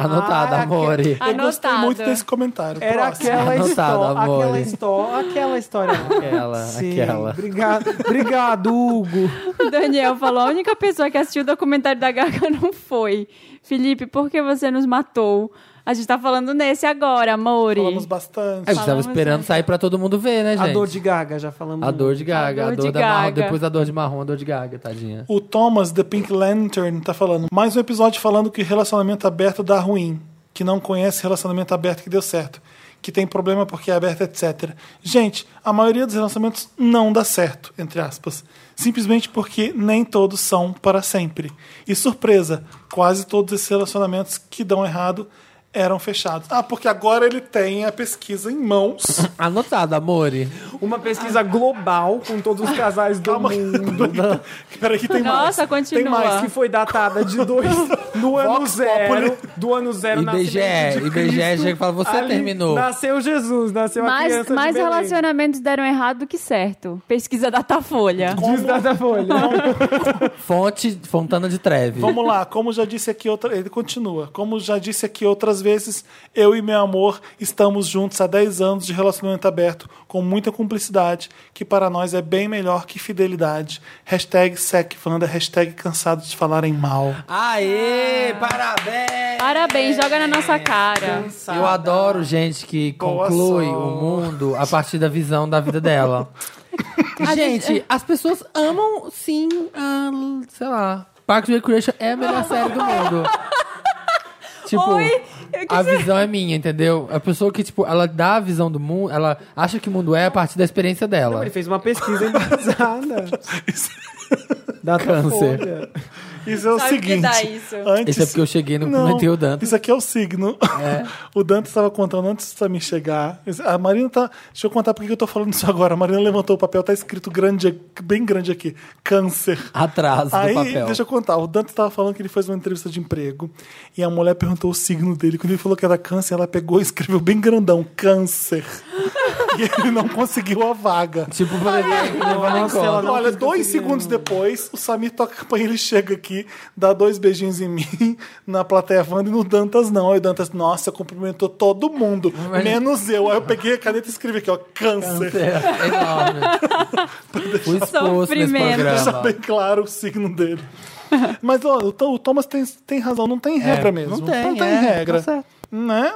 [SPEAKER 4] tá. Anotado,
[SPEAKER 3] Ai,
[SPEAKER 4] amore. É,
[SPEAKER 1] Eu gostei
[SPEAKER 2] Anotado.
[SPEAKER 1] muito desse comentário.
[SPEAKER 3] Era
[SPEAKER 1] Próximo.
[SPEAKER 3] aquela
[SPEAKER 4] Anotado,
[SPEAKER 3] história,
[SPEAKER 4] amore.
[SPEAKER 3] aquela história, aquela história. lá.
[SPEAKER 4] Aquela,
[SPEAKER 3] Sim,
[SPEAKER 4] aquela.
[SPEAKER 3] Obrigado, obrigado, Hugo.
[SPEAKER 2] O Daniel falou: a única pessoa que assistiu o documentário da Gaga não foi. Felipe, por que você nos matou? A gente tá falando nesse agora, amore.
[SPEAKER 1] Falamos bastante.
[SPEAKER 4] A gente tava
[SPEAKER 2] Falamos,
[SPEAKER 4] esperando
[SPEAKER 2] né?
[SPEAKER 4] sair pra todo mundo ver, né, gente?
[SPEAKER 3] A dor de Gaga, já falamos.
[SPEAKER 4] A dor de gaga.
[SPEAKER 2] A
[SPEAKER 4] A
[SPEAKER 2] dor
[SPEAKER 4] dor,
[SPEAKER 2] de
[SPEAKER 4] da marrom.
[SPEAKER 2] gaga.
[SPEAKER 4] Depois da dor de marrom, a dor de gaga, tadinha.
[SPEAKER 1] O Thomas, The Pink Lantern, tá falando. Mais um episódio falando que relacionamento aberto dá ruim. Que não conhece relacionamento aberto que deu certo. Que tem problema porque é aberto, etc. Gente, a maioria dos relacionamentos não dá certo, entre aspas. Simplesmente porque nem todos são para sempre. E surpresa, quase todos esses relacionamentos que dão errado eram fechados. Ah, porque agora ele tem a pesquisa em mãos.
[SPEAKER 4] Anotado, amore.
[SPEAKER 3] Uma pesquisa global com todos os casais do
[SPEAKER 1] Calma.
[SPEAKER 3] mundo.
[SPEAKER 1] Peraí, que tem mais.
[SPEAKER 2] Nossa, continua.
[SPEAKER 1] Tem mais.
[SPEAKER 3] que foi datada de dois no ano zero. Do ano zero na
[SPEAKER 4] IBGE, IBGE chega e fala, você terminou.
[SPEAKER 3] Nasceu Jesus, nasceu a
[SPEAKER 2] Mais,
[SPEAKER 3] criança.
[SPEAKER 2] mais
[SPEAKER 3] de Belém.
[SPEAKER 2] relacionamentos deram errado do que certo. Pesquisa Datafolha.
[SPEAKER 3] Diz Datafolha.
[SPEAKER 4] Fonte, Fontana de Treve.
[SPEAKER 1] Vamos lá, como já disse aqui outra. Ele continua. Como já disse aqui outras vezes, eu e meu amor estamos juntos há 10 anos de relacionamento aberto, com muita cumplicidade, que para nós é bem melhor que fidelidade. Hashtag SecFanda, hashtag cansado de falarem mal.
[SPEAKER 4] Aê, parabéns!
[SPEAKER 2] Parabéns, joga na nossa cara.
[SPEAKER 4] Eu adoro gente que
[SPEAKER 1] Boa
[SPEAKER 4] conclui
[SPEAKER 1] sorte.
[SPEAKER 4] o mundo a partir da visão da vida dela. gente, as pessoas amam sim, ah, sei lá. Parks and Recreation é a melhor série do mundo. Tipo,
[SPEAKER 2] Oi, eu
[SPEAKER 4] a
[SPEAKER 2] quis dizer-
[SPEAKER 4] visão é minha, entendeu? A pessoa que, tipo, ela dá a visão do mundo, ela acha que o mundo é a partir da experiência dela.
[SPEAKER 3] Ele fez uma pesquisa embasada.
[SPEAKER 4] Câncer.
[SPEAKER 3] Datafolha.
[SPEAKER 1] Isso é o
[SPEAKER 2] Sabe o que
[SPEAKER 1] seguinte.
[SPEAKER 2] dá isso?
[SPEAKER 1] Antes,
[SPEAKER 4] Esse é porque eu cheguei no
[SPEAKER 1] Não,
[SPEAKER 4] comentei o Dante.
[SPEAKER 1] Isso aqui é o signo. O Dante estava contando antes de mim chegar. A Marina tá. Deixa eu contar porque eu tô falando isso agora. A Marina levantou o papel, tá escrito grande, bem grande aqui. Câncer.
[SPEAKER 4] Atraso
[SPEAKER 1] Aí,
[SPEAKER 4] do papel.
[SPEAKER 1] deixa eu contar. O Dante estava falando que ele fez uma entrevista de emprego e a mulher perguntou o signo dele. Quando ele falou que era câncer, ela pegou e escreveu bem grandão: câncer. e ele não conseguiu a vaga.
[SPEAKER 4] Tipo, pra levar- levar em conta.
[SPEAKER 3] ela não
[SPEAKER 1] Olha,
[SPEAKER 3] quis
[SPEAKER 1] dois
[SPEAKER 3] conseguir,
[SPEAKER 1] segundos depois, o Samir toca a campanha, ele chega aqui, dá dois beijinhos em mim, na plateia Wanda e no Dantas não. Aí o Dantas, nossa, cumprimentou todo mundo,
[SPEAKER 4] Mas-
[SPEAKER 1] menos eu. Aí eu peguei a caneta e escrevi aqui, ó, câncer.
[SPEAKER 4] É enorme. Fui exposto nesse
[SPEAKER 2] Sofrimento.
[SPEAKER 1] Deixa
[SPEAKER 4] programa.
[SPEAKER 1] bem claro o signo dele. Mas ó, o Tho- o Thomas tem, tem razão, não tem regra mesmo.
[SPEAKER 4] É, não tem,
[SPEAKER 1] não tem
[SPEAKER 4] é,
[SPEAKER 1] regra.
[SPEAKER 4] tá certo.
[SPEAKER 1] Né?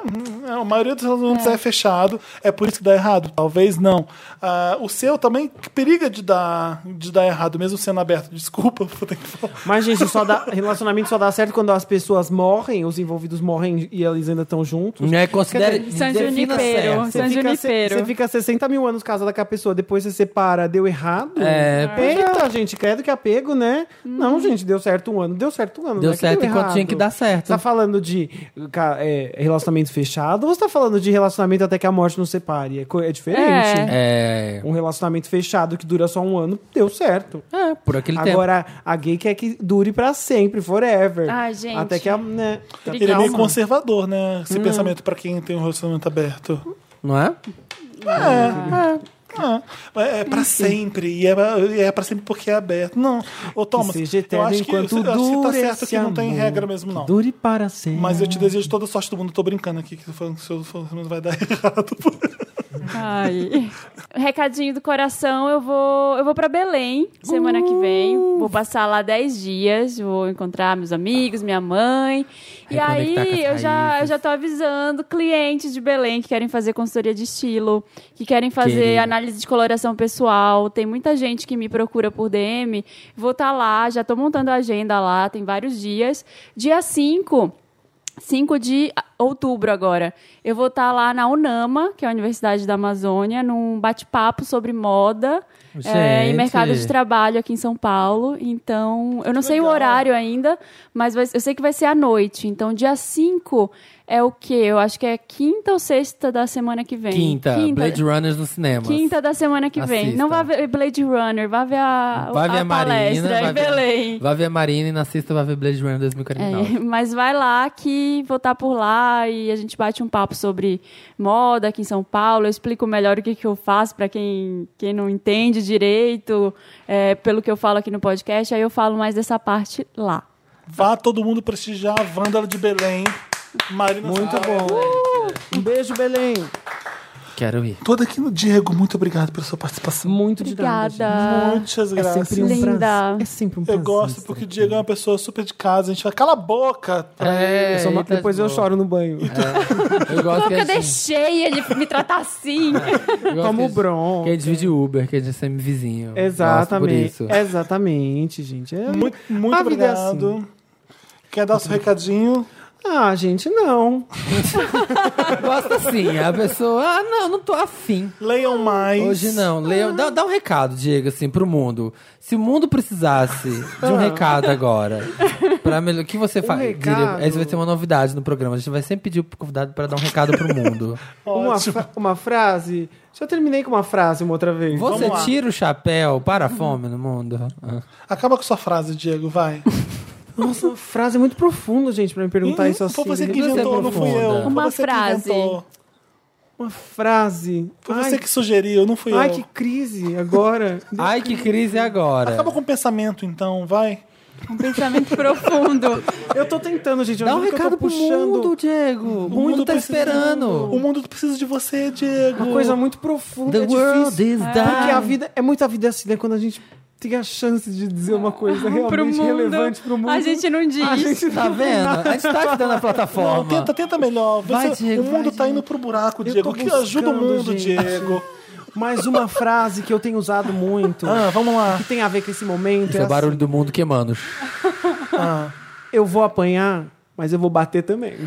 [SPEAKER 1] A maioria dos relacionamentos é. fechado, é por isso que dá errado. Talvez não. Ah, o seu também que periga de dar, de dar errado, mesmo sendo aberto. Desculpa, vou ter que falar.
[SPEAKER 3] Mas, gente, só dá, relacionamento só dá certo quando as pessoas morrem, os envolvidos morrem e eles ainda estão juntos.
[SPEAKER 4] Né, considere.
[SPEAKER 2] San
[SPEAKER 4] defina
[SPEAKER 2] Junipero.
[SPEAKER 4] certo.
[SPEAKER 2] San
[SPEAKER 3] fica,
[SPEAKER 2] Junipero.
[SPEAKER 3] você fica 60 mil anos casada com a pessoa, depois você separa, deu errado.
[SPEAKER 4] É, Hum.
[SPEAKER 3] Eita, gente, credo que apego, né? Não, gente, deu certo um ano, deu certo um ano.
[SPEAKER 4] Deu
[SPEAKER 3] né? Que
[SPEAKER 4] certo enquanto
[SPEAKER 3] errado.
[SPEAKER 4] tinha que dar certo.
[SPEAKER 3] Você tá falando de ca- é, relacionamento fechado ou você tá falando de relacionamento até que a morte nos separe? É, co- é diferente.
[SPEAKER 4] É.
[SPEAKER 3] Um relacionamento fechado que dura só um ano, deu certo.
[SPEAKER 1] Ah,
[SPEAKER 4] é, por aquele tempo.
[SPEAKER 3] Agora, a gay quer que dure pra sempre, forever.
[SPEAKER 2] Ai, gente.
[SPEAKER 3] Até que a. Né,
[SPEAKER 2] Ele
[SPEAKER 1] Ele é meio
[SPEAKER 2] Calma.
[SPEAKER 1] conservador, né?
[SPEAKER 3] Hum.
[SPEAKER 1] Esse pensamento pra quem tem um relacionamento aberto.
[SPEAKER 4] Não é?
[SPEAKER 1] Ah, é é pra sempre. E é, e é pra sempre porque é aberto. Não, ô Thomas,
[SPEAKER 3] seja
[SPEAKER 1] eu
[SPEAKER 3] eterno
[SPEAKER 1] acho que, eu
[SPEAKER 3] enquanto
[SPEAKER 1] acho que tá
[SPEAKER 3] dure
[SPEAKER 1] certo
[SPEAKER 3] esse
[SPEAKER 1] que não tem
[SPEAKER 3] amor.
[SPEAKER 1] regra mesmo, não.
[SPEAKER 3] Dure para sempre.
[SPEAKER 1] Mas eu te desejo toda a sorte do mundo. Eu tô brincando aqui, que tô falando que seu relacionamento vai dar errado.
[SPEAKER 2] Ai. Recadinho do coração, eu vou, eu vou para Belém semana que vem.
[SPEAKER 4] Uh!
[SPEAKER 2] Vou passar lá 10 dias, vou encontrar meus amigos, minha mãe. E
[SPEAKER 4] Reconectar com
[SPEAKER 2] aí
[SPEAKER 4] as
[SPEAKER 2] eu já, eu
[SPEAKER 4] raízes.
[SPEAKER 2] já tô avisando clientes de Belém que querem fazer consultoria de estilo, que querem fazer
[SPEAKER 4] Querida.
[SPEAKER 2] análise de coloração pessoal. Tem muita gente que me procura por DM. Vou estar lá, já tô montando a agenda lá, tem vários dias. Dia 5 5 de outubro agora. Eu vou estar lá na UNAMA, que é a Universidade da Amazônia, num bate-papo sobre moda é, e
[SPEAKER 4] Gente.
[SPEAKER 2] mercado de trabalho aqui em São Paulo. Então, eu não sei o horário ainda, mas vai- eu sei que vai ser à noite. Então, dia 5 é o quê? Eu acho que é quinta ou sexta da semana que vem.
[SPEAKER 4] Quinta, Blade Runners no cinema.
[SPEAKER 2] Quinta da semana que vem.
[SPEAKER 4] Assista.
[SPEAKER 2] Não vá ver Blade Runner, vá ver a,
[SPEAKER 4] Vai
[SPEAKER 2] a
[SPEAKER 4] ver a Marina.
[SPEAKER 2] palestra
[SPEAKER 4] Vai ver,
[SPEAKER 2] em Belém.
[SPEAKER 4] vai ver a Marina e na sexta vai ver Blade Runner
[SPEAKER 2] É,
[SPEAKER 4] 2049.
[SPEAKER 2] mas vai lá que vou estar por lá e a gente bate um papo sobre moda aqui em São Paulo. Eu explico melhor o que, que eu faço para quem, quem não entende direito, é, pelo que eu falo aqui no podcast. Aí eu falo mais dessa parte lá.
[SPEAKER 1] Vá todo mundo prestigiar a Vândala de Belém. Marina
[SPEAKER 3] Muito
[SPEAKER 1] Sala.
[SPEAKER 3] bom. Um beijo, Belém.
[SPEAKER 4] Quero ir.
[SPEAKER 1] Todo aqui no Diego, muito obrigado pela sua participação.
[SPEAKER 3] Muito de nada, gente.
[SPEAKER 2] Obrigada.
[SPEAKER 1] Muitas
[SPEAKER 3] É
[SPEAKER 1] graças.
[SPEAKER 3] sempre um
[SPEAKER 2] Linda.
[SPEAKER 3] prazer. É sempre um prazer.
[SPEAKER 1] Eu gosto porque o Diego é uma pessoa super de casa. A gente vai, cala a boca.
[SPEAKER 4] É,
[SPEAKER 3] Eu sou uma-
[SPEAKER 4] eita,
[SPEAKER 3] Depois eu
[SPEAKER 4] boa.
[SPEAKER 3] choro no banho.
[SPEAKER 4] Eu gosto que
[SPEAKER 2] Porque
[SPEAKER 4] a
[SPEAKER 2] eu
[SPEAKER 4] gente,
[SPEAKER 3] assim,
[SPEAKER 2] deixei ele me tratar assim.
[SPEAKER 4] eu
[SPEAKER 3] É.
[SPEAKER 4] gosto
[SPEAKER 3] Toma
[SPEAKER 4] que a
[SPEAKER 3] o
[SPEAKER 4] gente-
[SPEAKER 3] bronco.
[SPEAKER 4] Que a gente divide Uber, que a gente é semi-vizinho. Gosto por
[SPEAKER 3] Exatamente.
[SPEAKER 4] isso.
[SPEAKER 3] Exatamente, gente. É-
[SPEAKER 1] Muito, muito
[SPEAKER 3] A vida é
[SPEAKER 1] obrigado. assim. Quer dar o seu recadinho?
[SPEAKER 3] Ah, gente, não.
[SPEAKER 4] Gosto assim, a pessoa, ah, não, não tô afim.
[SPEAKER 1] Leiam mais.
[SPEAKER 4] Hoje não, Leon, dá, dá um recado, Diego, assim, pro mundo. Se o mundo precisasse de
[SPEAKER 3] Ah.
[SPEAKER 4] um recado agora, pra melhor, o que você faz?
[SPEAKER 3] Um recado?
[SPEAKER 4] Essa vai ser uma novidade no programa. A gente vai sempre pedir pro convidado pra dar um recado pro mundo.
[SPEAKER 3] Uma, fra- uma frase. Já terminei com uma frase uma outra vez.
[SPEAKER 4] Você
[SPEAKER 1] Vamos lá.
[SPEAKER 4] tira o chapéu para a fome no mundo? Ah.
[SPEAKER 1] Acaba com sua frase, Diego, vai.
[SPEAKER 3] Nossa, uma frase muito profunda, gente, pra me perguntar
[SPEAKER 1] Hum,
[SPEAKER 3] isso assim.
[SPEAKER 1] Foi você que
[SPEAKER 4] Você é
[SPEAKER 1] inventou, não fui eu.
[SPEAKER 4] profunda.
[SPEAKER 1] Foi
[SPEAKER 2] Uma
[SPEAKER 1] você
[SPEAKER 2] frase.
[SPEAKER 1] Que inventou.
[SPEAKER 3] Uma frase.
[SPEAKER 1] Foi
[SPEAKER 3] ai,
[SPEAKER 1] você que sugeriu, não fui
[SPEAKER 3] ai,
[SPEAKER 1] eu.
[SPEAKER 3] que crise agora.
[SPEAKER 4] Ai, que crise agora.
[SPEAKER 1] Acaba com o pensamento, então, vai.
[SPEAKER 2] Um pensamento profundo.
[SPEAKER 3] Eu tô tentando, gente. eu
[SPEAKER 4] Dá um
[SPEAKER 3] juro que eu tô
[SPEAKER 4] recado pro
[SPEAKER 3] puxando
[SPEAKER 4] mundo, Diego. O mundo, tá
[SPEAKER 1] precisa-
[SPEAKER 4] esperando.
[SPEAKER 1] O mundo precisa de você, Diego.
[SPEAKER 3] Uma coisa muito profunda,
[SPEAKER 4] The
[SPEAKER 3] é
[SPEAKER 4] world
[SPEAKER 3] difícil.
[SPEAKER 4] is
[SPEAKER 3] Porque a
[SPEAKER 4] dying.
[SPEAKER 3] vida é muito a vida é assim, né? Quando a gente tem a chance de dizer uma coisa
[SPEAKER 2] pro
[SPEAKER 3] realmente
[SPEAKER 2] mundo.
[SPEAKER 3] relevante pro mundo.
[SPEAKER 2] A gente não diz.
[SPEAKER 3] A gente
[SPEAKER 4] Tá vendo? A gente tá te dando a plataforma.
[SPEAKER 1] Não, tenta, Tá, tenta melhor. Vê
[SPEAKER 4] Vai,
[SPEAKER 1] se-
[SPEAKER 4] Diego,
[SPEAKER 1] o mundo
[SPEAKER 4] vai,
[SPEAKER 1] tá
[SPEAKER 4] Diego.
[SPEAKER 1] indo pro buraco,
[SPEAKER 3] Eu
[SPEAKER 1] Diego.
[SPEAKER 3] tô
[SPEAKER 1] Que ajuda o
[SPEAKER 3] buscando,
[SPEAKER 1] mundo,
[SPEAKER 3] gente.
[SPEAKER 1] Diego.
[SPEAKER 3] Mas uma frase que eu tenho usado muito,
[SPEAKER 1] Ah, vamos lá.
[SPEAKER 3] que tem a ver com esse momento,
[SPEAKER 4] Esse
[SPEAKER 3] é
[SPEAKER 4] é o barulho
[SPEAKER 3] assim,
[SPEAKER 4] do mundo queimando.
[SPEAKER 3] eu vou apanhar, mas eu vou bater também.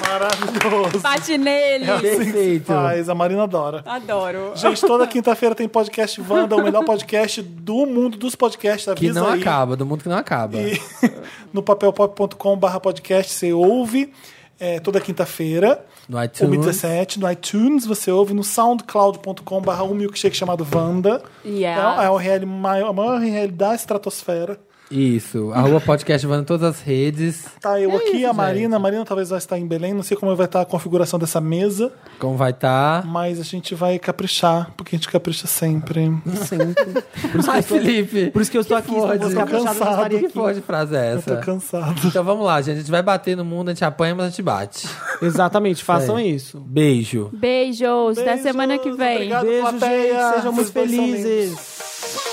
[SPEAKER 1] Maravilhoso.
[SPEAKER 2] Bate nele.
[SPEAKER 4] Perfeito.
[SPEAKER 1] Faz, a Marina adora.
[SPEAKER 2] Adoro.
[SPEAKER 1] Gente, toda quinta-feira tem podcast Wanda, o melhor podcast do mundo dos podcasts.
[SPEAKER 4] Que
[SPEAKER 1] Avisa
[SPEAKER 4] não
[SPEAKER 1] aí.
[SPEAKER 4] acaba, do mundo que não acaba.
[SPEAKER 1] E no papelpop.com.br podcast você ouve é, toda quinta-feira.
[SPEAKER 4] No iTunes.
[SPEAKER 3] é
[SPEAKER 1] 1.17, no iTunes você ouve, no soundcloud.com.br um milkshake chamado Wanda.
[SPEAKER 2] Yeah.
[SPEAKER 1] É a URL maior, a maior URL da estratosfera.
[SPEAKER 4] Isso. Arroba podcast vai em todas as redes.
[SPEAKER 1] Tá, eu aqui,
[SPEAKER 4] isso,
[SPEAKER 1] a Marina. A Marina talvez vai estar em Belém, não sei como vai estar a configuração dessa mesa,
[SPEAKER 4] Como vai tá? estar?
[SPEAKER 1] mas a gente vai caprichar, porque a gente capricha sempre.
[SPEAKER 4] Ai, Felipe.
[SPEAKER 3] Por isso que eu estou aqui,
[SPEAKER 4] fode.
[SPEAKER 3] se
[SPEAKER 1] Tô
[SPEAKER 3] você puxado, eu não
[SPEAKER 1] cansado.
[SPEAKER 3] estaria
[SPEAKER 4] Que
[SPEAKER 3] aqui.
[SPEAKER 4] porra de frase é
[SPEAKER 1] Tô
[SPEAKER 4] essa?
[SPEAKER 1] cansado.
[SPEAKER 4] Então vamos lá, gente. A gente vai bater no mundo, a gente apanha, mas a gente bate.
[SPEAKER 3] Exatamente, façam
[SPEAKER 4] Sei.
[SPEAKER 3] isso.
[SPEAKER 4] Beijo.
[SPEAKER 2] Beijos. Até semana que vem.
[SPEAKER 1] Obrigado,
[SPEAKER 3] Beijo,
[SPEAKER 1] plateia.
[SPEAKER 3] gente, sejam muito
[SPEAKER 1] Vocês dois são lindos.
[SPEAKER 3] felizes.
[SPEAKER 9] Thank